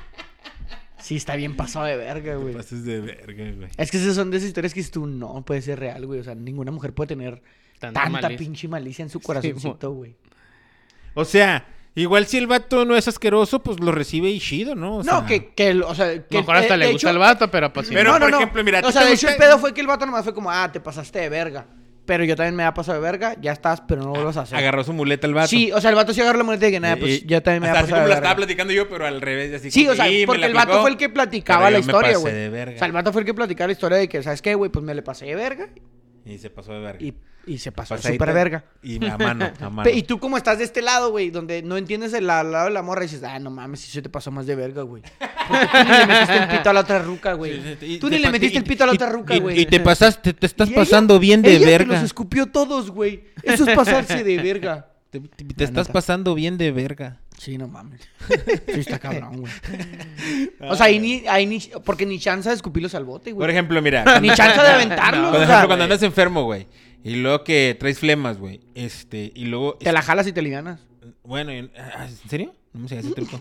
[SPEAKER 3] Sí está bien pasado de verga, güey.
[SPEAKER 1] Pases de verga, güey.
[SPEAKER 3] Es que esas son de esas historias que dices tú no puede ser real, güey. O sea, ninguna mujer puede tener
[SPEAKER 2] Tanta
[SPEAKER 3] tanta,
[SPEAKER 2] malicia.
[SPEAKER 3] pinche malicia en su corazoncito, güey.
[SPEAKER 1] O sea, igual si el vato no es asqueroso, pues lo recibe y chido, ¿no? O sea,
[SPEAKER 3] no, que, que, el- o sea, que.
[SPEAKER 2] Mejor hasta
[SPEAKER 3] eh,
[SPEAKER 2] le
[SPEAKER 3] de
[SPEAKER 2] gusta
[SPEAKER 3] hecho-
[SPEAKER 2] el vato, pero pues sí.
[SPEAKER 1] Pero, por ejemplo, mira, ¿a
[SPEAKER 3] O
[SPEAKER 1] ti
[SPEAKER 3] sea,
[SPEAKER 1] te
[SPEAKER 3] de hecho, el
[SPEAKER 1] gusta-
[SPEAKER 3] pedo fue que el vato nomás fue como, ah, te pasaste de verga. Pero yo también me ha pasado de verga, ya estás, pero no lo vuelvas a hacer.
[SPEAKER 1] Agarró su muleta el vato.
[SPEAKER 3] Sí, o sea, el vato sí agarró la moneda y que nada, pues
[SPEAKER 1] Y-
[SPEAKER 3] yo también me ha
[SPEAKER 1] Eh, hasta así
[SPEAKER 3] pasado de
[SPEAKER 1] como la estaba
[SPEAKER 3] verga.
[SPEAKER 1] platicando yo, pero al revés. Así
[SPEAKER 3] Sí,
[SPEAKER 1] como
[SPEAKER 3] o sea,
[SPEAKER 1] que, "Y, me
[SPEAKER 3] porque
[SPEAKER 1] la
[SPEAKER 3] el vato
[SPEAKER 1] aplicó".
[SPEAKER 3] fue el que platicaba
[SPEAKER 1] Pero
[SPEAKER 3] la
[SPEAKER 1] yo me
[SPEAKER 3] historia,
[SPEAKER 1] pasé
[SPEAKER 3] güey.
[SPEAKER 1] de verga.
[SPEAKER 3] O sea, el vato fue el que platicaba la historia de que, ¿sabes qué, güey? Pues me le pasé de verga
[SPEAKER 1] Y se pasó de verga.
[SPEAKER 3] y, y se pasó de
[SPEAKER 1] Pasadita.
[SPEAKER 3] súper verga.
[SPEAKER 1] Y a
[SPEAKER 3] [LAUGHS]
[SPEAKER 1] mano, a mano.
[SPEAKER 3] Pe- Y tú como estás de este lado, güey, donde no entiendes el la- lado de la morra y dices, ah, no mames, si se te pasó más de verga, güey. Porque tú ni le metiste el pito a la otra ruca,
[SPEAKER 1] Sí,
[SPEAKER 3] güey.
[SPEAKER 1] sí, sí, y
[SPEAKER 3] Tú
[SPEAKER 1] te
[SPEAKER 3] ni le
[SPEAKER 1] pas-
[SPEAKER 3] metiste
[SPEAKER 1] y-
[SPEAKER 3] el pito a la
[SPEAKER 1] y-
[SPEAKER 3] otra ruca,
[SPEAKER 1] y-
[SPEAKER 3] güey.
[SPEAKER 1] Y, te pasaste, te estás
[SPEAKER 3] Y ella-
[SPEAKER 1] pasando bien de
[SPEAKER 3] ella te
[SPEAKER 1] verga.
[SPEAKER 3] los escupió todos, güey. Eso es pasarse de verga.
[SPEAKER 1] Te, te- te estás
[SPEAKER 3] neta.
[SPEAKER 1] pasando bien de verga.
[SPEAKER 3] Sí, no [LAUGHS] mames. Sí, está cabrón, güey. O sea, ahí ni, ahí ni, porque ni chance de escupirlos al bote,
[SPEAKER 1] Por
[SPEAKER 3] güey.
[SPEAKER 1] ejemplo, mira.
[SPEAKER 3] Ni chance de aventarlos.
[SPEAKER 1] [LAUGHS]
[SPEAKER 2] No,
[SPEAKER 1] Por
[SPEAKER 3] o
[SPEAKER 1] ejemplo,
[SPEAKER 3] sea,
[SPEAKER 1] cuando andas enfermo, güey. Y luego que traes flemas, güey. Este, y luego.
[SPEAKER 3] te la jalas y te livianas.
[SPEAKER 1] Bueno, y- ah, ¿en serio? No me sé ese
[SPEAKER 3] [LAUGHS]
[SPEAKER 1] truco.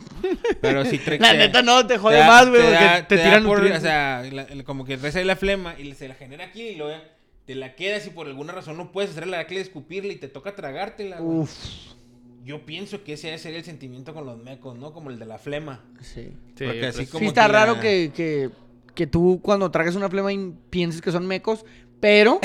[SPEAKER 1] Pero sí traes.
[SPEAKER 3] La neta no, te jode más, güey, porque te, tiran
[SPEAKER 1] por,
[SPEAKER 3] nutrientes.
[SPEAKER 1] O sea, la- el- como que traes ahí la flema y se la genera aquí y luego te la quedas y por alguna razón no puedes hacer la de escupirla y te toca tragártela. güey.
[SPEAKER 3] Uf,
[SPEAKER 1] Yo pienso que ese sería el sentimiento con los mecos, ¿no? Como el de la flema.
[SPEAKER 3] sí.
[SPEAKER 2] Sí,
[SPEAKER 1] Porque así
[SPEAKER 2] pues,
[SPEAKER 1] como
[SPEAKER 3] Sí, está
[SPEAKER 1] que la-
[SPEAKER 3] raro que, que, que tú cuando tragas una flema y pienses que son mecos,
[SPEAKER 1] [LAUGHS]
[SPEAKER 3] pero,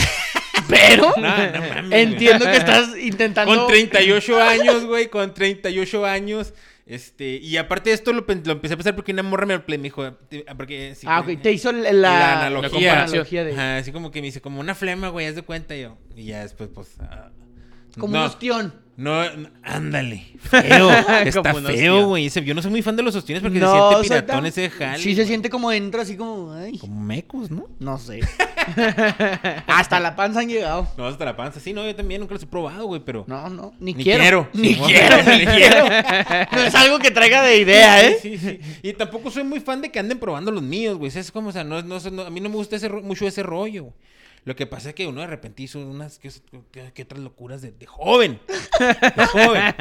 [SPEAKER 3] pero,
[SPEAKER 1] No, [LAUGHS] no mames, güey.
[SPEAKER 3] entiendo que estás intentando...
[SPEAKER 1] Con 38 años, güey, con 38 años. Este, y aparte de esto lo, pen- lo empecé a pensar porque una morra me, me dijo, te- porque eh, sí,
[SPEAKER 3] Ah,
[SPEAKER 1] güey,
[SPEAKER 3] ok, te hizo
[SPEAKER 1] la
[SPEAKER 3] la, la
[SPEAKER 1] analogía.
[SPEAKER 2] la
[SPEAKER 3] analogía de...
[SPEAKER 1] Ajá, así como que me dice, como una flema, güey, haz de cuenta y yo. Y ya después, pues. ah,
[SPEAKER 3] Como
[SPEAKER 1] no,
[SPEAKER 3] un ostión.
[SPEAKER 1] no, n- [LAUGHS] ándale. Feo. está
[SPEAKER 2] Como un
[SPEAKER 1] feo,
[SPEAKER 2] hostia.
[SPEAKER 1] güey. ese- Yo no soy muy fan de los ostiones porque
[SPEAKER 3] No,
[SPEAKER 1] se
[SPEAKER 3] o
[SPEAKER 1] siente
[SPEAKER 3] sea,
[SPEAKER 1] piratón
[SPEAKER 3] tan-
[SPEAKER 1] ese jale.
[SPEAKER 3] Sí, se
[SPEAKER 1] güey.
[SPEAKER 3] siente como entra así como... Ay,
[SPEAKER 1] Como mecos, ¿no? [LAUGHS]
[SPEAKER 3] no sé. Hasta la panza han llegado.
[SPEAKER 1] No, hasta la panza. Sí, no, yo también nunca los he probado, güey, pero.
[SPEAKER 3] No, no, ni,
[SPEAKER 1] [LAUGHS] Ni quiero.
[SPEAKER 3] quiero. Ni
[SPEAKER 1] Sí,
[SPEAKER 3] quiero,
[SPEAKER 1] bueno.
[SPEAKER 3] ni
[SPEAKER 1] [LAUGHS]
[SPEAKER 3] quiero. [LAUGHS] No es algo que traiga de idea, ¿eh?
[SPEAKER 1] Sí, sí, sí. Y tampoco soy muy fan de que anden probando los míos, güey. Es como, o sea, no, no, no- a mí no me gusta ese, ro- mucho ese rollo. güey. Lo que pasa es que uno de repente hizo unas que, que- que otras locuras de, de joven. [LAUGHS] De [LAUGHS] joven.
[SPEAKER 3] Me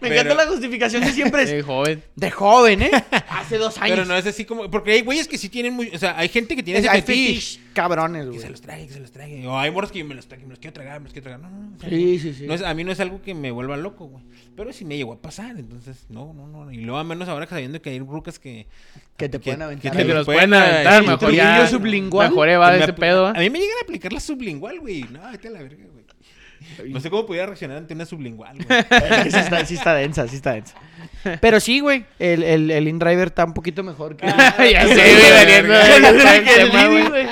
[SPEAKER 1] Pero-
[SPEAKER 3] encanta la justificación que
[SPEAKER 2] [LAUGHS]
[SPEAKER 3] siempre es...
[SPEAKER 2] eh, joven.
[SPEAKER 3] De joven,
[SPEAKER 1] [LAUGHS]
[SPEAKER 3] ¿eh? Hace dos años.
[SPEAKER 1] Pero no es así como. Porque hay güeyes que sí tienen muy. O sea, hay gente que tiene
[SPEAKER 3] Es-
[SPEAKER 1] ese
[SPEAKER 3] hay
[SPEAKER 1] fetiche.
[SPEAKER 3] fetish cabrones,
[SPEAKER 1] Que
[SPEAKER 3] güey.
[SPEAKER 1] se los trague, que se los trague. O hay morros que me los trague, me los quiero tragar, me los quiero tragar. No, no, no. o sea,
[SPEAKER 3] Sí, sí, sí.
[SPEAKER 1] no es- a mí no es algo que me vuelva loco, güey. Pero sí me llegó a pasar, entonces, no, no, no. Y luego, a menos ahora que sabiendo que hay rucas que.
[SPEAKER 3] Que te pueden aventar.
[SPEAKER 2] Que
[SPEAKER 1] te
[SPEAKER 2] te
[SPEAKER 3] [LAUGHS]
[SPEAKER 1] los
[SPEAKER 2] los pueden
[SPEAKER 1] pueden
[SPEAKER 2] aventar,
[SPEAKER 1] aventar.
[SPEAKER 2] mejor
[SPEAKER 3] Truquillo
[SPEAKER 2] ya.
[SPEAKER 3] sublingual.
[SPEAKER 2] Mejor va
[SPEAKER 1] que
[SPEAKER 2] de
[SPEAKER 1] me
[SPEAKER 2] ese
[SPEAKER 1] apl-
[SPEAKER 2] pedo. ¿va?
[SPEAKER 1] A mí me llegan a aplicar la sublingual, güey. No, vete a la verga, güey. No sé cómo podía reaccionar ante una sublingual,
[SPEAKER 3] [LAUGHS]
[SPEAKER 1] güey.
[SPEAKER 3] sí, está, sí está densa, sí está densa. [LAUGHS] Pero sí, güey, el, el, el InDriver está un poquito mejor [LAUGHS] que...
[SPEAKER 2] Ya
[SPEAKER 1] Sí,
[SPEAKER 2] sé, güey,
[SPEAKER 1] la
[SPEAKER 2] valiendo
[SPEAKER 1] verga.
[SPEAKER 2] verga, está el
[SPEAKER 3] que el
[SPEAKER 2] tema, güey.
[SPEAKER 3] Didi, güey.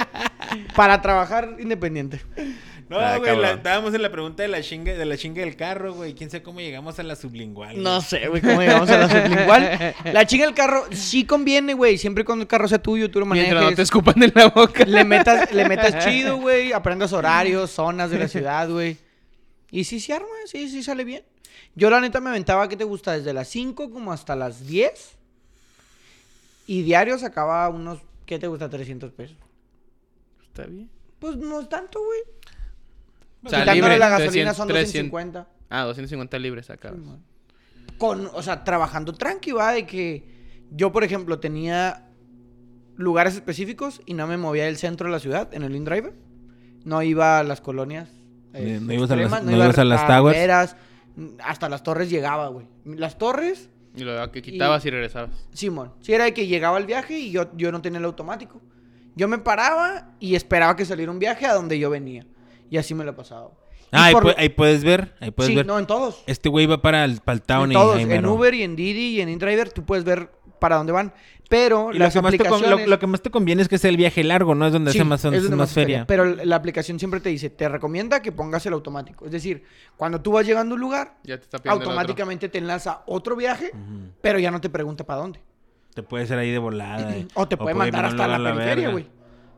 [SPEAKER 3] Para trabajar independiente.
[SPEAKER 1] No,
[SPEAKER 2] Ah,
[SPEAKER 1] güey, la-
[SPEAKER 2] cabrón.
[SPEAKER 1] estábamos en la pregunta de la chinga, de la chinga del carro, güey. Quién sabe cómo llegamos a la sublingual.
[SPEAKER 3] No
[SPEAKER 1] güey.
[SPEAKER 3] sé, [LAUGHS] güey, cómo llegamos a la sublingual. La chinga del carro sí conviene, güey. Siempre cuando el carro sea tuyo, tú lo manejes.
[SPEAKER 2] Mientras no te escupan en la boca.
[SPEAKER 3] le, metas, le metas chido, güey. Aprendas horarios, zonas de la ciudad, güey. Y sí se arma, sí, sí sale bien. Yo la neta me aventaba, ¿qué te gusta? Desde las 5 como hasta las 10. Y diario sacaba unos, ¿qué te gusta? 300 pesos.
[SPEAKER 2] Está bien.
[SPEAKER 3] Pues no es tanto, güey.
[SPEAKER 1] Pues,
[SPEAKER 2] O sea,
[SPEAKER 3] Quitándole
[SPEAKER 2] libre.
[SPEAKER 3] la gasolina
[SPEAKER 2] 300,
[SPEAKER 3] son
[SPEAKER 2] 300.
[SPEAKER 3] 250.
[SPEAKER 2] Ah, 250 libres acá.
[SPEAKER 3] Con, o sea, trabajando tranqui, va, de que yo, por ejemplo, tenía lugares específicos y no me movía del centro de la ciudad en el InDriver. No iba a las colonias. eh,
[SPEAKER 1] No ibas a las-
[SPEAKER 3] extremas,
[SPEAKER 1] no ibas a las towers.
[SPEAKER 3] carreteras, Hasta las torres llegaba, güey. Las torres,
[SPEAKER 2] Y lo que quitabas y, regresabas.
[SPEAKER 3] Simón. Si era de que llegaba el viaje y yo, yo no tenía el automático. Yo me paraba y esperaba que saliera un viaje a donde yo venía. Y así me lo pasaba. Y
[SPEAKER 1] Ah, ahí,
[SPEAKER 3] por-
[SPEAKER 1] pu- ahí puedes ver, ahí puedes
[SPEAKER 3] Sí,
[SPEAKER 1] ver.
[SPEAKER 3] no, en todos.
[SPEAKER 1] Este güey va para el, para el town
[SPEAKER 3] En
[SPEAKER 1] y
[SPEAKER 3] todos,
[SPEAKER 1] ahí
[SPEAKER 3] en
[SPEAKER 1] mero.
[SPEAKER 3] Uber y en Didi y en InDriver, tú puedes ver para dónde van. Pero
[SPEAKER 1] Y lo,
[SPEAKER 3] Oh, las
[SPEAKER 1] que más te con- lo-
[SPEAKER 3] aplicaciones...
[SPEAKER 1] lo que más te conviene es que sea el viaje largo, ¿no? Es donde
[SPEAKER 3] Sí,
[SPEAKER 1] hace más,
[SPEAKER 3] es donde
[SPEAKER 1] más
[SPEAKER 3] más
[SPEAKER 1] feria.
[SPEAKER 3] Pero la aplicación siempre te dice, te recomienda que pongas el automático. Es decir, cuando tú vas llegando a un lugar,
[SPEAKER 2] Ya te está pidiendo el otro.
[SPEAKER 3] automáticamente te enlaza otro viaje,
[SPEAKER 1] Ujú.
[SPEAKER 3] pero ya no te pregunta para dónde.
[SPEAKER 1] Te puede ser ahí de volada. eh.
[SPEAKER 3] O te puede mandar
[SPEAKER 1] ir a un
[SPEAKER 3] hasta la
[SPEAKER 1] lugar a
[SPEAKER 3] periferia,
[SPEAKER 1] verga.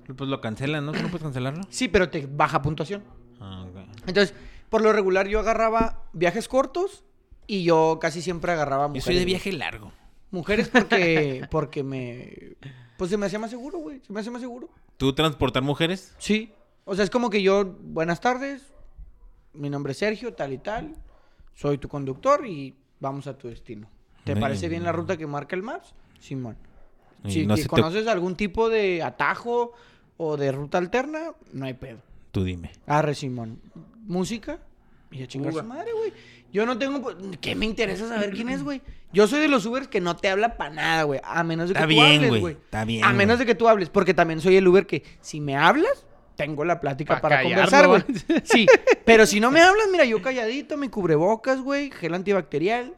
[SPEAKER 3] güey.
[SPEAKER 1] Pues lo cancelan, ¿no? ¿Tú no puedes cancelarlo?
[SPEAKER 3] Sí, pero te baja puntuación.
[SPEAKER 1] Ah, ok.
[SPEAKER 3] Entonces, por lo regular yo agarraba viajes cortos y yo casi siempre agarraba
[SPEAKER 1] Yo
[SPEAKER 3] mujeres.
[SPEAKER 1] soy de
[SPEAKER 3] güey.
[SPEAKER 1] viaje largo.
[SPEAKER 3] Mujeres
[SPEAKER 1] [LAUGHS]
[SPEAKER 3] porque, porque me... Pues se me hacía más seguro, güey. Se me hacía más seguro.
[SPEAKER 1] ¿Tú transportar mujeres?
[SPEAKER 3] Sí. O sea, es como que yo, buenas tardes, mi nombre es Sergio, tal y tal, soy tu conductor y vamos a tu destino. ¿Te
[SPEAKER 1] Ven.
[SPEAKER 3] parece bien la ruta que marca el Maps? Simón.
[SPEAKER 1] Y
[SPEAKER 3] Si
[SPEAKER 1] no
[SPEAKER 3] que
[SPEAKER 1] se te-
[SPEAKER 3] conoces algún tipo de atajo o de ruta alterna, no hay pedo.
[SPEAKER 1] Tú dime.
[SPEAKER 3] Arre, Simón. Música y a chingar
[SPEAKER 2] Uga.
[SPEAKER 3] su madre, güey. Yo no tengo... po- ¿Qué me interesa saber quién es, güey? Yo soy de los Ubers que no te habla para nada, güey. A menos de que
[SPEAKER 1] Está
[SPEAKER 3] tú
[SPEAKER 1] bien,
[SPEAKER 3] hables,
[SPEAKER 1] güey.
[SPEAKER 3] güey.
[SPEAKER 1] Está bien,
[SPEAKER 3] A menos
[SPEAKER 1] güey.
[SPEAKER 3] de que tú hables, porque también soy el Uber que si me hablas, tengo la plática
[SPEAKER 2] Pa'
[SPEAKER 3] para
[SPEAKER 2] callarlo,
[SPEAKER 3] conversar, güey.
[SPEAKER 2] ¿va?
[SPEAKER 3] [LAUGHS] Sí, pero si
[SPEAKER 1] [LAUGHS]
[SPEAKER 3] no me hablas, mira, yo calladito, mi cubrebocas, güey, gel antibacterial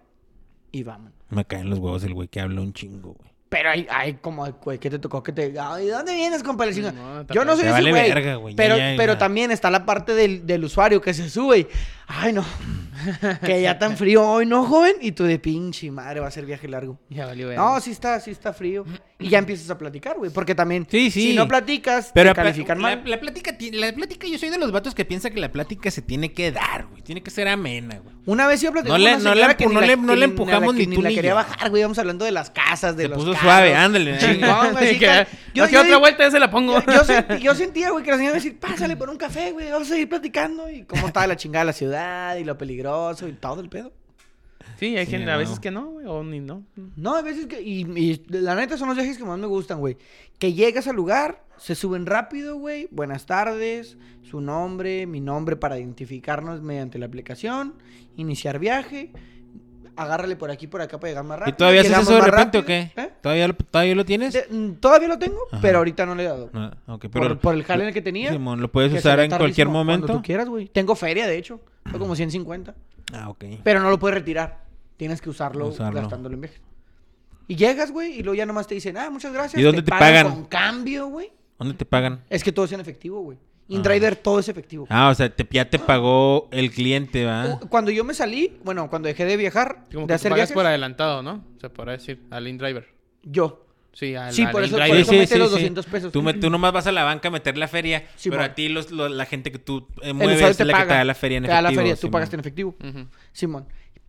[SPEAKER 3] y vamos.
[SPEAKER 1] Me caen los huevos el güey que habla un chingo, güey.
[SPEAKER 3] Pero hay, hay como, güey, que te tocó que te. Ay, ¿de dónde vienes, compa? Le chinga.
[SPEAKER 2] No, te
[SPEAKER 3] yo no soy
[SPEAKER 1] te
[SPEAKER 3] ese
[SPEAKER 1] vale
[SPEAKER 3] güey.
[SPEAKER 1] verga, güey, ya,
[SPEAKER 3] Pero,
[SPEAKER 1] ya,
[SPEAKER 3] pero
[SPEAKER 1] ya.
[SPEAKER 3] también está la parte del, del usuario que se sube y. Ay, no. que ya tan frío hoy, ¿no, joven? Y tú de pinche madre, va a ser viaje largo.
[SPEAKER 2] Ya valió verga.
[SPEAKER 3] No, sí está, sí está frío. Y ya empiezas a platicar, güey. Porque también,
[SPEAKER 1] Sí, sí.
[SPEAKER 3] si no platicas,
[SPEAKER 1] Pero
[SPEAKER 3] te califican
[SPEAKER 1] la,
[SPEAKER 3] mal.
[SPEAKER 1] la plática, ti- la plática, yo soy de los vatos que piensa que la plática se tiene que dar, güey. Tiene que ser amena, güey.
[SPEAKER 3] Una vez yo platicé
[SPEAKER 1] No
[SPEAKER 3] con
[SPEAKER 1] le-
[SPEAKER 3] una
[SPEAKER 1] no le
[SPEAKER 3] señora
[SPEAKER 1] empu-
[SPEAKER 3] que ni
[SPEAKER 1] no
[SPEAKER 3] la-
[SPEAKER 1] le- no
[SPEAKER 3] que
[SPEAKER 1] le
[SPEAKER 3] ni-
[SPEAKER 1] empujamos
[SPEAKER 3] la-
[SPEAKER 1] ni
[SPEAKER 3] que
[SPEAKER 1] tú
[SPEAKER 3] la
[SPEAKER 1] ni
[SPEAKER 3] quería
[SPEAKER 1] yo.
[SPEAKER 3] bajar, güey. Íbamos hablando de las casas, de
[SPEAKER 1] Se
[SPEAKER 3] los
[SPEAKER 1] puso
[SPEAKER 3] carros.
[SPEAKER 1] suave, ándale. [LAUGHS]
[SPEAKER 2] [LAUGHS]
[SPEAKER 3] Chingón, güey, sí,
[SPEAKER 2] Que-
[SPEAKER 3] ca- yo-
[SPEAKER 2] aquí
[SPEAKER 3] yo-
[SPEAKER 2] otra vuelta ya se la
[SPEAKER 3] [LAUGHS]
[SPEAKER 2] pongo.
[SPEAKER 3] Yo, yo sentí- yo sentía, güey, que la señora me decía, pásale por un café, güey, vamos a seguir platicando. Y cómo estaba la chingada de la ciudad y lo peligroso y todo el pedo.
[SPEAKER 2] Sí, hay
[SPEAKER 1] Sí,
[SPEAKER 2] gente,
[SPEAKER 1] a
[SPEAKER 2] a veces
[SPEAKER 1] huevo.
[SPEAKER 2] que no, güey, o ni no.
[SPEAKER 3] No, a veces que... Y, y la neta son los viajes que más me gustan, güey. Que llegas al lugar, se suben rápido, güey. Buenas tardes, su nombre, mi nombre para identificarnos mediante la aplicación. Iniciar viaje. Agárrale por aquí, por acá para llegar más
[SPEAKER 1] ¿Y
[SPEAKER 3] rápido.
[SPEAKER 1] todavía haces
[SPEAKER 3] llegamos
[SPEAKER 1] eso de
[SPEAKER 3] más
[SPEAKER 1] repente o
[SPEAKER 3] rápido.
[SPEAKER 1] qué?
[SPEAKER 3] ¿Eh?
[SPEAKER 1] ¿Todavía, lo- ¿Todavía lo tienes?
[SPEAKER 3] De- mm, todavía lo tengo,
[SPEAKER 1] Ajá.
[SPEAKER 3] pero ahorita no le he dado.
[SPEAKER 1] No, Ah, ok, pero...
[SPEAKER 3] por, por el jale en el que tenía.
[SPEAKER 1] Simón, lo puedes
[SPEAKER 3] que
[SPEAKER 1] usar
[SPEAKER 3] será
[SPEAKER 1] en cualquier
[SPEAKER 3] tardísimo, Cuando
[SPEAKER 1] momento.
[SPEAKER 3] tú quieras, güey. Tengo feria, de hecho. Tengo como 150.
[SPEAKER 1] Ah, ok.
[SPEAKER 3] Pero no lo puedes retirar. Tienes que usarlo,
[SPEAKER 1] Usarlo.
[SPEAKER 3] gastándolo en viajes. Y llegas, güey, y luego ya nomás te dicen, ah, muchas gracias.
[SPEAKER 1] ¿Y dónde te pagan?
[SPEAKER 3] Con cambio, güey.
[SPEAKER 1] ¿Dónde te pagan?
[SPEAKER 3] Es que todo es en efectivo, güey. InDriver todo es efectivo.
[SPEAKER 1] Ah, o sea, te, ya te pagó el cliente, ¿va?
[SPEAKER 3] U- Cuando yo me salí, bueno, cuando dejé de viajar,
[SPEAKER 2] Como
[SPEAKER 3] de
[SPEAKER 2] que tú
[SPEAKER 3] hacer
[SPEAKER 2] pagas
[SPEAKER 3] viajes,
[SPEAKER 2] por adelantado, ¿no? Se podrá decir, al InDriver.
[SPEAKER 3] yo.
[SPEAKER 2] Sí, al,
[SPEAKER 3] Sí,
[SPEAKER 2] al
[SPEAKER 3] por eso-
[SPEAKER 2] InDriver.
[SPEAKER 3] por eso metes los 200 pesos.
[SPEAKER 1] Tú, me- tú nomás vas a la banca a meter la feria,
[SPEAKER 3] Sí,
[SPEAKER 1] pero
[SPEAKER 3] mon.
[SPEAKER 1] a ti los, los- la gente que tú eh,
[SPEAKER 3] El
[SPEAKER 1] mueves
[SPEAKER 3] usuario
[SPEAKER 1] es
[SPEAKER 3] te
[SPEAKER 1] la
[SPEAKER 3] paga.
[SPEAKER 1] que te da la feria en
[SPEAKER 3] Te
[SPEAKER 1] efectivo.
[SPEAKER 3] da la feria, tú
[SPEAKER 1] Simón.
[SPEAKER 3] pagaste en efectivo.
[SPEAKER 2] Ujú.
[SPEAKER 3] Simón.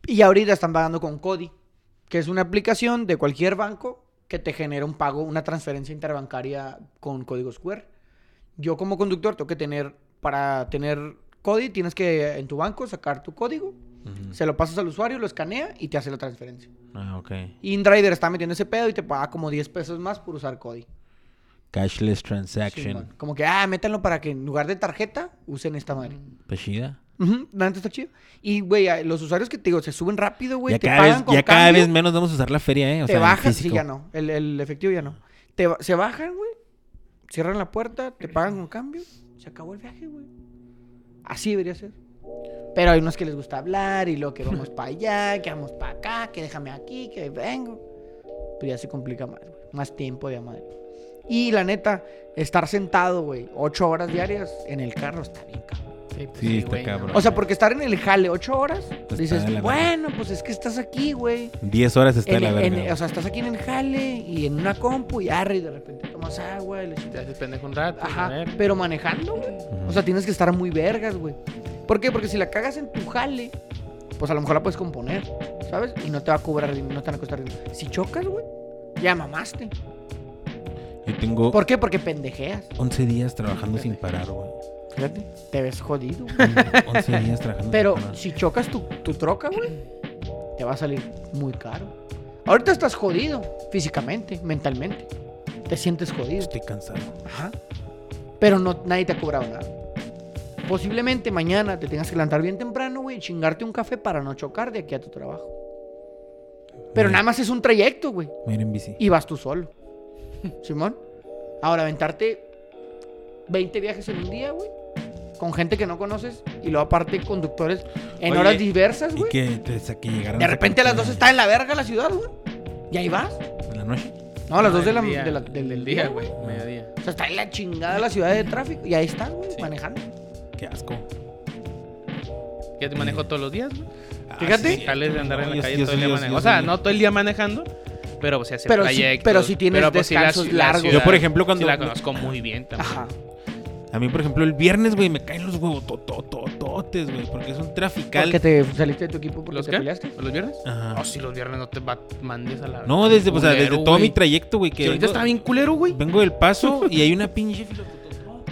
[SPEAKER 3] Y ahorita están pagando con Cody, que es una aplicación de cualquier banco que te genera un pago, una transferencia interbancaria con códigos QR. Yo como conductor tengo que tener, para tener Cody, tienes que en tu banco sacar tu código,
[SPEAKER 1] Ujú.
[SPEAKER 3] se lo pasas al usuario, lo escanea y te hace la transferencia.
[SPEAKER 1] Ah, ok.
[SPEAKER 3] InDriver está metiendo ese pedo y te paga como 10 pesos más por usar Cody.
[SPEAKER 1] Cashless transaction.
[SPEAKER 3] Simón. Como que, ah, métanlo para que en lugar de tarjeta usen esta madre.
[SPEAKER 1] Pues chida.
[SPEAKER 3] Ujú, La neta está chido. Y, güey, a- los usuarios que te digo, se suben rápido, güey.
[SPEAKER 1] ya
[SPEAKER 3] te
[SPEAKER 1] cada,
[SPEAKER 3] pagan
[SPEAKER 1] vez,
[SPEAKER 3] con
[SPEAKER 1] ya cada
[SPEAKER 3] cambio.
[SPEAKER 1] vez menos vamos a usar la feria, ¿eh? O
[SPEAKER 3] te
[SPEAKER 1] sea, en
[SPEAKER 3] bajan, sí,
[SPEAKER 1] físico.
[SPEAKER 3] ya no. El, el efectivo ya no. Te, ba- se bajan, güey. Cierran la puerta, te pagan con cambio. Se acabó el viaje, güey. Así debería ser. Pero hay unos que les gusta hablar y lo
[SPEAKER 1] [LAUGHS]
[SPEAKER 3] que vamos para allá, que vamos para acá, que déjame aquí, que vengo. Pues ya se complica más, güey. Más tiempo de madre. Y la neta, estar sentado, güey, ocho horas diarias en el carro está bien, cabrón.
[SPEAKER 1] Sí, está
[SPEAKER 2] güey, no,
[SPEAKER 1] cabrón.
[SPEAKER 3] O sea, porque estar en el jale ocho horas,
[SPEAKER 1] Pues Está
[SPEAKER 3] dices,
[SPEAKER 1] de la verga.
[SPEAKER 3] bueno, pues es que estás aquí, güey.
[SPEAKER 1] 10 horas está
[SPEAKER 3] En-
[SPEAKER 1] la verga.
[SPEAKER 3] en-
[SPEAKER 1] güey.
[SPEAKER 3] o sea, estás aquí en el jale y en una compu y arre y de repente tomas agua y le
[SPEAKER 2] Te haces pendejo un rato. a
[SPEAKER 3] Ajá,
[SPEAKER 2] ver.
[SPEAKER 3] pero manejando, güey. O sea, tienes que estar muy vergas, güey. ¿Por qué? Porque si la cagas en tu jale, pues a lo mejor la puedes componer, ¿sabes? Y no te va a cobrar dinero, no te van a costar dinero. Si chocas, güey, ya mamaste.
[SPEAKER 1] y Yo tengo
[SPEAKER 3] ¿Por qué? Porque pendejeas.
[SPEAKER 1] 11 días
[SPEAKER 3] [LAUGHS]
[SPEAKER 1] trabajando sin parar, güey.
[SPEAKER 3] Fíjate, te ves jodido. güey.
[SPEAKER 1] 11 días trabajando
[SPEAKER 3] Pero
[SPEAKER 1] sin parar.
[SPEAKER 3] si chocas tu, tu troca, güey, te va a salir muy caro. Ahorita estás jodido físicamente, mentalmente. Te sientes jodido.
[SPEAKER 1] Estoy cansado.
[SPEAKER 3] Ajá. Pero no, nadie te ha cobrado nada. Posiblemente mañana te tengas que levantar bien temprano, güey, y chingarte un café para no chocar de aquí a tu trabajo. Pero
[SPEAKER 1] Mira.
[SPEAKER 3] nada más es un trayecto, güey.
[SPEAKER 1] Voy a ir en bici.
[SPEAKER 3] Y vas tú
[SPEAKER 1] [LAUGHS]
[SPEAKER 3] solo. Simón. Ahora, aventarte 20 viajes en un día, güey. Con gente que no conoces. Y luego aparte conductores en
[SPEAKER 1] Oye,
[SPEAKER 3] horas diversas,
[SPEAKER 1] Y
[SPEAKER 3] güey.
[SPEAKER 1] que, te, sa- que llegaron
[SPEAKER 3] De repente a las 2
[SPEAKER 1] Zacatecas
[SPEAKER 3] está en la verga la ciudad, güey. Y ahí vas.
[SPEAKER 1] En la noche.
[SPEAKER 3] No, a las 2 de la,
[SPEAKER 2] Del día.
[SPEAKER 3] de la- del,
[SPEAKER 2] Del
[SPEAKER 3] día,
[SPEAKER 2] día,
[SPEAKER 3] güey.
[SPEAKER 2] güey. Mediodía.
[SPEAKER 3] O sea, está en la chingada la ciudad de tráfico. Y ahí estás, güey,
[SPEAKER 1] Sí.
[SPEAKER 3] manejando.
[SPEAKER 1] Qué asco.
[SPEAKER 2] Ya te manejo todos los días, güey.
[SPEAKER 1] Ah,
[SPEAKER 3] Fíjate.
[SPEAKER 1] sí,
[SPEAKER 2] Jales de andar
[SPEAKER 1] no,
[SPEAKER 2] en la
[SPEAKER 1] yo-
[SPEAKER 2] calle
[SPEAKER 1] yo
[SPEAKER 2] todo
[SPEAKER 1] soy-
[SPEAKER 2] el día
[SPEAKER 1] yo-
[SPEAKER 2] manejando.
[SPEAKER 1] yo
[SPEAKER 2] O sea,
[SPEAKER 1] soy-
[SPEAKER 2] no todo el día manejando, pero pues se hace
[SPEAKER 3] Pero sí-
[SPEAKER 2] trayectos. pues
[SPEAKER 3] pero sí tienes
[SPEAKER 2] sí la
[SPEAKER 3] descansos
[SPEAKER 2] ciu- la
[SPEAKER 3] largos.
[SPEAKER 2] ciudad
[SPEAKER 1] Yo, por ejemplo, cuando-
[SPEAKER 2] Sí la conozco muy bien también.
[SPEAKER 3] Ajá.
[SPEAKER 1] A mí, por ejemplo, el viernes, güey, me caen los huevos tototototes, güey, porque es un trafical.
[SPEAKER 3] Porque te saliste de tu equipo porque
[SPEAKER 2] ¿Los
[SPEAKER 3] te
[SPEAKER 2] qué?
[SPEAKER 3] peleaste.
[SPEAKER 2] ¿Los viernes?
[SPEAKER 1] Ajá.
[SPEAKER 2] No, si los viernes no te va- mandes a la...
[SPEAKER 1] Ah. No, desde, pues, o sea, desde
[SPEAKER 2] Culero,
[SPEAKER 1] todo
[SPEAKER 2] güey.
[SPEAKER 1] mi trayecto, güey, que
[SPEAKER 2] Si ahorita
[SPEAKER 1] vengo,
[SPEAKER 2] está bien culero, güey.
[SPEAKER 1] vengo del paso y hay una pinche filotototota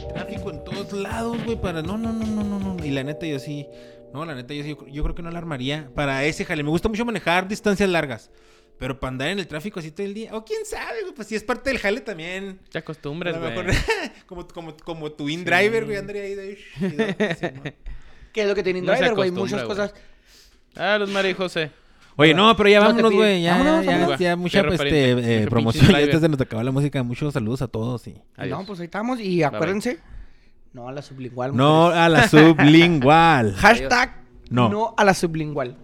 [SPEAKER 1] y tráfico en todos lados, güey, para no, no, no, no, no, no. Y la neta yo sí, no, la neta yo sí, yo, cr- yo creo que no la armaría para ese jale. Me gusta mucho manejar distancias largas, pero para andar en el tráfico así todo el día, o quién sabe, güey, pues si es parte del jale también.
[SPEAKER 2] Te acostumbres,
[SPEAKER 1] A lo
[SPEAKER 2] güey.
[SPEAKER 1] mejor, [LAUGHS] como, como, como tu in-driver, güey, andaría ahí de... sí, no.
[SPEAKER 3] ¿Qué es lo que tiene
[SPEAKER 2] No se
[SPEAKER 3] Driver, güey? Muchas
[SPEAKER 2] acostumbra,
[SPEAKER 3] cosas.
[SPEAKER 2] Ah, los María y José.
[SPEAKER 1] [LAUGHS] Oye, no, pero ya
[SPEAKER 3] No, te
[SPEAKER 1] vámonos,
[SPEAKER 3] pide.
[SPEAKER 1] güey. Ya,
[SPEAKER 3] Vámonos,
[SPEAKER 1] ya,
[SPEAKER 2] vámonos.
[SPEAKER 1] ya mucha
[SPEAKER 2] Qué
[SPEAKER 1] pues, este,
[SPEAKER 2] referente.
[SPEAKER 1] eh,
[SPEAKER 2] Mucho pinche
[SPEAKER 1] promoción. Ya
[SPEAKER 2] driver.
[SPEAKER 1] hasta se nos acabó la música. Muchos saludos a todos. Y...
[SPEAKER 2] Adiós.
[SPEAKER 3] No, pues ahí estamos. Y acuérdense. No a la sublingual.
[SPEAKER 1] No [LAUGHS]
[SPEAKER 3] mujeres.
[SPEAKER 1] a la sublingual.
[SPEAKER 3] Hashtag.
[SPEAKER 1] No.
[SPEAKER 3] No a la sublingual.